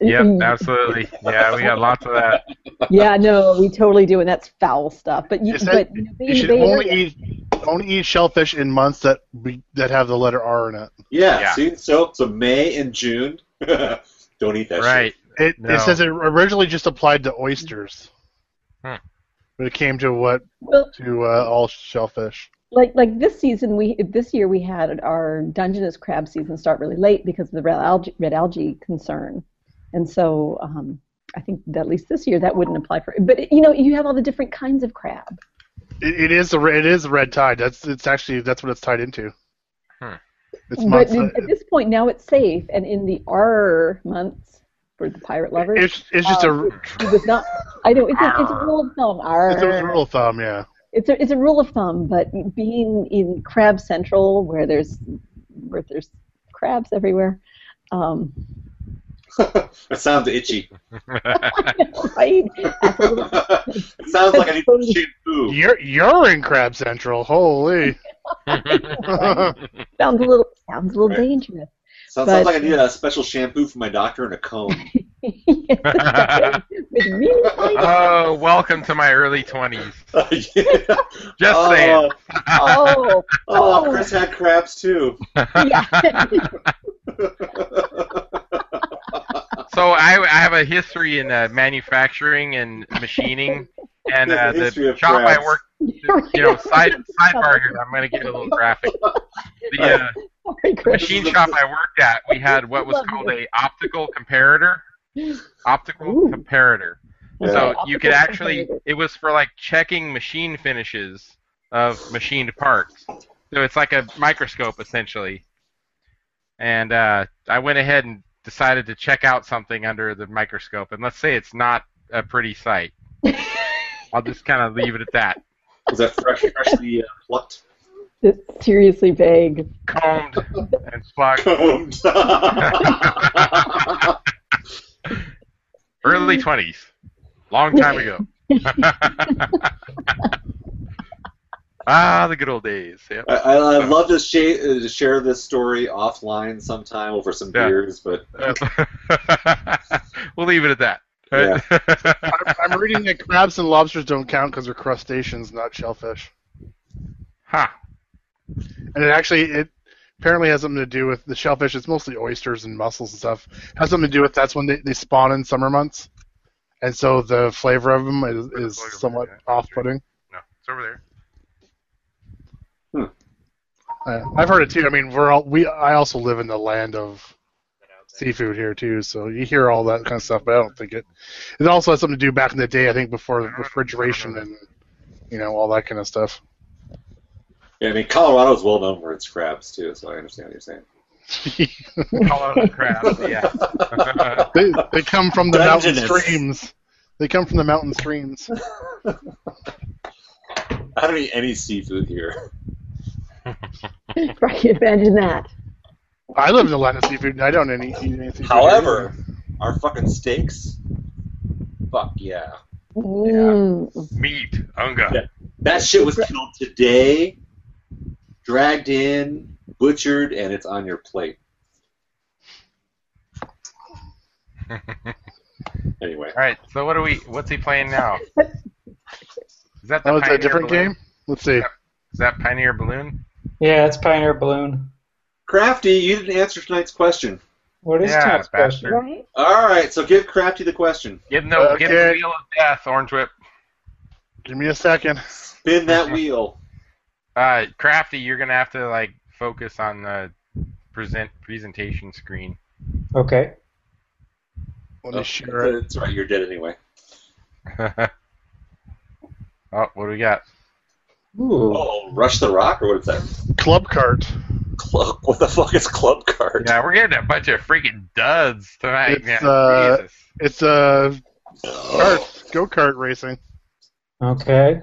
Yep, absolutely. Yeah, we got lots of that. Yeah, no, we totally do, and that's foul stuff. But you, Is that- but in You the should Bay only Area- eat only eat shellfish in months that be, that have the letter R in it. Yeah, see, so so May and June, don't eat that right. It, No. it says it originally just applied to oysters, Hmm. but it came to what Well- to uh, all shellfish. Like like this season we this year we had our Dungeness crab season start really late because of the red algae, red algae concern, and so um, I think that at least this year that wouldn't apply for. But you know you have all the different kinds of crab. It, it is a re- it is a red tide. That's it's actually that's what it's tied into. It's but months. uh, that- at this point now it's safe, and in the R months for the pirate lovers, It's it's just um, a it was not. I know it's a, it's a rule of thumb. R. it's a rule of thumb. Yeah. it's a, it's a rule of thumb, but being in Crab Central, where there's where there's crabs everywhere, um, That sounds itchy. right? it sounds like I need some shampoo. You're you're in Crab Central. Holy. sounds a little sounds a little dangerous. Sounds, but sounds like I need a special shampoo from my doctor and a comb. with me, Oh, welcome to my early 20s. Just Oh. saying. oh, oh, Chris had crabs too. So I, I have a history in uh, manufacturing and machining, and uh, There's a history the of shop I crabs. work. You know, side sidebar here. I'm gonna get a little graphic. The, uh, the machine shop I worked at, we had what was called a optical comparator. Optical comparator. Yeah. So Okay, you could optical actually, it was for like checking machine finishes of machined parts. So it's like a microscope essentially. And uh, I went ahead and decided to check out something under the microscope. And let's say it's not a pretty sight. I'll just kind of leave it at that. Was that fresh, freshly uh, plucked? it's seriously vague. Combed and plucked. Combed. Early 20s. Long time ago. ah, the good old days. Yep. I, I- I'd love to, sha- uh, to share this story offline sometime over some Yeah. beers, but we'll leave it at that. Yeah. I'm, I'm reading that crabs and lobsters don't count because they're crustaceans, not shellfish. Ha. And it actually it apparently has something to do with the shellfish. It's mostly oysters and mussels and stuff. Has something to do with that's when they, they spawn in summer months, and so the flavor of them is, is somewhat off-putting. No, it's over there. Uh, I've heard it too. I mean, we're all we. I also live in the land of seafood here too, so you hear all that kind of stuff. But I don't think it. It also has something to do back in the day. I think before the refrigeration and you know all that kind of stuff. yeah, I mean, Colorado's well known for its crabs too, so I understand what you're saying. Colorado crabs, yeah. they, they come from the mountain Dungeness. streams. They come from the mountain streams. I don't eat any seafood here. Right, imagine that. I live in the land of seafood, and I don't any, eat any seafood. However, our fucking steaks. Fuck yeah. Mm. Meat, unga. That, that shit was killed today, dragged in, butchered, and it's on your plate. anyway. All right. So what are we? What's he playing now? Is that that was the Oh, a Pioneer different Balloon? game. Let's see. Is that Pioneer Balloon? Yeah, it's Pioneer Balloon. Crafty, you didn't answer tonight's question. What is Yeah, tonight's question? bastard. Right? All right, so give Crafty the question. Give him the, give him the wheel of death, Orange Whip. Give me a second. Spin that wheel. Uh, Crafty, you're gonna have to like focus on the present presentation screen. Okay. Oh, that's, that's right, you're dead anyway. oh, what do we got? Oh, Rush the Oh, Rock, or what's that? Club cart. Club. What the fuck is club card? Yeah, we're getting a bunch of freaking duds tonight. It's man. uh, Jesus. it's uh, kart, go kart racing. Okay.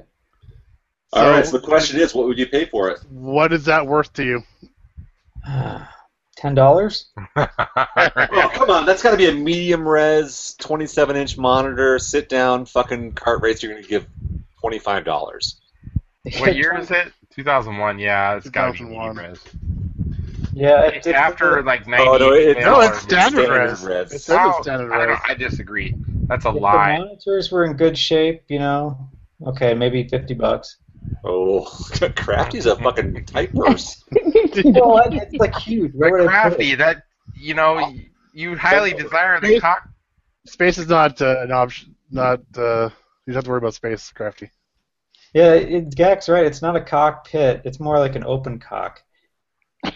All right. So the question is, what would you pay for it? What is that worth to you? Ten dollars? Oh, come on, that's got to be a medium res, 27 inch monitor, sit down, fucking cart race. You're going to give $25. What year is it? 2001. Yeah, it's got to be medium res. Yeah, it's after like 90. Oh, no, it- no, it's standard res. res. It says it's standard I, don't- res. I disagree. That's a If lie. the monitors were in good shape, you know, okay, maybe fifty bucks. Oh, Crafty's a fucking tight purse. you know what? It's like huge. Where would I put Oh. Crafty, it? that you know, you highly desire the cock. Space is not uh, an option. Not uh, you don't have to worry about space, crafty. Yeah, it, Gak's right. It's not a cockpit. It's more like an open cock.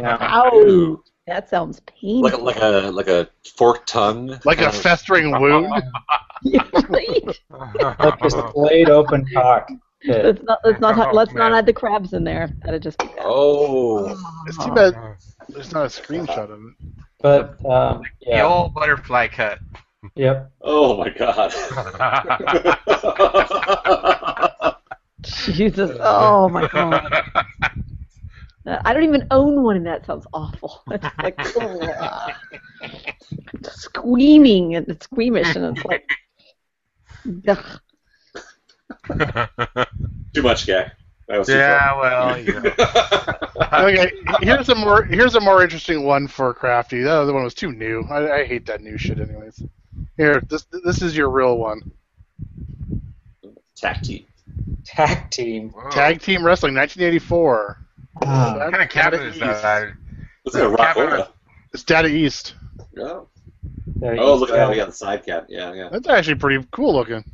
Yeah. Ow! That sounds painful. Like a, like a like a forked tongue. Like a festering wound. like just laid open cock. Let's not let's not ha- let's not add the crabs in there. That'd just be bad. Oh. It's too bad. There's not a screenshot of it. But um, The yeah, old butterfly cut. yep. Oh my god. Jesus. Oh my god. Uh, I don't even own one, and that sounds awful. It's like ugh. squeaming and it's squeamish, and it's like. ugh. Too much, guy. That was too Yeah, far. well, you know. okay, here's a more here's a more interesting one for crafty. That other one was too new. I, I hate that new shit, anyways. Here, this this is your real one. Tag team. Tag team. Ah. Tag team wrestling, 1984. What kind of cabin is uh, that? Was it a rock Cabin- Ola? It's Data East. Oh. There you oh, look at go. that. We got the side cap. Yeah, yeah. That's actually pretty cool looking.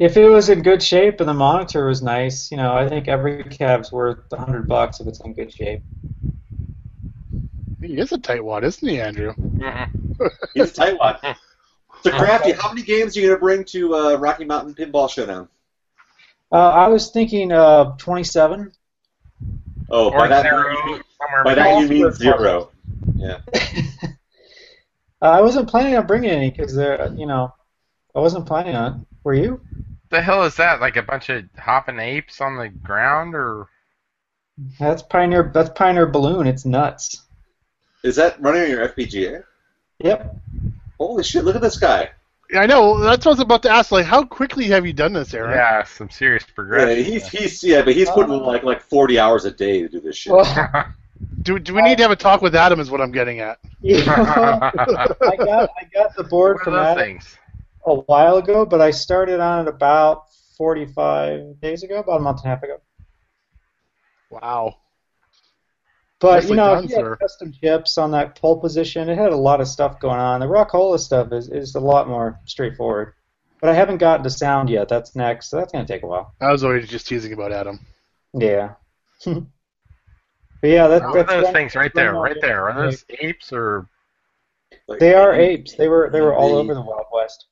If it was in good shape and the monitor was nice, you know, I think every cab's worth a hundred bucks if it's in good shape. He is a tightwad, isn't he, Andrew? Mm-hmm. He's a tight one. So, Crafty, how many games are you going to bring to uh, Rocky Mountain Pinball Showdown? Uh, I was thinking uh, 27. Oh, Or by that, zero, somewhere by that you mean between. zero. Yeah. Uh, I wasn't planning on bringing any because they're, you know, I wasn't planning on. it. Were you? the hell is that? Like a bunch of hopping apes on the ground, or That's Pioneer. That's Pioneer Balloon. It's nuts. Is that running on your FPGA? Yep. Holy shit, look at this guy. Yeah, I know. That's what I was about to ask. Like, how quickly have you done this, Aaron? yeah, some serious Yeah, progression. he's, he's, yeah, but he's putting in like, like 40 hours a day to do this shit. Do, do we need to have a talk with Adam? Is what I'm getting at. I got I got the board What from are those that things? a while ago, but I started on it about 45 days ago, about a month and a half ago. Wow. But Nicely you know, done, he had sir. custom chips on that pole position. It had a lot of stuff going on. The Rockola stuff is, is a lot more straightforward. But I haven't gotten to sound yet. That's next, so that's gonna take a while. I was always just teasing about Adam. Yeah. but yeah, that, What are that's those one- things right there, one- right there? Are those apes or? Like, They are apes. They were they were all over the Wild West.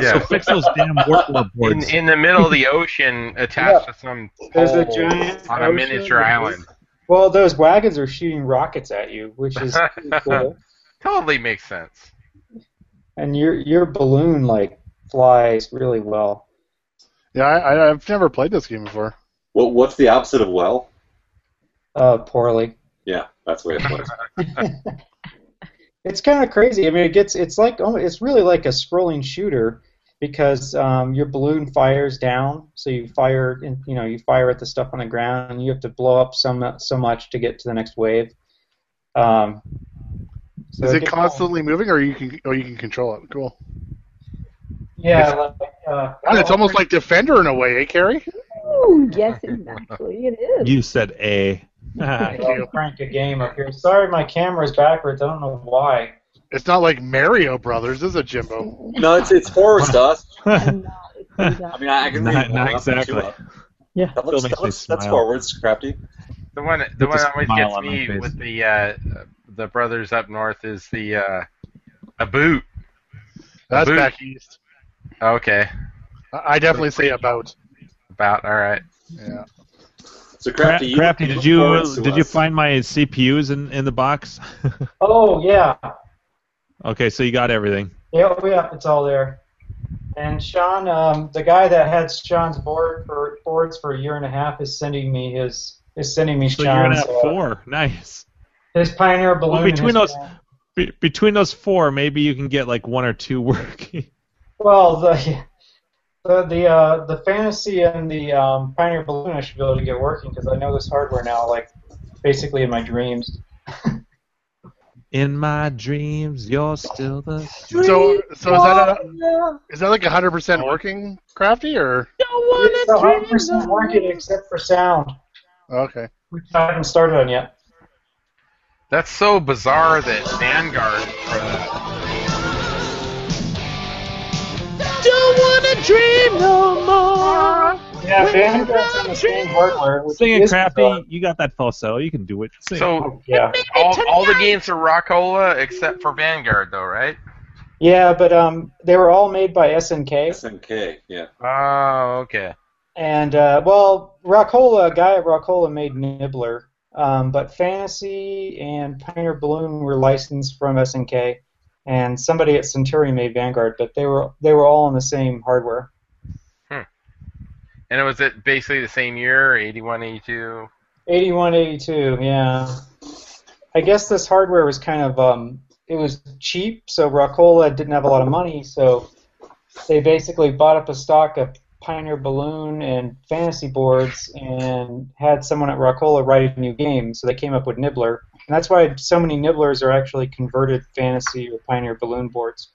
Yeah, Fix those damn warp club in, boards. in the middle of the ocean, attached to some There's a pole giant on a ocean. miniature island. Well, those wagons are shooting rockets at you, which is pretty cool. Totally makes sense. And your your balloon like flies really well. Yeah, I, I, I've never played this game before. What, what's the opposite of well? Uh, poorly. Yeah, that's the way it plays. It's kind of crazy. I mean, it gets it's like oh, it's really like a scrolling shooter because um, your balloon fires down, so you fire in, you know you fire at the stuff on the ground, and you have to blow up some so much to get to the next wave. Um, so is it gets- constantly moving, or you can or you can control it? Cool. Yeah, like, uh, God, it's almost like Defender in a way, eh, Carrie? Ooh, yes, exactly. It is. You said A. Ah, Well, crank a game up here. Sorry, my camera's backwards. I don't know why. It's not like Mario Brothers, is it, Jimbo? no, it's, it's forest dust. I mean, I, I can Not- read not one up and two exactly. up. Yeah. That Still looks, makes that me looks, that's smile. forwards, crafty. The one, the one Put the that always smile gets on my me face. with the uh, the brothers up north is the uh, a boot. That's Boot. back east. Okay, I I definitely say about. about all right. Yeah. So crafty, you- Crafty, you did you forward to did you us. find my CPUs in, in the box? Oh yeah, okay, so you got everything. yeah, oh, yeah, it's all there. And Sean, um, the guy that had Sean's board for boards for a year and a half, is sending me his is sending me So Sean's. you're gonna have uh, four. Nice. His Pioneer balloon. Well, and between his- those be, between those four, maybe you can get like one or two working. Well, the the the, uh, the fantasy and the um, Pioneer balloon, I should be able to get working because I know this hardware now, like basically in my dreams. In my dreams, you're still the. So, so is that a, is that like hundred percent working, Crafty, or It's 100% working except for sound. okay? Which I haven't started on yet. That's so bizarre that Vanguard. uh, Don't wanna dream no more. Yeah, When Vanguard's I on the same hardware. which Sing it, is Crafty. You got that falsetto. You can do it. Sing it. So Yeah. all, all the games are Rockola except for Vanguard, though, right? Yeah, but um, they were all made by SNK. SNK, yeah. Ah, Oh, okay. And uh, well, Rockola, a guy at Rockola made Nibbler, um, but Fantasy and Pioneer Balloon were licensed from SNK, and somebody at Centauri made Vanguard, but they were they were all on the same hardware. And it was at basically the same year, 81, 82. 81, 82, yeah. I guess this hardware was kind of um, it was cheap, so Rockola didn't have a lot of money, so they basically bought up a stock of Pioneer Balloon and Fantasy boards, and had someone at Rockola write a new game. So they came up with Nibbler, and that's why so many Nibblers are actually converted Fantasy or Pioneer Balloon boards.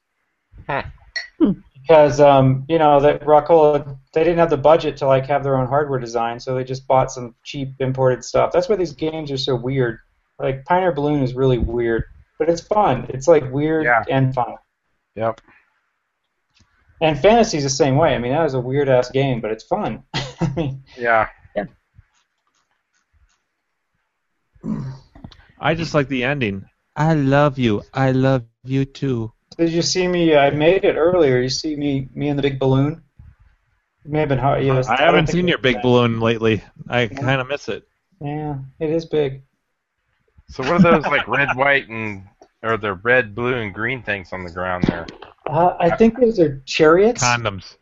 Because um, you know that Rockola, they didn't have the budget to like have their own hardware design, so they just bought some cheap imported stuff. That's why these games are so weird. Like Pioneer Balloon is really weird, but it's fun. It's like weird and fun. Yep. And fantasy's the same way. I mean, that was a weird ass game, but it's fun. I mean, yeah. I just like the ending. I love you. I love you too. Did you see me? I made it earlier. You see me, me and the big balloon. It may have been hard. Yes, I haven't seen your big balloon lately. I kind of miss it. Yeah, it is big. So what are those like red, white, and or the red, blue, and green things on the ground there? Uh, I think those are chariots. Condoms.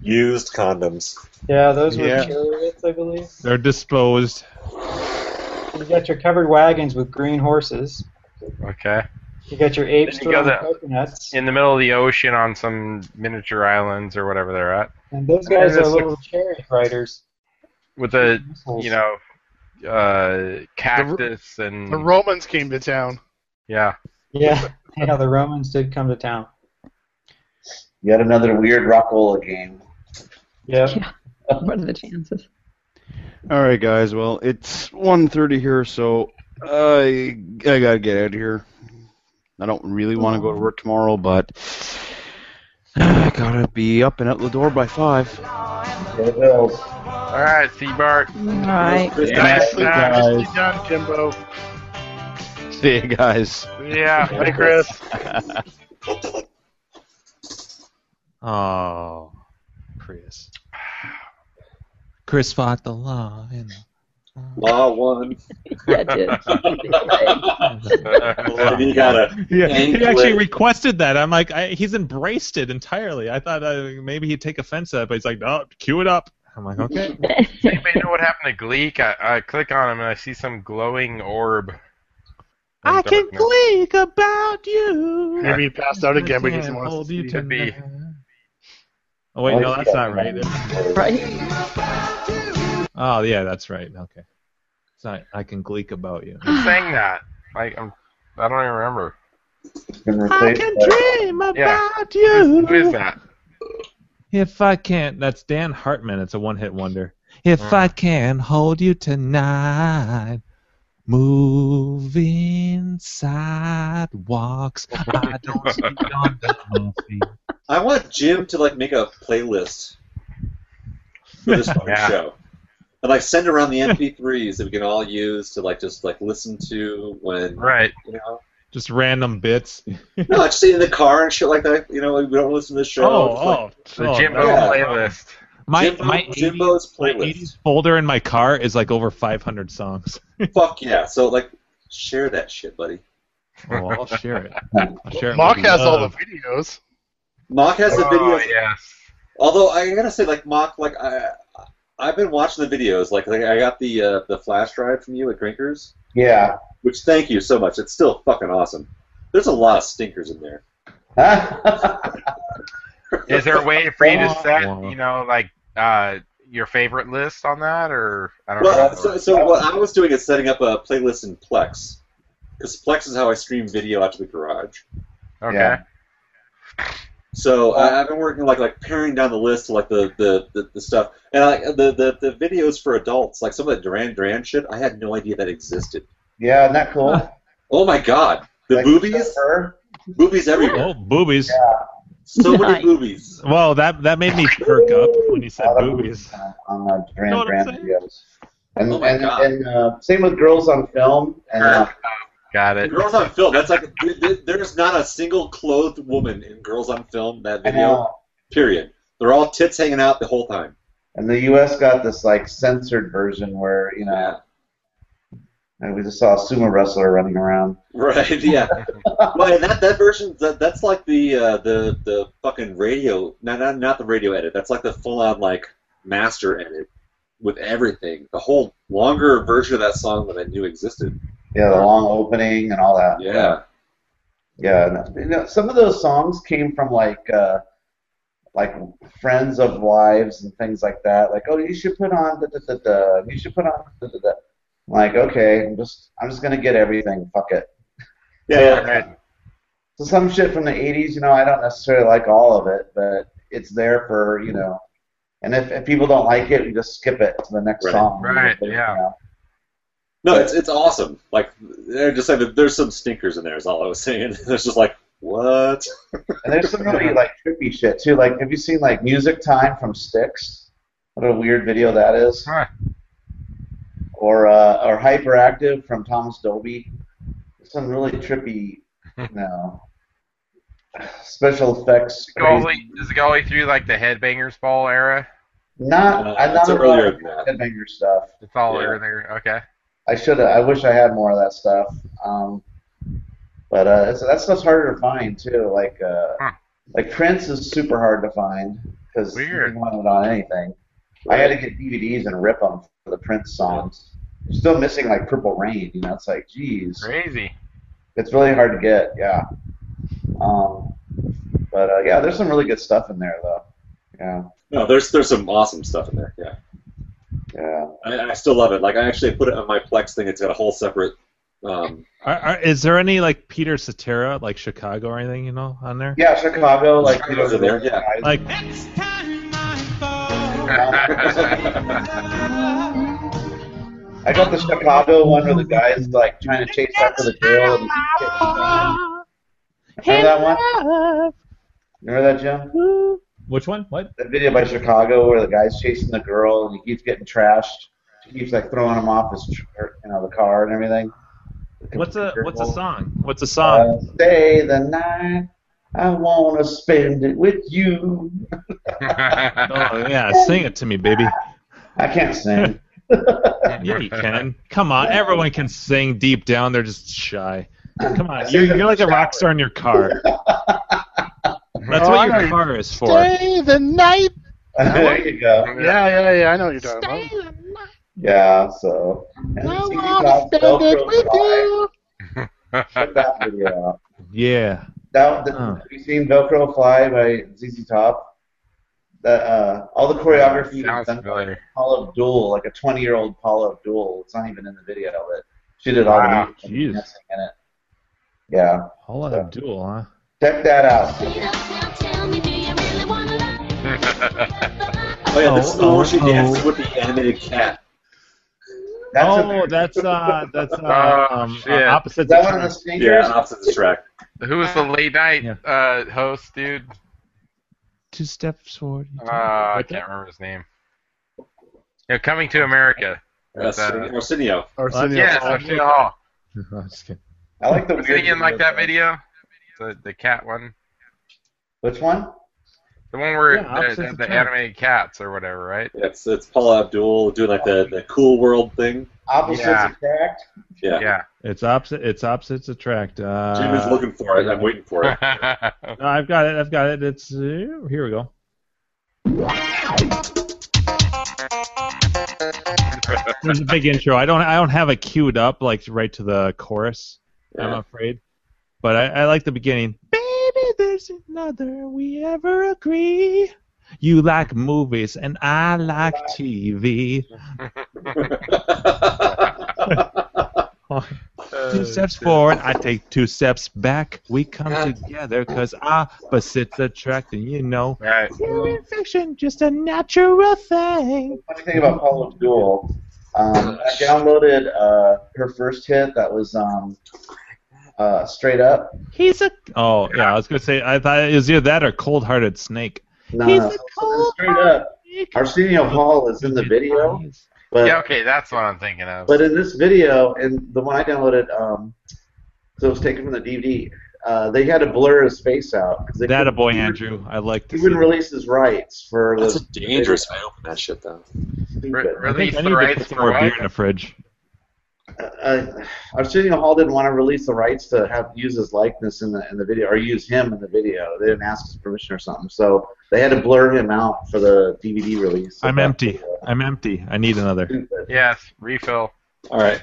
Used condoms. Yeah, those were Yeah. chariots, I believe. They're disposed. You got your covered wagons with green horses. Okay. You got your apes Then you go throwing to- coconuts, In the middle of the ocean on some miniature islands or whatever they're at. and those I mean, guys are this little looks- chariot riders. With the you know uh, cactus and The Romans came to town. yeah. Yeah, yeah, the Romans did come to town. Yet another weird Rockola game. Yep. What are the chances? All right, guys. Well, it's 1.30 here, so I I gotta get out of here. I don't really want to go to work tomorrow, but I gotta be up and out the door by five. All right, see Bart. All right. Nicely done. Nicely done, Kimbo. See you guys. Yeah. Hey, Chris. Oh, Chris. Chris fought the law. And Law one. yeah, dude. you gotta. Yeah, ankle he actually it. requested that. I'm like, I, he's embraced it entirely. I thought uh, maybe he'd take offense to that, but he's like, no, cue it up. I'm like, okay. Does anybody know what happened to Gleek? I, I click on him and I see some glowing orb. I can darkness. click about you. Maybe he passed out again, but he doesn't Can't want us hold to you see. Could be. Oh wait, no, that's not right. Right? Oh yeah, that's right. Okay. It's not. I can gleek about you. Who sang that? Like I'm, I don't even remember. I can dream about Who, you. who is that? If I can't, that's Dan Hartman. It's a one-hit wonder. If I can hold you tonight, moving sidewalks, I don't see yonder movie. I want Jim to like make a playlist for this fucking Yeah. show, and like send around the MP3s that we can all use to like just like listen to when right. You know, Just random bits. no, just in the car and shit like that. You know, like, we don't listen to the show. Oh, Just, like, oh, oh, yeah. no. playlist. My Jimbo, my Jimbo's playlist. folder in my car is like over 500 songs. Fuck yeah! So like, share that shit, buddy. Oh, I'll share it. I'll share it Mock with has all love. videos. Mock has the Oh, videos. Although I gotta say, like Mock, like I, I've been watching the videos. Like, like I got the uh, the flash drive from you at Grinkers. Yeah. Which thank you so much. It's still fucking awesome. There's a lot of stinkers in there. Is there a way for you to set, you know, like uh, your favorite list on that, or I don't Well, know. so, so what I was doing is setting up a playlist in Plex, because Plex is how I stream video out to the garage. Okay. Yeah. So I, I've been working like like paring down the list to like the the, the, the stuff and like the, the the videos for adults like some of the Duran Duran shit I had no idea that existed. Yeah, isn't that cool? Oh my god, the boobies, boobies everywhere. Oh, boobies. So many boobies. Well, that that made me perk up when you said boobies. uh, On the Duran Know what I'm Duran videos. And, and, and uh, same with girls on film. And, uh, Got it. Girls on film. That's like th- th- there's not a single clothed woman in Girls on Film that video. Period. They're all tits hanging out the whole time. and the U.S. got this like censored version where you know, and we just saw a sumo wrestler running around. Right. Yeah. well, and that that version that, that's like the uh, the the fucking radio. Not not not the radio edit. That's like the full on like master edit with everything. The whole longer version of that song that I knew existed. Yeah, the long opening and all that. Yeah. Yeah, no, you know, some of those songs came from like uh, like friends of wives and things like that. Like, oh, you should put on da da da da. You should put on da da da. I'm like, okay, I'm just I'm just gonna get everything. Fuck it. Yeah. So some shit from the '80s, you know, I don't necessarily like all of it, but it's there for you know. And if, if people don't like it, we just skip it to the next Right. song. Right, Yeah. No, it's it's awesome. Like they're just like there's some stinkers in there. Is all I was saying. It's just like what? And there's some really like trippy shit too. Like, have you seen like Music Time from Styx? What a weird video that is. Or uh, or Hyperactive from Thomas Dolby. Some really trippy, you know, special effects. Does it go all the way- does it go all the way through like the headbangers ball era? Not Uh, I'm it's not earlier about than that. headbanger stuff. It's all earlier. Okay. I should. I wish I had more of that stuff. Um, but uh, that's, that stuff's harder to find too. Like uh, like Prince is super hard to find because you Weird. can want it on anything. I had to get DVDs and rip them for the Prince songs. I'm still missing like Purple Rain. You know, it's like geez, Crazy. it's really hard to get. Yeah. Um, but uh, yeah, there's some really good stuff in there though. Yeah. No, there's there's some awesome stuff in there. Yeah. Yeah. I, I still love it. Like I actually put it on my Plex thing. It's got a whole separate. Um, Are, are, is there any like Peter Cetera, like Chicago or anything you know on there? Yeah, Chicago, like you know, Chicago's in there, yeah. Like I got the Chicago one where the guy is like trying to chase after the girl. And Remember that one? Remember that, Jim? Which one? What? The video by Chicago where the guy's chasing the girl and he keeps getting trashed. She keeps like throwing him off his, tr- you know, the car and everything. what's a what's a song? What's a song? Uh, Stay the night. I wanna spend it with you. oh yeah, sing it to me, baby. I can't sing. yeah, you can. Come on, everyone can sing deep down. They're just shy. Come on, you're, you're like a rock star in your car. That's what your car is for. Stay the night. there you go. Yeah, yeah, yeah. I know what you're talking about. Yeah, so. And I CD wanna Top spend it Velcro with Fly. Check that video out. Yeah. That, that, Have you seen Velcro Fly by ZZ Top? That uh, all the choreography was done by Paula Abdul, like a 20-year-old Paula Abdul. It's not even in the video, but she did all Wow, the music and dancing in it. Yeah. All out of duel, huh? Check that out. oh yeah, this is the one where she dances with the animated cat. oh, that's uh, that's uh, Oh, um, shit. uh, opposite That one of the sneakers? Yeah, opposite track. Who was the late night uh, host, dude? Two steps forward. Uh, I can't remember his name. Yeah, Coming to America. Uh, Arsenio- Arsenio. Arsenio Yes, Hall. Arsenio Hall. I like the Was weird he in like video. that video? The, the cat one. Which one? The one where Yeah, the, opposites the, the attract. animated cats or whatever, right? Oh. It's it's Paul Abdul doing like the, the cool world thing. attract. Yeah. Yeah. It's opposite. It's opposites attract. Uh, Jimmy's looking for it. I'm waiting for it. No, I've got it. I've got it. It's uh, here we go. There's a big intro. I don't. I don't have it queued up like right to the chorus. I'm Yeah. afraid, but I, I like the beginning. Baby, there's another we ever agree. You like movies and I like TV. Oh, two steps forward, I take two steps back. We come together because opposites attract, and you know. Right. Human fiction, just a natural thing. Funny thing about Paula Abdul, um, I downloaded uh, her first hit that was um, uh, Straight Up. He's a Oh yeah, I was gonna say I thought it was either that or cold hearted snake. No, He's no, a Straight Up. Arsenio Hall is in the video, but yeah, okay, that's what I'm thinking of. But in this video, and the one I downloaded, um, so it was taken from the DVD. Uh, they had to blur his face out because they That a couldn't- boy Andrew. I like to he see wouldn't release his rights for That's the a dangerous way to open that shit though. I think release I need to put some more beer in the fridge. Uh, Arsenio Hall didn't want to release the rights to have use his likeness in the in the video or use him in the video. They didn't ask his permission or something, so they had to blur him out for the DVD release. I'm empty. I'm empty. I need another. Yes, refill. All right.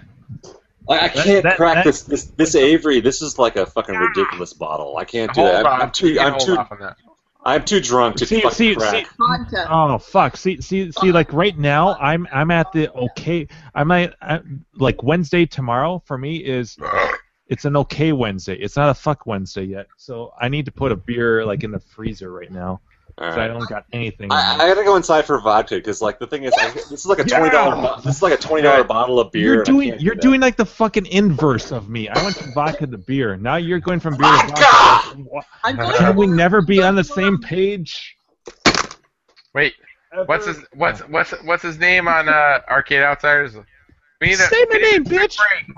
Like, I can't that- crack that- this, this. This Avery, this is like a fucking ridiculous bottle. I can't do Hold that. on, I'm, I'm too. you I'm hold too. off on that. I'm too drunk to See, fucking see, crack. see. Oh fuck! See, see, see. Like right now, I'm I'm at the okay. I might I, like Wednesday tomorrow for me is it's an okay Wednesday. It's not a fuck Wednesday yet. So I need to put a beer like in the freezer right now. All 'cause right. I don't got anything. I, I gotta go inside for vodka because, like, the thing is, I, this is like a Yeah. twenty dollar. This is like a twenty dollar bottle of beer. You're and I doing can't do you're that. doing like the fucking inverse of me. I went from vodka to beer. Now you're going from Oh beer to vodka. Uh, I'm going Can we never be on the same page? Wait, what's his what's what's what's his name on uh, Arcade Outsiders? We need a, Say my we need name, a quick bitch. break.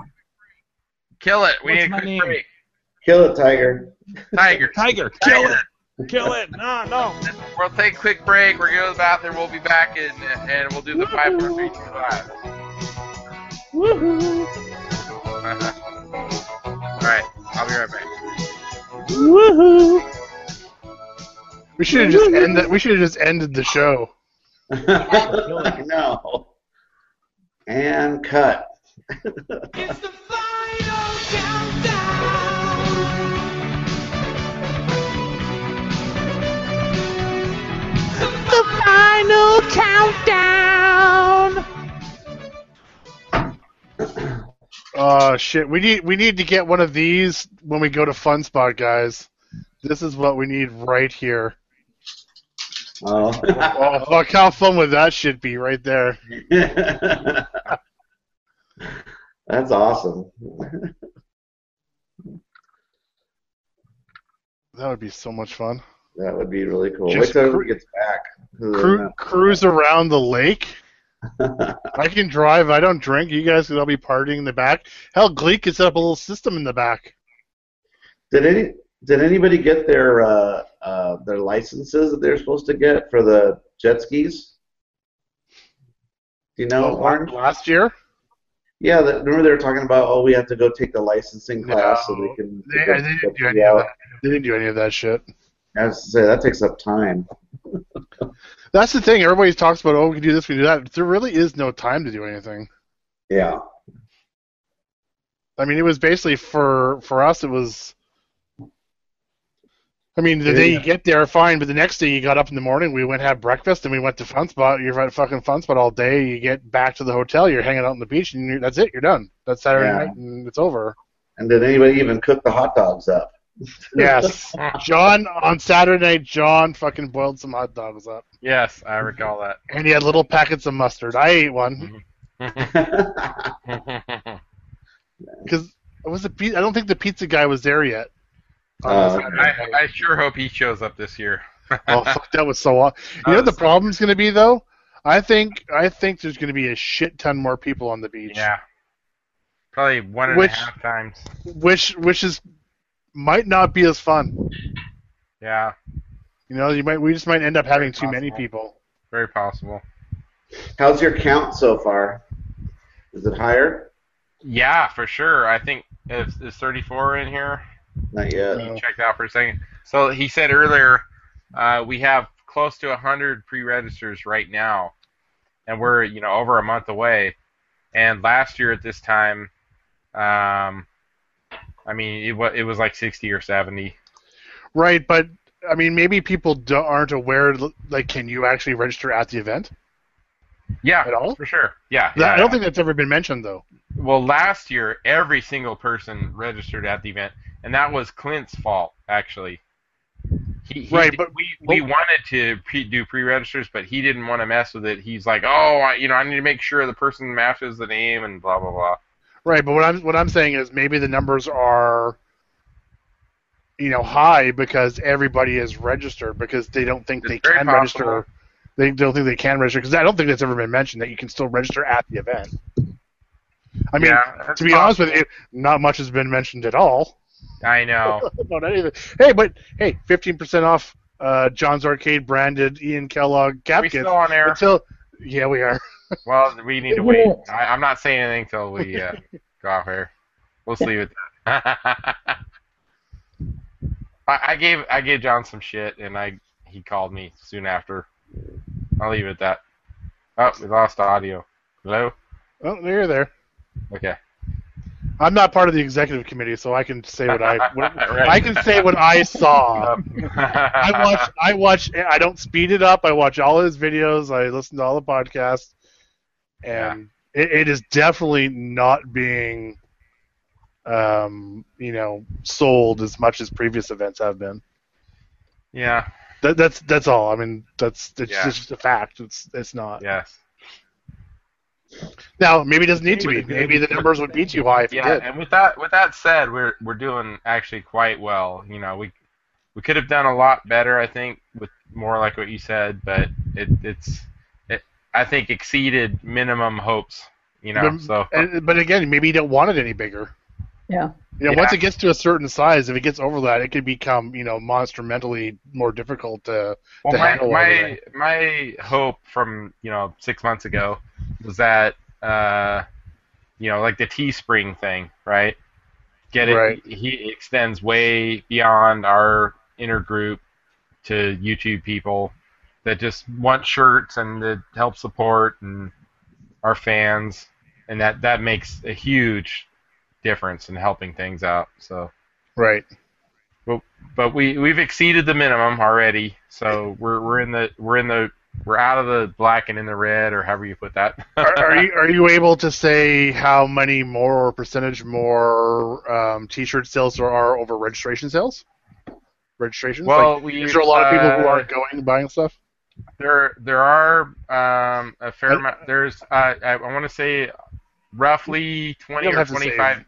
Kill it. We What's need a my quick name? break. Kill it, Tiger. Tiger. Tiger. Kill it. Kill it. No, no. We'll take a quick break. We're going to the bathroom. We'll be back and and we'll do the five four three two five. Woohoo! All right, I'll be right back. Woohoo! We should have just end that. We should have just ended the show. no. And cut. The final countdown. Oh shit. We need we need to get one of these when we go to Fun Spot, guys. This is what we need right here. Oh. oh fuck! How fun would that shit be right there? That's awesome. That would be so much fun. That would be really cool. uh, Just Wait till cru- everybody gets back. Cru- cruise around the lake. I can drive. I don't drink. You guys could all be partying in the back. Hell, Gleek could set up a little system in the back. Did any did anybody get their uh, uh, their licenses that they're supposed to get for the jet skis? Do you know, Oh, Orange? Last year, Yeah, the, remember they were talking about oh we have to go take the licensing class so we can. they, they didn't do any of that. They didn't do any of that shit. I was to say that takes up time. That's the thing. Everybody talks about, oh, we can do this, we can do that. There really is no time to do anything. Yeah. I mean, it was basically for for us. It was. I mean, the day you Yeah. get there, fine, but the next day you got up in the morning, we went had breakfast, and we went to Fun Spot. You're at fucking Fun Spot all day. You get back to the hotel, you're hanging out on the beach, and you're, that's it. You're done. That's Saturday Yeah. night, and it's over. And did anybody even cook the hot dogs up? Yes, John on Saturday night, John fucking boiled some hot dogs up, Yes, I recall that. and he had little packets of mustard. I ate one Mm-hmm. because was a I don't think the pizza guy was there yet. Uh, I, I sure hope he shows up this year. oh fuck, that was so. Aw- you know what the problem's going to be though. I think I think there's going to be a shit ton more people on the beach. Yeah. Probably one and a Which- half times. Which which is might not be as fun Yeah. You know, you might we just might end up having too many people. Very possible. How's your count so far? Is it higher? Yeah, for sure. I think is, is 34 in here. Not yet. He checked out for a second. So he said earlier uh, we have close to 100 pre-registers right now, and we're you know over a month away. And last year at this time, um, I mean it, wa- it was like 60 or 70. Right, but I mean, maybe people do, aren't aware. Like, can you actually register at the event? Yeah, for sure. Yeah, That- yeah, I don't yeah. think that's ever been mentioned though. Well, last year, every single person registered at the event, and that was Clint's fault, actually. He, he Right, did- but- we, we wanted to pre- do pre-registers, but he didn't want to mess with it. He's like, oh, I, you know, I need to make sure the person matches the name and blah blah blah. Right, but what I'm what I'm saying is maybe the numbers are, you know, high because everybody is registered because they don't think they very can possible. register. They don't think they can register because I don't think that's ever been mentioned that you can still register at the event. I mean, Yeah, that's to be honest with you, not much has been mentioned at all. I know. About anything. Hey, but hey, fifteen percent off uh, John's Arcade branded Ian Kellogg cap We kits still on air. until yeah we are. Well, we need to wait. I, I'm not saying anything till we uh, go off here. We'll see with that. I, I gave I gave John some shit, and I he called me soon after. I'll leave it at that. Oh, we lost audio. Hello. Oh, you're there. Okay. I'm not part of the executive committee, so I can say what I what, Right. I can say what I saw. I watch I watch I don't speed it up. I watch all his videos. I listen to all the podcasts, and it, it is definitely not being, um, you know, sold as much as previous events have been. Yeah. That, that's that's all. I mean, that's it's, Yeah. it's just a fact. It's it's not. Yes. Now maybe it doesn't need to be. Maybe the numbers would be too high if Yeah, it did. and with that with that said, we're we're doing actually quite well. You know, we we could have done a lot better, I think, with more like what you said, but it it's it, I think exceeded minimum hopes. You know, but, so and- but again, maybe you don't want it any bigger. Yeah. You know, once Yeah. it gets to a certain size, if it gets over that, it could become you know monster mentally more difficult to, well, to my handle. everything. my, my hope from you know six months ago was that uh, you know like the Teespring thing, right? Get it? Right. He extends way beyond our inner group to YouTube people that just want shirts and that help support and our fans, and that that makes a huge difference in helping things out. So. Right. But but we we've exceeded the minimum already, so we're we're in the we're in the we're out of the black and in the red or however you put that. are, are you are you able to say how many more or percentage more um, T-shirt sales there are over registration sales? Registrations. Well, like, we- is there a lot of people who uh, aren't going and buying stuff? There there are um, a fair amount. There's uh, I, I want to say roughly twenty You don't or have to say. twenty five.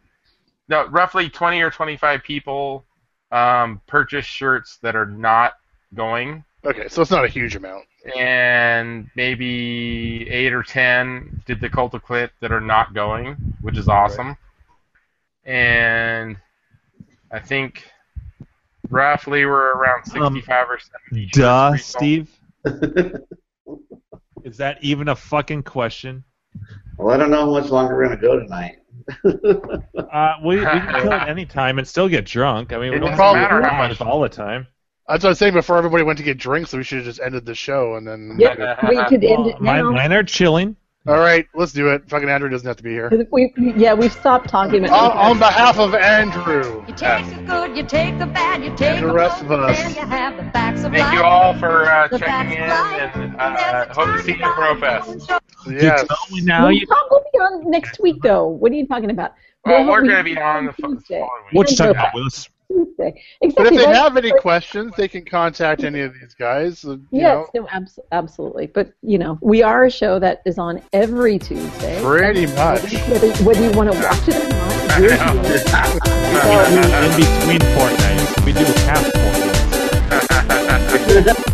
No, roughly twenty or twenty five people um, purchase shirts that are not going. Okay, so it's not a huge amount. and maybe eight or ten did the cult of clit that are not going, which is awesome. And I think roughly we're around sixty-five or seventy. Duh, Steve. Is that even a fucking question? Well, I don't know how much longer we're gonna go tonight. Uh, we, we can kill it any time and still get drunk. I mean, It we don't doesn't matter have to be how live all the time. That's what I was saying before everybody went to get drinks, so we should have just ended the show and then. Yep, we could end it Mine, now. mine are chilling. All right, let's do it. Fucking Andrew doesn't have to be here. We, yeah, we've stopped talking on, about on behalf of Andrew. the good, you take the bad, you take And the rest of us. you have the facts of Thank life. you all for uh, checking in, and uh, hope to see you at Brofest. Yes. now we'll, you- talk- we'll be on next week, though. What are you talking about? Well, We'll we're be going to be on the fo- Tuesday. And We'll check it go out back with us. Tuesday. But Exactly. if they that's- have any questions, they can contact any of these guys. uh, You Yes, no, abs- absolutely. But you know, we are a show that is on every Tuesday. know, pretty much. Whether, whether you want to watch it or not, You're- In between Fortnite, we do half Fortnite.